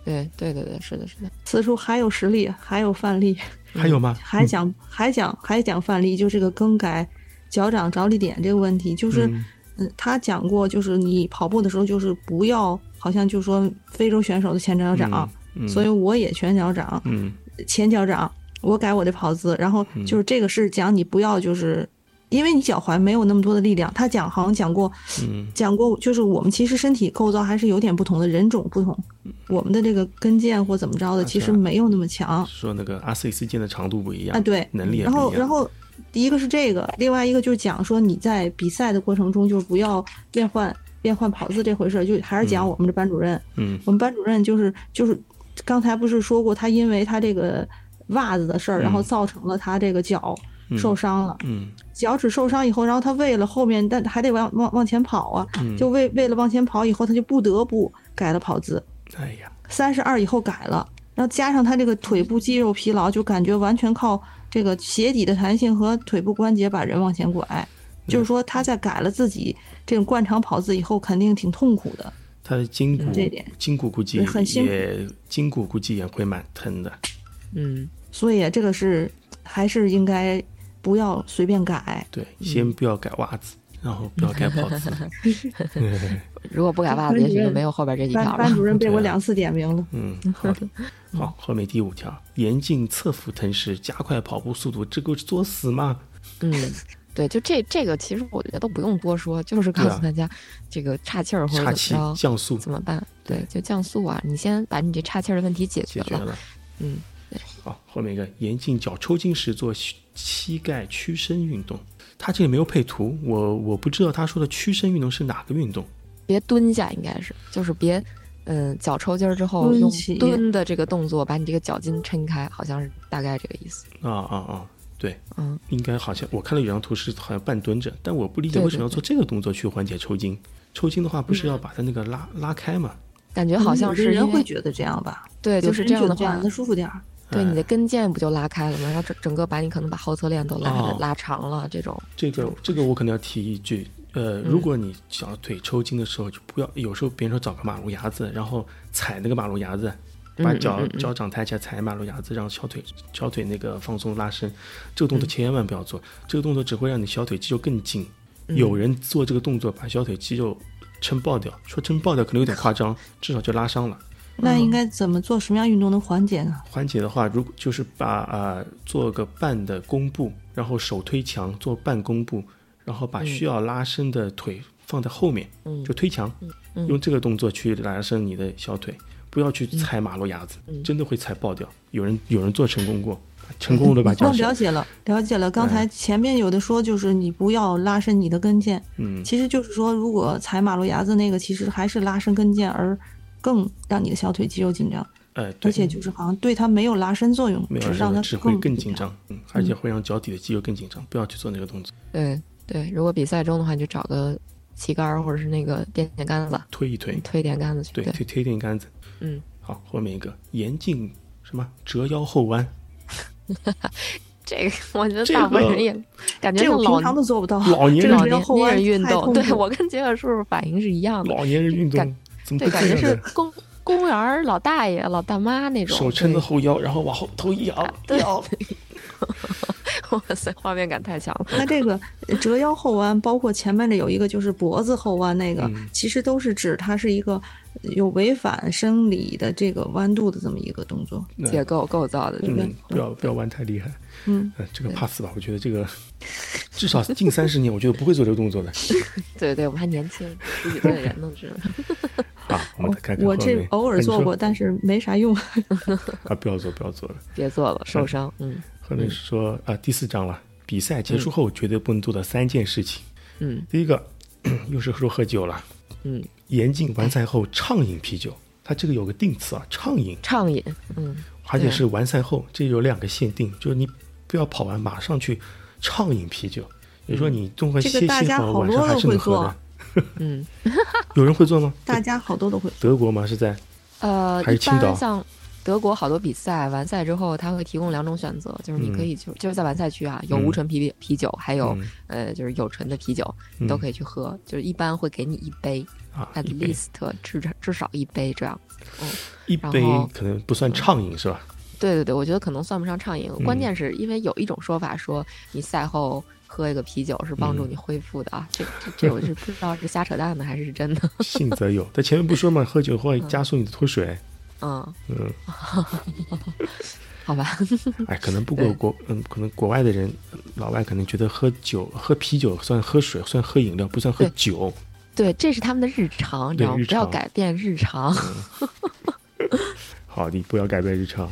[SPEAKER 2] 对对对对，是的，是的，
[SPEAKER 3] 此处还有实例，还有范例，
[SPEAKER 2] 嗯
[SPEAKER 1] 还有吗？
[SPEAKER 3] 还讲还讲还讲范例，就这个更改脚掌着力点这个问题，就是。
[SPEAKER 1] 嗯
[SPEAKER 3] 嗯，他讲过，就是你跑步的时候，就是不要，好像就说非洲选手的前脚掌，
[SPEAKER 1] 嗯，
[SPEAKER 3] 所以我也全脚掌、
[SPEAKER 1] 嗯
[SPEAKER 3] 前脚掌，我改我的跑姿。然后就是这个是讲你不要，就是因为你脚踝没有那么多的力量。他讲好像讲过，
[SPEAKER 1] 嗯
[SPEAKER 3] 讲过，就是我们其实身体构造还是有点不同的，人种不同，
[SPEAKER 1] 嗯
[SPEAKER 3] 我们的这个跟腱或怎么着的，
[SPEAKER 1] 啊
[SPEAKER 3] 其实没有那么强
[SPEAKER 1] 嗯说那个阿 C 斯腱的长度不一样
[SPEAKER 3] 啊。对，
[SPEAKER 1] 能力也
[SPEAKER 3] 然
[SPEAKER 1] 不
[SPEAKER 3] 后，
[SPEAKER 1] 一样。
[SPEAKER 3] 然后一个是这个，另外一个就是讲说你在比赛的过程中，就是不要变换变换跑姿这回事儿，就还是讲
[SPEAKER 1] 嗯
[SPEAKER 3] 我们的班主任，
[SPEAKER 1] 嗯
[SPEAKER 3] 我们班主任就是就是刚才不是说过，他因为他这个袜子的事儿，然后造成了他这个脚受伤了。
[SPEAKER 1] 嗯
[SPEAKER 3] 脚趾受伤以后，然后他为了后面，但还得往往往前跑啊，
[SPEAKER 1] 嗯，
[SPEAKER 3] 就为为了往前跑，以后他就不得不改了跑姿，
[SPEAKER 1] 哎呀，
[SPEAKER 3] 三十二以后改了，然后加上他这个腿部肌肉疲劳，就感觉完全靠这个鞋底的弹性和腿部关节把人往前拐。
[SPEAKER 2] 嗯
[SPEAKER 3] 就是说他在改了自己这种惯常跑姿以后，肯定挺痛苦的。
[SPEAKER 1] 他的筋骨
[SPEAKER 3] 嗯这点
[SPEAKER 1] 筋骨估计
[SPEAKER 3] 对很辛苦
[SPEAKER 1] 也筋骨估计也会蛮疼的。
[SPEAKER 2] 嗯，
[SPEAKER 3] 所以啊这个是还是应该不要随便改。
[SPEAKER 1] 对，先不要改袜子，然后不要改跑 姿。
[SPEAKER 2] 如果不改袜
[SPEAKER 3] 班
[SPEAKER 2] 子，也许
[SPEAKER 3] 主
[SPEAKER 2] 就
[SPEAKER 3] 任
[SPEAKER 2] 没有后边这几
[SPEAKER 3] 班
[SPEAKER 2] 条
[SPEAKER 3] 班
[SPEAKER 2] 了。
[SPEAKER 3] 主任被
[SPEAKER 1] 对啊
[SPEAKER 3] 我两次点名了，
[SPEAKER 1] 嗯，好 的，好，后面第五条，严禁侧腹腾时加快跑步速度，这个作死嘛？
[SPEAKER 2] 嗯，对，就这这个，其实我觉得都不用多说，就是告
[SPEAKER 1] 对啊
[SPEAKER 2] 诉大家这个岔气儿或者
[SPEAKER 1] 岔
[SPEAKER 2] 怎
[SPEAKER 1] 气
[SPEAKER 2] 么着
[SPEAKER 1] 降速
[SPEAKER 2] 怎么办。对，就降速啊，你先把你这岔气儿的问题解决
[SPEAKER 1] 解决
[SPEAKER 2] 了。
[SPEAKER 1] 了。
[SPEAKER 2] 嗯，
[SPEAKER 1] 好，后面一个严禁脚抽筋时做膝膝盖屈伸运动。他这里没有配图，我我不知道他说的屈伸运动是哪个运动。
[SPEAKER 2] 别蹲下，应该是就是别，嗯，脚抽筋儿之后
[SPEAKER 3] 蹲
[SPEAKER 2] 用
[SPEAKER 3] 起
[SPEAKER 2] 蹲的这个动作把你这个脚筋撑开，好像是大概这个意思。
[SPEAKER 1] 啊啊啊！对，
[SPEAKER 2] 嗯，
[SPEAKER 1] 应该好像我看了有张图是好像半蹲着，但我不理解
[SPEAKER 2] 对对
[SPEAKER 1] 为什么要做这个动作去缓解抽筋。抽筋的话，不是要把它那个拉拉开嘛？
[SPEAKER 2] 感觉好像
[SPEAKER 3] 有的
[SPEAKER 2] 是因
[SPEAKER 3] 人会
[SPEAKER 2] 为
[SPEAKER 3] 觉得这样吧，
[SPEAKER 2] 对，就
[SPEAKER 3] 有
[SPEAKER 2] 是
[SPEAKER 3] 人
[SPEAKER 2] 这样
[SPEAKER 3] 觉
[SPEAKER 2] 的
[SPEAKER 3] 得
[SPEAKER 2] 话，
[SPEAKER 3] 的舒服点儿。
[SPEAKER 2] 对
[SPEAKER 1] 哎
[SPEAKER 2] 你的跟腱不就拉开了吗？然后整整个把你可能把后侧链都拉、
[SPEAKER 1] 哦
[SPEAKER 2] 拉长了，这种
[SPEAKER 1] 这个这个我可能要提一句，
[SPEAKER 2] 嗯
[SPEAKER 1] 呃，如果你小腿抽筋的时候，就不要有时候别人说找个马路牙子，然后踩那个马路牙子，把
[SPEAKER 2] 嗯嗯
[SPEAKER 1] 脚、
[SPEAKER 2] 嗯嗯
[SPEAKER 1] 脚掌抬起来踩马路牙子，让小腿小腿那个放松拉伸，这个
[SPEAKER 2] 嗯
[SPEAKER 1] 动作千万不要做，这个动作只会让你小腿肌肉更紧。
[SPEAKER 2] 嗯
[SPEAKER 1] 有人做这个动作把小腿肌肉撑爆掉，说撑爆掉可能有点夸张，至少就拉伤了。
[SPEAKER 2] 嗯
[SPEAKER 3] 那应该怎么做什么样运动能缓解呢？
[SPEAKER 1] 缓解的话，如就是把啊、呃做个半的弓步，然后手推墙做半弓步，然后
[SPEAKER 3] 嗯
[SPEAKER 1] 把需要拉伸的腿放在后面，就推墙，
[SPEAKER 3] 嗯
[SPEAKER 1] 用这个动作去拉伸你的小腿，不要去踩马路牙子，
[SPEAKER 3] 嗯
[SPEAKER 1] 真的会踩爆掉。有人有人做成功过，成功的把
[SPEAKER 3] 哦
[SPEAKER 1] 脚，
[SPEAKER 3] 了解了，了解了。刚才前面有的说就是你不要拉伸你的跟腱，
[SPEAKER 1] 嗯
[SPEAKER 3] 其实就是说，如果踩马路牙子那个，其实还是拉伸跟腱，而更让你的小腿肌肉紧张，
[SPEAKER 1] 哎
[SPEAKER 3] 而
[SPEAKER 1] 对。
[SPEAKER 3] 且就是好像对它没有拉伸作用，
[SPEAKER 1] 没有
[SPEAKER 3] 只是让它
[SPEAKER 1] 只会更
[SPEAKER 3] 更
[SPEAKER 1] 紧。张，嗯，而且会让脚底的肌肉更紧张，不要去做那个动作，
[SPEAKER 2] 对对。如果比赛中的话，你就找个旗杆儿或者是那个电线杆子，
[SPEAKER 1] 推一推
[SPEAKER 3] 嗯
[SPEAKER 2] 你，推电杆子去。
[SPEAKER 1] 哎对，推推电杆子，
[SPEAKER 2] 嗯，
[SPEAKER 1] 好，后面一个严禁什么折腰后弯，
[SPEAKER 2] 这个我觉得
[SPEAKER 1] 这
[SPEAKER 2] 大部分
[SPEAKER 1] 个
[SPEAKER 2] 人也感觉
[SPEAKER 3] 这
[SPEAKER 2] 是
[SPEAKER 3] 我平
[SPEAKER 2] 老
[SPEAKER 3] 常都做不到，
[SPEAKER 1] 老年
[SPEAKER 3] 这
[SPEAKER 1] 人
[SPEAKER 2] 老
[SPEAKER 3] 个只要
[SPEAKER 2] 年
[SPEAKER 3] 后弯
[SPEAKER 2] 人运
[SPEAKER 3] 太
[SPEAKER 2] 动，
[SPEAKER 3] 痛
[SPEAKER 2] 对
[SPEAKER 3] 苦
[SPEAKER 2] 我跟杰克叔叔反应是一样的，
[SPEAKER 1] 老年人运动
[SPEAKER 2] 感
[SPEAKER 1] 怎么
[SPEAKER 2] 对，
[SPEAKER 1] 会
[SPEAKER 2] 感
[SPEAKER 1] 这
[SPEAKER 2] 觉
[SPEAKER 1] 样
[SPEAKER 2] 是
[SPEAKER 1] 呢？
[SPEAKER 2] 公公园儿老大爷、老大妈那种
[SPEAKER 1] 手撑着
[SPEAKER 2] 对啊
[SPEAKER 1] 后腰，然后往后头一摇，
[SPEAKER 2] 对， 哇塞，画面感太强了。
[SPEAKER 3] 它这个折腰后弯，包括前面的有一个就是脖子后弯，那个、
[SPEAKER 1] 嗯
[SPEAKER 3] 其实都是指它是一个有违反生理的这个弯度的这么一个动作。
[SPEAKER 1] 那
[SPEAKER 2] 结构构造的，
[SPEAKER 1] 嗯，不要不要玩太厉害，
[SPEAKER 3] 嗯，
[SPEAKER 1] 呃，这个 pass 吧，我觉得这个至少近三十年，我觉得不会做这个动作的。
[SPEAKER 2] 对对，我们还年轻，十几岁的人呢，是。
[SPEAKER 1] 好，啊我们再看看
[SPEAKER 3] 我
[SPEAKER 1] 后
[SPEAKER 3] 这
[SPEAKER 1] 面
[SPEAKER 3] 偶
[SPEAKER 1] 啊
[SPEAKER 3] 尔
[SPEAKER 1] 你说
[SPEAKER 3] 做过，但是没啥用。
[SPEAKER 1] 啊，不要做，不要做了。
[SPEAKER 2] 别做了，受伤。嗯
[SPEAKER 1] 后面说啊，第四章了，比赛结束后绝对不能做的三件事情。
[SPEAKER 2] 嗯
[SPEAKER 1] 第一个 又是说喝酒了，
[SPEAKER 2] 嗯，
[SPEAKER 1] 严禁完赛后畅饮啤酒。它这个有个定词啊，畅饮，
[SPEAKER 2] 畅饮。嗯，
[SPEAKER 1] 而且是完赛后，这有两个限定，就是你不要跑完马上去畅饮啤酒，也就是说你中间
[SPEAKER 3] 这
[SPEAKER 1] 歇歇
[SPEAKER 3] 个大家
[SPEAKER 1] 会儿，
[SPEAKER 3] 好
[SPEAKER 1] 晚
[SPEAKER 3] 多
[SPEAKER 1] 上还
[SPEAKER 3] 都
[SPEAKER 1] 是能
[SPEAKER 3] 会
[SPEAKER 1] 喝的
[SPEAKER 3] 做。
[SPEAKER 2] 嗯，
[SPEAKER 1] 有人会做吗？
[SPEAKER 3] 大家好多都会，
[SPEAKER 1] 德国吗？是在
[SPEAKER 2] 呃，
[SPEAKER 1] 还是
[SPEAKER 2] 一
[SPEAKER 1] 青岛
[SPEAKER 2] 般像德国好多比赛完赛之后，他会提供两种选择，就是你可以去，就是在完赛区啊，有无醇啤啤酒，还有
[SPEAKER 1] 嗯
[SPEAKER 2] 呃就是有醇的啤酒，你都可以去喝。就是一般会给你一杯
[SPEAKER 1] 啊，
[SPEAKER 2] ，at
[SPEAKER 1] 一杯
[SPEAKER 2] least 至至少一杯这样。嗯，
[SPEAKER 1] 一
[SPEAKER 2] 然
[SPEAKER 1] 杯
[SPEAKER 2] 后嗯
[SPEAKER 1] 可能不算畅饮是吧？
[SPEAKER 2] 对对对，我觉得可能算不上畅饮，
[SPEAKER 1] 嗯
[SPEAKER 2] 关键是因为有一种说法说你赛后喝一个啤酒是
[SPEAKER 1] 嗯
[SPEAKER 2] 帮助你恢复的啊，这这这我是不知道是瞎扯淡的还是是真的，
[SPEAKER 1] 信则有，但前面不说嘛，喝酒会加速你的脱水。
[SPEAKER 2] 嗯，
[SPEAKER 1] 嗯，
[SPEAKER 2] 好吧，
[SPEAKER 1] 哎，可能不过国，嗯，可能国外的人，老外可能觉得喝酒、喝啤酒算喝水，算喝饮料，不算喝
[SPEAKER 2] 对
[SPEAKER 1] 酒。
[SPEAKER 2] 对，这是他们的日常，你知
[SPEAKER 1] 对
[SPEAKER 2] 道吗
[SPEAKER 1] 日？
[SPEAKER 2] 不要
[SPEAKER 1] 常嗯
[SPEAKER 2] 改变日常，
[SPEAKER 1] 好，你不要改变日常。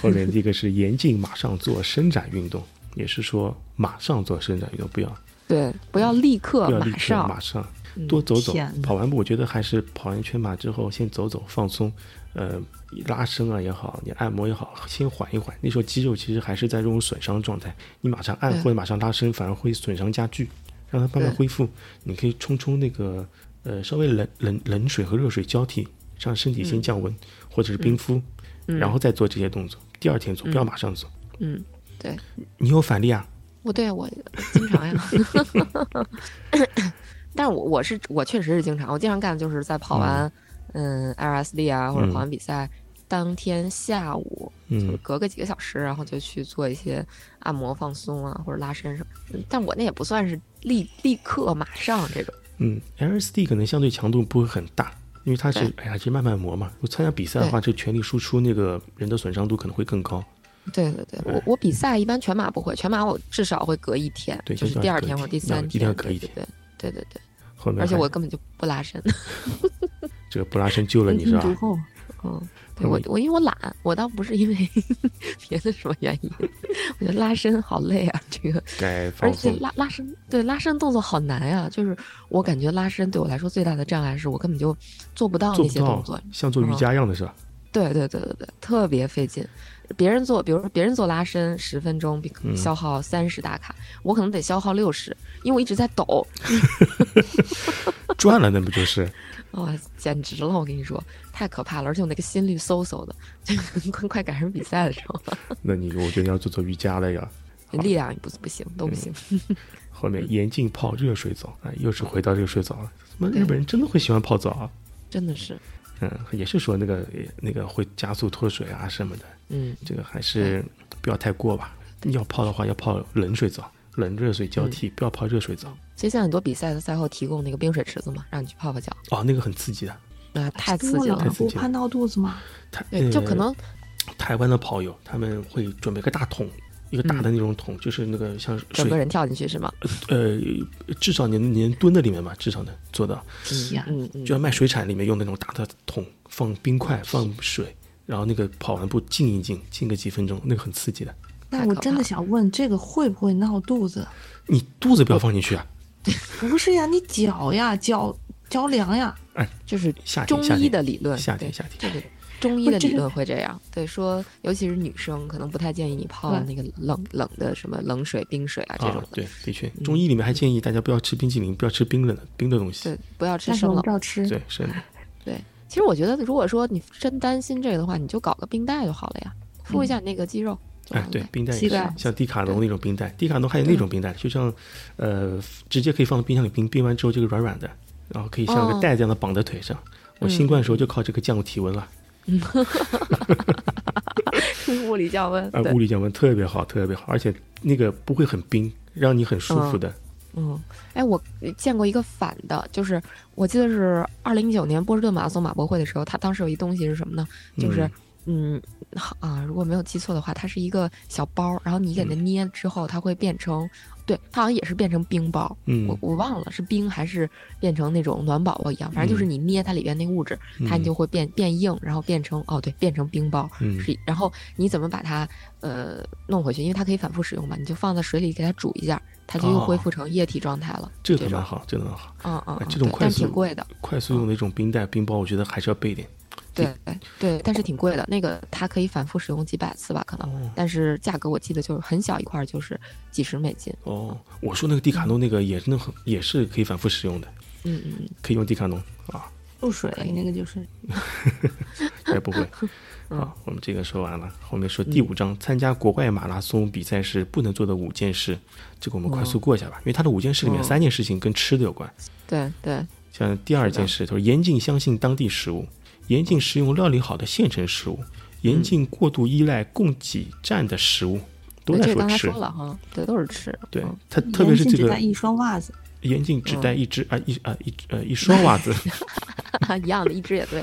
[SPEAKER 1] 后面这个是严禁马上做伸展运动，也是说马上做伸展运动，不要
[SPEAKER 2] 对，不要立刻
[SPEAKER 1] 不要立
[SPEAKER 2] 马
[SPEAKER 1] 刻马
[SPEAKER 2] 上，嗯
[SPEAKER 1] 上。多走走
[SPEAKER 3] 天，哪
[SPEAKER 1] 跑完步，我觉得还是跑完一圈马之后，先走走放松，呃，拉伸啊也好，你按摩也好，先缓一缓。那时候肌肉其实还是在这种损伤状态，你马上按
[SPEAKER 2] 对
[SPEAKER 1] 或者马上拉伸，反而会损伤加剧，让它慢慢
[SPEAKER 2] 对
[SPEAKER 1] 恢复。你可以冲冲那个呃稍微冷冷冷水和热水交替，让身体先降温，
[SPEAKER 2] 嗯
[SPEAKER 1] 或者是冰敷，然后再做这些动作。第二天做，不要马上做。
[SPEAKER 2] 嗯，对，
[SPEAKER 1] 你有反例啊？
[SPEAKER 2] 我对我经 常呀，但是我我是我确实是经常，我经常干的就是在跑完嗯 LSD 啊或者跑完比赛、当天下午，就是
[SPEAKER 1] 嗯
[SPEAKER 2] 隔个几个小时，然后就去做一些按摩放松啊或者拉伸什么的。但我那也不算是立立刻马上这种，
[SPEAKER 1] 嗯，LSD 可能相对强度不会很大，因为它是
[SPEAKER 2] 对
[SPEAKER 1] 哎呀，其实慢慢磨嘛。我参加比赛的话，这全力输出那个人的损伤度可能会更高。
[SPEAKER 2] 对对对，我我比赛一般全马不会，全马我至少会隔一天，
[SPEAKER 1] 对
[SPEAKER 2] 就是
[SPEAKER 1] 就
[SPEAKER 2] 第
[SPEAKER 1] 要
[SPEAKER 2] 二
[SPEAKER 1] 隔一
[SPEAKER 2] 天或者第
[SPEAKER 1] 天要
[SPEAKER 2] 三
[SPEAKER 1] 一定
[SPEAKER 2] 天，
[SPEAKER 1] 要隔一
[SPEAKER 2] 对对对对对对，
[SPEAKER 1] 后面
[SPEAKER 2] 而且
[SPEAKER 1] 还
[SPEAKER 2] 我根本就不拉伸。
[SPEAKER 1] 这个布拉伸救了
[SPEAKER 3] 分
[SPEAKER 1] 你是
[SPEAKER 3] 清
[SPEAKER 1] 吧？
[SPEAKER 3] 独后，
[SPEAKER 2] 嗯，对我我因为我懒，我倒不是因为 别的什么原因， 我觉得拉伸好累啊，这个，
[SPEAKER 1] 该放
[SPEAKER 2] 而且
[SPEAKER 1] 松。
[SPEAKER 2] 拉拉伸对拉伸动作好难呀、就是我感觉拉伸对我来说最大的障碍是我根本就做不到
[SPEAKER 1] 做
[SPEAKER 2] 那
[SPEAKER 1] 不
[SPEAKER 2] 些动
[SPEAKER 1] 到
[SPEAKER 2] 作，嗯
[SPEAKER 1] 像做瑜伽一样的是吧？
[SPEAKER 2] 对对对对对，特别费劲。别人做，比如说别人做拉伸十分钟，比
[SPEAKER 1] 嗯
[SPEAKER 2] 消耗三十大卡，我可能得消耗六十，因为我一直在抖，
[SPEAKER 1] 转了那不就是？
[SPEAKER 2] 哇、简直了！我跟你说，太可怕了，而且我那个心率嗖嗖的，快快赶上比赛的时候了，
[SPEAKER 1] 那你我觉得要做做瑜伽了呀。
[SPEAKER 2] 力量也不不行，都不行。
[SPEAKER 1] 嗯后
[SPEAKER 2] 嗯
[SPEAKER 1] 面严禁泡热水澡，哎，又是回到这个水澡了。怎么日本人真的会喜欢泡澡啊？
[SPEAKER 2] 真的是，
[SPEAKER 1] 嗯，也是说那个那个会加速脱水啊什么的，
[SPEAKER 2] 嗯，
[SPEAKER 1] 这个还是不要太过吧。要泡的话，要泡冷水澡，冷热水交
[SPEAKER 2] 嗯
[SPEAKER 1] 替，不要泡热水澡。
[SPEAKER 2] 所以现在很多比赛的赛后提供那个冰水池子嘛，让你去泡泡脚，
[SPEAKER 1] 哦，那个很刺激的。
[SPEAKER 2] 啊，太刺激
[SPEAKER 3] 了，
[SPEAKER 2] 了
[SPEAKER 1] 太。刺
[SPEAKER 3] 不
[SPEAKER 1] 激了
[SPEAKER 3] 怕闹肚子吗？
[SPEAKER 1] 台
[SPEAKER 2] 对，哎就可
[SPEAKER 1] 呃
[SPEAKER 2] 能
[SPEAKER 1] 台湾的跑友他们会准备个大桶，一个大
[SPEAKER 2] 嗯
[SPEAKER 1] 的那种桶，就是那个像
[SPEAKER 2] 整个
[SPEAKER 1] 水
[SPEAKER 2] 人跳进去是吗？
[SPEAKER 1] 呃，至少你能你能蹲在里面吧，至少能做到。
[SPEAKER 3] 天啊，
[SPEAKER 2] 嗯嗯
[SPEAKER 1] 就像卖水产里面用那种大的桶，放冰块，放水，然后那个跑完步静一静，静个几分钟，那个很刺激的。
[SPEAKER 3] 那我真的想问，这个会不会闹肚子？
[SPEAKER 1] 你肚子不要放进去啊！
[SPEAKER 3] 不是呀，你脚呀，脚脚凉呀，
[SPEAKER 2] 就是
[SPEAKER 1] 夏天
[SPEAKER 2] 中
[SPEAKER 1] 夏
[SPEAKER 2] 医
[SPEAKER 1] 天
[SPEAKER 2] 的理论，
[SPEAKER 1] 夏天
[SPEAKER 2] 哦对
[SPEAKER 1] 夏天
[SPEAKER 2] 这个中医的
[SPEAKER 3] 不是
[SPEAKER 2] 理论会这样，对，说尤其是女生，可能不太建议你泡那
[SPEAKER 3] 对
[SPEAKER 2] 个冷冷的什么冷水、冰水啊这种
[SPEAKER 1] 啊，
[SPEAKER 2] 的，
[SPEAKER 1] 对，的确，中医里面还建议大家不要吃冰淇淋，不要吃冰冷的冰的东西。
[SPEAKER 2] 对，不要吃
[SPEAKER 3] 但是
[SPEAKER 2] 生
[SPEAKER 3] 我们
[SPEAKER 2] 冷。
[SPEAKER 3] 照吃。
[SPEAKER 1] 对，是的。
[SPEAKER 2] 对，其实我觉得，如果说你真担心这个的话，你就搞个冰袋就好了呀，敷一下你那个肌肉就
[SPEAKER 1] 哎
[SPEAKER 2] 完，了
[SPEAKER 1] 对
[SPEAKER 2] 呗。，
[SPEAKER 1] 冰袋也
[SPEAKER 3] 膝
[SPEAKER 1] 是
[SPEAKER 3] 盖
[SPEAKER 1] 像迪卡侬那种冰袋，迪卡侬还有那
[SPEAKER 2] 嗯
[SPEAKER 1] 种冰袋，就像呃，直接可以放到冰箱里冰，冰完之后这个软软的，然后可以像个
[SPEAKER 2] 哦嗯
[SPEAKER 1] 带这样的绑在腿上。我新冠的时候就靠这个降体温了，
[SPEAKER 2] 物理降温，
[SPEAKER 1] 啊，
[SPEAKER 2] 对
[SPEAKER 1] 物，理降温特别好，特别好，而且那个不会很冰，让你很舒服的。
[SPEAKER 2] 嗯，哎，我见过一个反的，就是我记得是二零一九年波士顿马拉松马博会的时候，他当时有一东西是什么呢？就是嗯好啊，如果没有记错的话，它是一个小包，然后你给它
[SPEAKER 1] 嗯
[SPEAKER 2] 捏之后，它会变成，对，它好像也是变成冰包，
[SPEAKER 1] 嗯
[SPEAKER 2] 我我忘了是冰还是变成那种暖宝宝一样，反正
[SPEAKER 1] 嗯
[SPEAKER 2] 就是你捏它里边那物质，它就会变变硬，然后变成哦对，变成冰包，
[SPEAKER 1] 嗯
[SPEAKER 2] 是，然后你怎么把它呃弄回去？因为它可以反复使用嘛，你就放在水里给它煮一下，它就又恢复成液体状态了。
[SPEAKER 1] 这个
[SPEAKER 2] 这
[SPEAKER 1] 蛮
[SPEAKER 2] 种，哦
[SPEAKER 1] 好，这个蛮好。
[SPEAKER 2] 嗯嗯
[SPEAKER 1] 哦哎，
[SPEAKER 2] 嗯
[SPEAKER 1] 这种
[SPEAKER 2] 对
[SPEAKER 1] 快
[SPEAKER 2] 但
[SPEAKER 1] 速
[SPEAKER 2] 挺贵的，
[SPEAKER 1] 快速用的那种冰袋、冰包，我觉得还是要备一点。
[SPEAKER 2] 对对，但是挺贵的。那个它可以反复使用几百次吧，可能，
[SPEAKER 1] 哦
[SPEAKER 2] 但是价格我记得就是很小一块儿，就是几十美金。
[SPEAKER 1] 哦，我说那个迪卡侬那个也是那很也是可以反复使用的，
[SPEAKER 2] 嗯嗯嗯，
[SPEAKER 1] 可以用迪卡侬啊，
[SPEAKER 3] 入水那个就是
[SPEAKER 1] 该 不会啊？我们这个说完了，后面说第五章，参加国外马拉松比赛时不能做的五件事，这个我们快速过一下吧，因为它的五件事里面
[SPEAKER 2] 哦
[SPEAKER 1] 三件事情跟吃的有关，
[SPEAKER 2] 对对，
[SPEAKER 1] 像第二件事，他说严禁相信当地食物，严禁食用料理好的现成食物，严禁过度依赖供给站的食物，都
[SPEAKER 2] 嗯对
[SPEAKER 1] 在
[SPEAKER 2] 这个刚才
[SPEAKER 1] 吃
[SPEAKER 2] 说。了哈，对，都是吃。
[SPEAKER 1] 对
[SPEAKER 2] 嗯
[SPEAKER 1] 他，特别是
[SPEAKER 3] 严禁
[SPEAKER 1] 这
[SPEAKER 3] 只
[SPEAKER 1] 个
[SPEAKER 3] 带一双袜子，
[SPEAKER 1] 严禁只带一只啊一啊一呃一双袜子，
[SPEAKER 2] 嗯 一样的，一只也 对。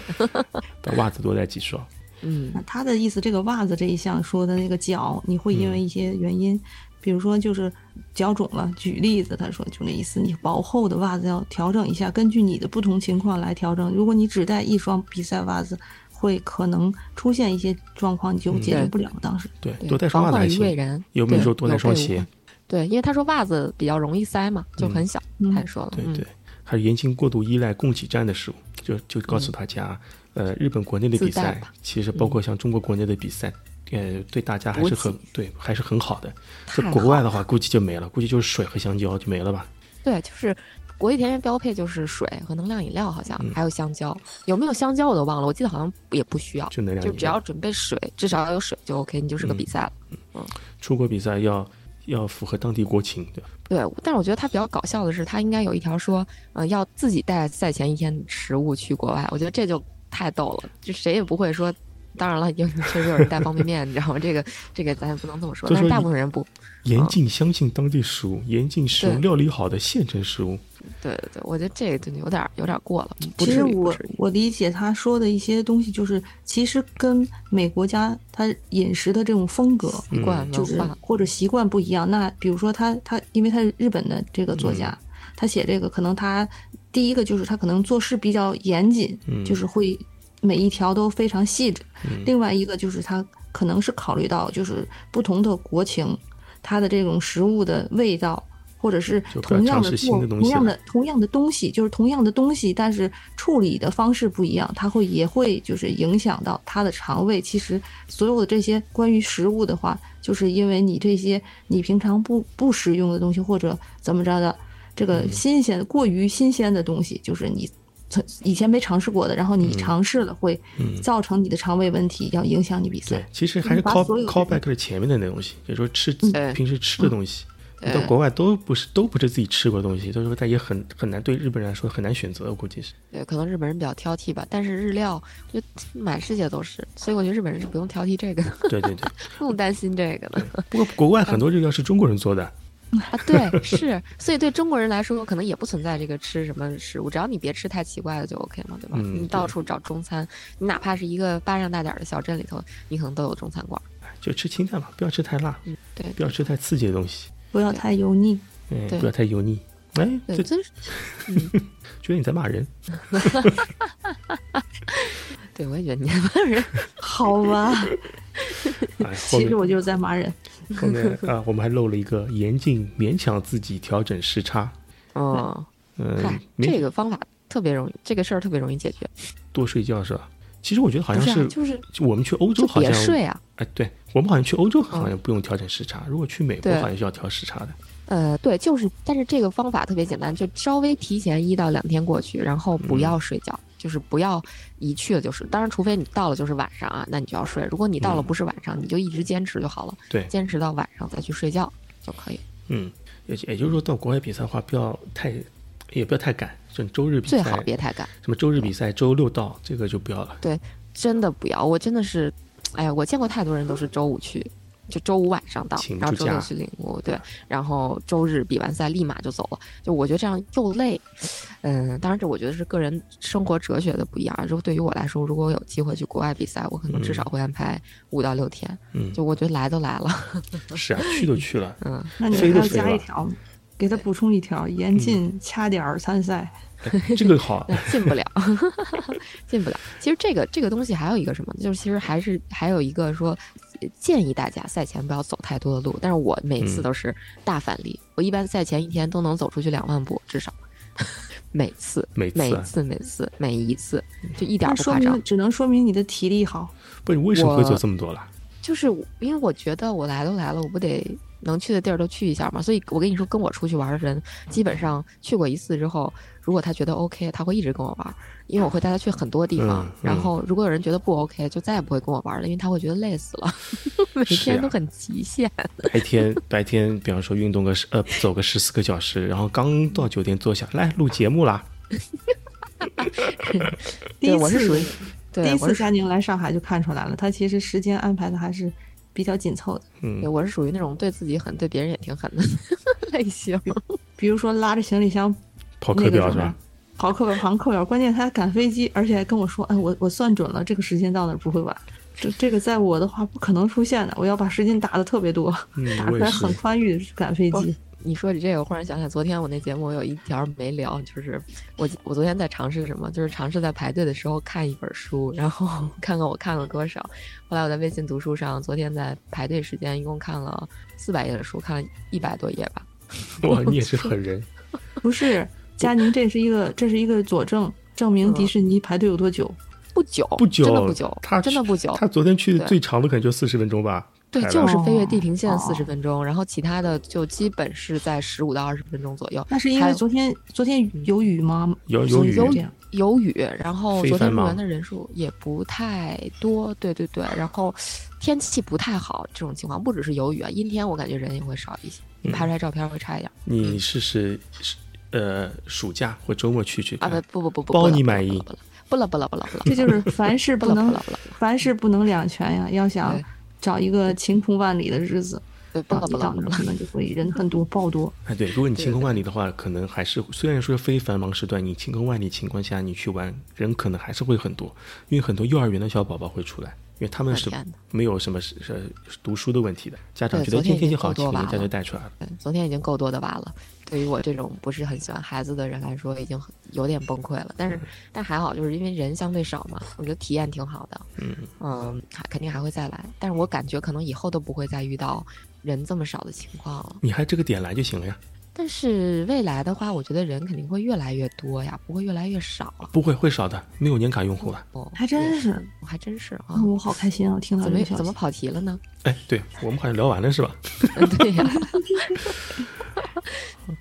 [SPEAKER 1] 把袜子多带几双。
[SPEAKER 2] 嗯
[SPEAKER 3] 那他的意思，这个袜子这一项说的那个脚，你会因
[SPEAKER 1] 嗯
[SPEAKER 3] 为一些原因，比如说就是脚肿了，举例子，他说就那意思，你薄厚的袜子要调整一下，根据你的不同情况来调整。如果你只带一双比赛袜子，会可能出现一些状况，你就解决
[SPEAKER 2] 嗯对
[SPEAKER 3] 不了。当时
[SPEAKER 1] 对，
[SPEAKER 2] 对
[SPEAKER 1] 多带双袜子
[SPEAKER 2] 防
[SPEAKER 1] 还
[SPEAKER 2] 患于未
[SPEAKER 1] 行。
[SPEAKER 2] 然。
[SPEAKER 1] 有没有
[SPEAKER 2] 对
[SPEAKER 1] 说多带双？
[SPEAKER 2] 备无
[SPEAKER 1] 鞋
[SPEAKER 2] 患？对，因为他说袜子比较容易塞嘛，就很小
[SPEAKER 3] 嗯，
[SPEAKER 2] 他也说了。
[SPEAKER 1] 对
[SPEAKER 2] 嗯
[SPEAKER 1] 对，他严禁过度依赖供给站的食物，就就告诉大家，呃，日本国内的
[SPEAKER 2] 嗯自
[SPEAKER 1] 比
[SPEAKER 2] 带
[SPEAKER 1] 赛
[SPEAKER 2] 吧嗯
[SPEAKER 1] 其实包括像中国国内的比赛，呃，对大家还是很
[SPEAKER 2] 补
[SPEAKER 1] 对，还是很好的。这
[SPEAKER 2] 太
[SPEAKER 1] 国
[SPEAKER 2] 好
[SPEAKER 1] 外的话，估计就没了，估计就是水和香蕉就没了吧。
[SPEAKER 2] 对，就是国际田园标配就是水和能量饮料，好像、
[SPEAKER 1] 嗯
[SPEAKER 2] 还有香蕉，有没有香蕉我都忘了，我记得好像也不需要，
[SPEAKER 1] 就嗯能量饮
[SPEAKER 2] 只要
[SPEAKER 1] 料
[SPEAKER 2] 准备水，至少要有水就 OK，你就是个比赛了。
[SPEAKER 1] 出国比赛要要符合当地国情，对吧？
[SPEAKER 2] 对，但是我觉得它比较搞笑的是，它应该有一条说，呃，要自己带赛前一天食物去国外，我觉得这就太逗了，就谁也不会说。当然了，有你确实有人带方便面，你知道吗？这个这个咱也不能这么说，
[SPEAKER 1] 就
[SPEAKER 2] 但是
[SPEAKER 1] 说
[SPEAKER 2] 大
[SPEAKER 1] 你
[SPEAKER 2] 部分人不，
[SPEAKER 1] 严禁相信当地食物，严禁使用
[SPEAKER 2] 对
[SPEAKER 1] 料理好的现成食物。
[SPEAKER 2] 对对对，我觉得这个真的有点有点过了，不
[SPEAKER 3] 其
[SPEAKER 2] 至
[SPEAKER 3] 实
[SPEAKER 2] 于不
[SPEAKER 3] 我
[SPEAKER 2] 至于。
[SPEAKER 3] 我理解他说的一些东西，就是其实跟每国家他饮食的这种风格，
[SPEAKER 1] 嗯
[SPEAKER 2] 习惯
[SPEAKER 3] 就
[SPEAKER 2] 文
[SPEAKER 3] 是
[SPEAKER 2] 化，
[SPEAKER 3] 或者习惯不一样。那比如说他他，因为他是日本的这个
[SPEAKER 2] 嗯
[SPEAKER 3] 作家，他写这个可能他第一个就是他可能做事比较严谨，
[SPEAKER 1] 嗯
[SPEAKER 3] 就是会每一条都非常细致。
[SPEAKER 1] 嗯
[SPEAKER 3] 另外一个就是他可能是考虑到就是不同的国情，它的这种食物的味道。或者是
[SPEAKER 1] 就不要
[SPEAKER 3] 同样
[SPEAKER 1] 尝
[SPEAKER 3] 的
[SPEAKER 1] 试
[SPEAKER 3] 做
[SPEAKER 1] 新的东
[SPEAKER 3] 同
[SPEAKER 1] 西
[SPEAKER 3] 样
[SPEAKER 1] 了
[SPEAKER 3] 的同样的东西，就是同样的东西，但是处理的方式不一样，它会也会就是影响到他的肠胃。其实所有的这些关于食物的话，就是因为你这些你平常不不食用的东西或者怎么着的，这个
[SPEAKER 2] 嗯
[SPEAKER 3] 新鲜过于新鲜的东西，就是你从以前没尝试过的，然后
[SPEAKER 2] 嗯
[SPEAKER 3] 你尝试了，会造成你的肠胃问题，要影响你比
[SPEAKER 1] 对
[SPEAKER 3] 赛。，
[SPEAKER 1] 其实还是
[SPEAKER 3] 把
[SPEAKER 1] call
[SPEAKER 3] 所有的嗯
[SPEAKER 1] call back 了前面的那东西，就是说吃
[SPEAKER 2] 对嗯
[SPEAKER 1] 平时吃的东西，你
[SPEAKER 2] 对
[SPEAKER 1] 到国外都不是都不是自己吃过的东西，所以说他也很很难对日本人来说很难选择，我估计 是。
[SPEAKER 2] 对，可能日本人比较挑剔吧，但是日料就满世界都是，所以我觉得日本人是不用挑剔这个，
[SPEAKER 1] 对对对，
[SPEAKER 2] 不用担心这个的
[SPEAKER 1] 不过国外很多日料是中国人做的，
[SPEAKER 2] 啊。 对，是，所以对中国人来说，可能也不存在这个吃什么食物，只要你别吃太奇怪的就 OK 嘛，对吧？
[SPEAKER 1] 嗯
[SPEAKER 2] 你到处找中餐，你哪怕是一个巴掌大点儿的小镇里头，你可能都有中餐馆儿。
[SPEAKER 1] 就吃清淡嘛，不要吃太辣，
[SPEAKER 2] 对
[SPEAKER 1] 不要吃太刺激的东西，
[SPEAKER 3] 不要太油腻。
[SPEAKER 1] 哎，
[SPEAKER 2] 对
[SPEAKER 1] 不要太油腻。哎，
[SPEAKER 2] 对，
[SPEAKER 1] 这
[SPEAKER 2] 真是，
[SPEAKER 1] 觉得你在骂 人，
[SPEAKER 2] 对我也觉得你 们人
[SPEAKER 3] 好 吧，
[SPEAKER 1] 哎，后
[SPEAKER 3] 其
[SPEAKER 1] 面
[SPEAKER 3] 实我就是在骂人。
[SPEAKER 1] 后 面啊，我们还漏了一个严禁勉强自己调整时差，
[SPEAKER 2] 嗯，嗨
[SPEAKER 1] 嗯，，
[SPEAKER 2] 这
[SPEAKER 1] 没
[SPEAKER 2] 个方法特别容易，这个事儿特别容易解决，
[SPEAKER 1] 多睡觉是吧？其实我觉得好
[SPEAKER 2] 不
[SPEAKER 1] 像
[SPEAKER 2] 是啊，
[SPEAKER 1] 是
[SPEAKER 2] 就是
[SPEAKER 1] 就我们去欧洲
[SPEAKER 2] 就
[SPEAKER 1] 好
[SPEAKER 2] 别
[SPEAKER 1] 像
[SPEAKER 2] 睡啊。
[SPEAKER 1] 哎，对我们好像去欧洲好像不用调整时差，如果去美国
[SPEAKER 2] 嗯对
[SPEAKER 1] 好像是要调时差的。
[SPEAKER 2] 呃，对，就是，但是这个方法特别简单，就稍微提前一到两天过去，然后
[SPEAKER 1] 嗯
[SPEAKER 2] 不要睡觉，就是不要一去了就是，当然，除非你到了就是晚上啊，那你就要睡。如果你到了
[SPEAKER 1] 嗯
[SPEAKER 2] 不是晚上，你就一直坚持就好了，
[SPEAKER 1] 对
[SPEAKER 2] 坚持到晚上再去睡觉就可以。
[SPEAKER 1] 嗯，也也就是说，到国外比赛的话，不要太，也不要太赶，就周日比
[SPEAKER 2] 最
[SPEAKER 1] 赛，
[SPEAKER 2] 好别太赶，
[SPEAKER 1] 什么周日比赛，周六到，这个就不要了。
[SPEAKER 2] 真的不要。我真的是，哎呀，我见过太多人都是周五去，就周五晚上到，
[SPEAKER 1] 请
[SPEAKER 2] 然后
[SPEAKER 1] 出
[SPEAKER 2] 周六
[SPEAKER 1] 假
[SPEAKER 2] 去领物，对，然后周日比完赛立马就走了。就我觉得这样又累，嗯，当然这我觉得是个人生活哲学的不一样。如果对于我来说，如果我有机会去国外比赛，我可能至少会安排五到六天。
[SPEAKER 1] 嗯
[SPEAKER 2] 就我觉得来都来了，
[SPEAKER 1] 是啊，去都去 了，
[SPEAKER 2] 嗯，
[SPEAKER 3] 那你还
[SPEAKER 1] 飞都
[SPEAKER 3] 要
[SPEAKER 1] 飞
[SPEAKER 3] 加
[SPEAKER 1] 了
[SPEAKER 3] 一条，给他补充一条，严
[SPEAKER 2] 嗯
[SPEAKER 3] 禁掐点儿参赛。
[SPEAKER 1] 这个好。
[SPEAKER 2] 那进不了， 进不了。其实这个这个东西还有一个什么，就是其实还是还有一个说，呃建议大家赛前不要走太多的路。但是我每
[SPEAKER 1] 嗯
[SPEAKER 2] 次都是大反例，我一般赛前一天都能走出去两万步至少， 每次
[SPEAKER 1] 每次
[SPEAKER 2] 每
[SPEAKER 1] 啊
[SPEAKER 2] 次每次每一次，就一点儿
[SPEAKER 3] 那
[SPEAKER 2] 不
[SPEAKER 3] 说
[SPEAKER 2] 夸张
[SPEAKER 3] 明。只能说明你的体力好。
[SPEAKER 1] 不，你为什么
[SPEAKER 2] 我
[SPEAKER 1] 会做这么多了？
[SPEAKER 2] 就是我因为我觉得我来都来了，我不得能去的地儿都去一下嘛。所以我跟你说，跟我出去玩的人，基本上去过一次之后，如果他觉得 OK，他会一直跟我玩，因为我会带他去很多地方。
[SPEAKER 1] 嗯嗯
[SPEAKER 2] 然后如果有人觉得不 OK，就再也不会跟我玩了，因为他会觉得累死了， 每
[SPEAKER 1] 是啊呀
[SPEAKER 2] 天都很极限。
[SPEAKER 1] 白天白天，比方说运动个十呃走个十四个小时，然后刚到酒店坐下来录节目啦。
[SPEAKER 3] 第一
[SPEAKER 2] 对，我是属于
[SPEAKER 3] 次，第
[SPEAKER 2] 对，
[SPEAKER 3] 一
[SPEAKER 2] 我
[SPEAKER 3] 次
[SPEAKER 2] 是属
[SPEAKER 3] 佳宁来上海就看出来了，他其实时间安排的还是比较紧凑的。
[SPEAKER 2] 于对
[SPEAKER 1] 嗯
[SPEAKER 2] 我是属于那种对自己狠，对别人也挺狠的 类型。
[SPEAKER 3] 比如说拉着行李箱
[SPEAKER 1] 跑
[SPEAKER 3] 那
[SPEAKER 1] 课
[SPEAKER 3] 个
[SPEAKER 1] 表
[SPEAKER 3] 什
[SPEAKER 1] 是吧
[SPEAKER 3] 么？，好课表、航课表，关键他还赶飞机，而且还跟我说：“哎，我我算准了，这个时间到那儿不会晚。”这这个在我的话不可能出现的，我要把时间打的特别多，
[SPEAKER 1] 嗯
[SPEAKER 3] 打
[SPEAKER 1] 我
[SPEAKER 3] 出
[SPEAKER 1] 也
[SPEAKER 3] 来
[SPEAKER 1] 是
[SPEAKER 3] 很宽裕赶飞机。
[SPEAKER 2] 你说起这个，我忽然想起来，昨天我那节目我有一条没聊，就是我我昨天在尝试什么，就是尝试在排队的时候看一本书，然后 看看我看了多少。后来我在微信读书上，昨天在排队时间一共看了四百页的书，看了一百多页吧。
[SPEAKER 1] 哇，你也是狠人。
[SPEAKER 3] 不是，佳宁，这是一个这是一个佐证，证明迪士尼排队有多久。
[SPEAKER 2] 不久，
[SPEAKER 1] 不久，
[SPEAKER 2] 真的不久，
[SPEAKER 1] 他
[SPEAKER 2] 真的不久。
[SPEAKER 1] 他昨天去
[SPEAKER 2] 对
[SPEAKER 1] 最长的可能就四十分钟吧。
[SPEAKER 2] 对，
[SPEAKER 1] 排了
[SPEAKER 2] 就是飞越地
[SPEAKER 3] 哦
[SPEAKER 2] 平线四十
[SPEAKER 3] 哦
[SPEAKER 2] 分钟，然后其他的就基本是在十五到二十分钟左右。
[SPEAKER 3] 那是因
[SPEAKER 2] 还
[SPEAKER 3] 为
[SPEAKER 2] 有
[SPEAKER 3] 昨天昨天有雨吗？
[SPEAKER 1] 有
[SPEAKER 3] 所以
[SPEAKER 1] 有雨
[SPEAKER 3] 就这样
[SPEAKER 2] 有雨，然后
[SPEAKER 1] 非
[SPEAKER 2] 昨天
[SPEAKER 1] 繁
[SPEAKER 2] 入
[SPEAKER 1] 忙
[SPEAKER 2] 园的人数也不太多，对对对，然后天气不太好，这种情况不只是有雨啊，阴天我感觉人也会少一些，你拍出来照片会差一点
[SPEAKER 1] 你试试，是呃，暑假或周末去去
[SPEAKER 2] 啊，
[SPEAKER 1] 看。
[SPEAKER 2] 不不不不不，
[SPEAKER 1] 包
[SPEAKER 2] 不了
[SPEAKER 1] 你
[SPEAKER 2] 不了
[SPEAKER 1] 满意
[SPEAKER 2] 不了不了不了不了不
[SPEAKER 3] 这
[SPEAKER 2] 了
[SPEAKER 3] 就是凡事
[SPEAKER 2] 不
[SPEAKER 3] 不
[SPEAKER 2] 了不
[SPEAKER 3] 能
[SPEAKER 2] 了不了，
[SPEAKER 3] 凡事不能两全呀，要想
[SPEAKER 2] 对
[SPEAKER 3] 找一个晴空万里的日子，
[SPEAKER 2] 对不
[SPEAKER 3] 到
[SPEAKER 2] 了
[SPEAKER 3] 一
[SPEAKER 2] 不了
[SPEAKER 3] 到
[SPEAKER 2] 不
[SPEAKER 3] 那
[SPEAKER 2] 了，
[SPEAKER 3] 可能就会人很多爆多。
[SPEAKER 1] 哎，对，如果你
[SPEAKER 2] 对
[SPEAKER 1] 晴空万里的话，可能还是虽然说非繁忙时段，你晴空万里情况下你去玩，人可能还是会很多，因为很多幼儿园的小宝宝会出来，因为他们
[SPEAKER 2] 我
[SPEAKER 1] 是
[SPEAKER 2] 天哪
[SPEAKER 1] 没有什么是是读书的问题的，家长
[SPEAKER 2] 对
[SPEAKER 1] 觉得
[SPEAKER 2] 昨天
[SPEAKER 1] 今
[SPEAKER 2] 已
[SPEAKER 1] 天气
[SPEAKER 2] 经
[SPEAKER 1] 好，
[SPEAKER 2] 够
[SPEAKER 1] 请
[SPEAKER 2] 多
[SPEAKER 1] 人家
[SPEAKER 2] 娃
[SPEAKER 1] 就
[SPEAKER 2] 了
[SPEAKER 1] 带出来了。
[SPEAKER 2] 对昨天已经够多的娃了，对于我这种不是很喜欢孩子的人来说，已经很有点崩溃了。但是，但还好，就是因为人相对少嘛，我觉得体验挺好的。
[SPEAKER 1] 嗯
[SPEAKER 2] 嗯，还肯定还会再来，但是我感觉可能以后都不会再遇到人这么少的情况了。
[SPEAKER 1] 你还这个点来就行了呀，
[SPEAKER 2] 但是未来的话，我觉得人肯定会越来越多呀，不会越来越少了。
[SPEAKER 1] 不会会少的，没有年卡用户了。
[SPEAKER 2] 哦，
[SPEAKER 3] 还真是，
[SPEAKER 2] 我还真是啊
[SPEAKER 3] 啊，。我好开心啊！听到
[SPEAKER 2] 怎
[SPEAKER 3] 这
[SPEAKER 2] 么
[SPEAKER 3] 个消
[SPEAKER 2] 怎么
[SPEAKER 3] 息，
[SPEAKER 2] 跑题了呢？
[SPEAKER 1] 哎，对我们好像聊完了是吧？
[SPEAKER 2] 嗯对呀、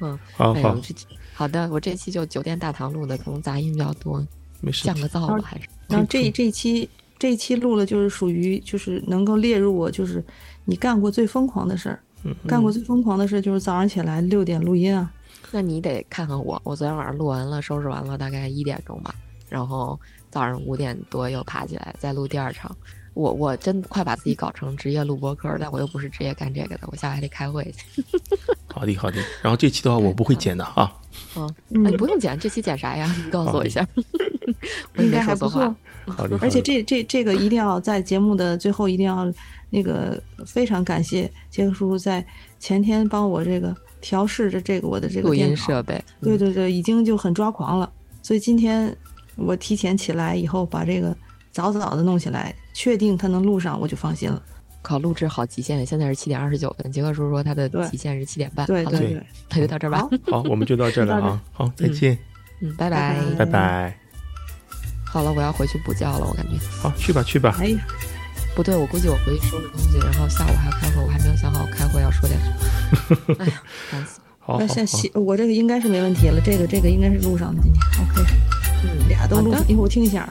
[SPEAKER 2] 嗯，
[SPEAKER 1] 好
[SPEAKER 2] 哎呦
[SPEAKER 1] 好，
[SPEAKER 2] 这好的，我这期就酒店大堂录的，可能杂音比较多，
[SPEAKER 1] 没事
[SPEAKER 2] 降。个噪吧，还是
[SPEAKER 3] 然后这这一期这一期录了，就是属于就是能够列入我就是你干过最疯狂的事儿。
[SPEAKER 1] 嗯
[SPEAKER 3] 干过最疯狂的事就是早上起来六点录音啊，
[SPEAKER 2] 那你得看看我，我昨天晚上录完了，收拾完了，大概一点钟吧，然后早上五点多又爬起来再录第二场。我我真快把自己搞成职业录播客了，但我又不是职业干这个的，我下午还得开会去。
[SPEAKER 1] 好的好的。然后这期的话我不会剪的啊。
[SPEAKER 2] 嗯，
[SPEAKER 3] 嗯
[SPEAKER 2] 那你不用剪，这期剪啥呀？你告诉我一下。我
[SPEAKER 3] 应
[SPEAKER 2] 没
[SPEAKER 3] 该还
[SPEAKER 2] 说
[SPEAKER 3] 不
[SPEAKER 2] 错
[SPEAKER 3] 错
[SPEAKER 2] 话。。
[SPEAKER 1] 好 的，
[SPEAKER 3] 而且
[SPEAKER 1] 好的
[SPEAKER 3] 这这这个一定要在节目的最后一定要那个非常感谢杰克叔叔在前天帮我这个调试着这个我的这个
[SPEAKER 2] 录
[SPEAKER 3] 电
[SPEAKER 2] 音
[SPEAKER 3] 脑，
[SPEAKER 2] 设嗯备，
[SPEAKER 3] 对对对，已经就很抓狂了。所以今天我提前起来以后把这个早早的弄起来，确定它能录上我就放心了。
[SPEAKER 2] 靠，录制好极限，现在是七点二十九分。杰克叔说他的
[SPEAKER 3] 对
[SPEAKER 2] 极限是七点半。
[SPEAKER 3] 对
[SPEAKER 2] 好
[SPEAKER 3] 对
[SPEAKER 2] 了，那
[SPEAKER 3] 对，
[SPEAKER 2] 就到这儿吧
[SPEAKER 3] 好。
[SPEAKER 1] 好，我们就到这儿了 啊。好，再见，
[SPEAKER 2] 嗯，拜
[SPEAKER 3] 拜
[SPEAKER 1] 拜
[SPEAKER 3] 拜
[SPEAKER 1] 拜。
[SPEAKER 2] 好了，我要回去补觉了，我感觉
[SPEAKER 1] 好，去吧去吧。
[SPEAKER 3] 哎呀，
[SPEAKER 2] 不对，我估计我回去收拾东西，然后下午还要开会，我还没有想好开会要说点什么。哎呀，烦死了。
[SPEAKER 1] 好，好
[SPEAKER 3] 那
[SPEAKER 1] 好
[SPEAKER 3] 像西我这个应该是没问题了，这个这个应该是录上的今天。OK，
[SPEAKER 2] 嗯，
[SPEAKER 3] 俩都
[SPEAKER 2] 好
[SPEAKER 3] 录
[SPEAKER 2] 的
[SPEAKER 3] 上，一会儿我听一下啊。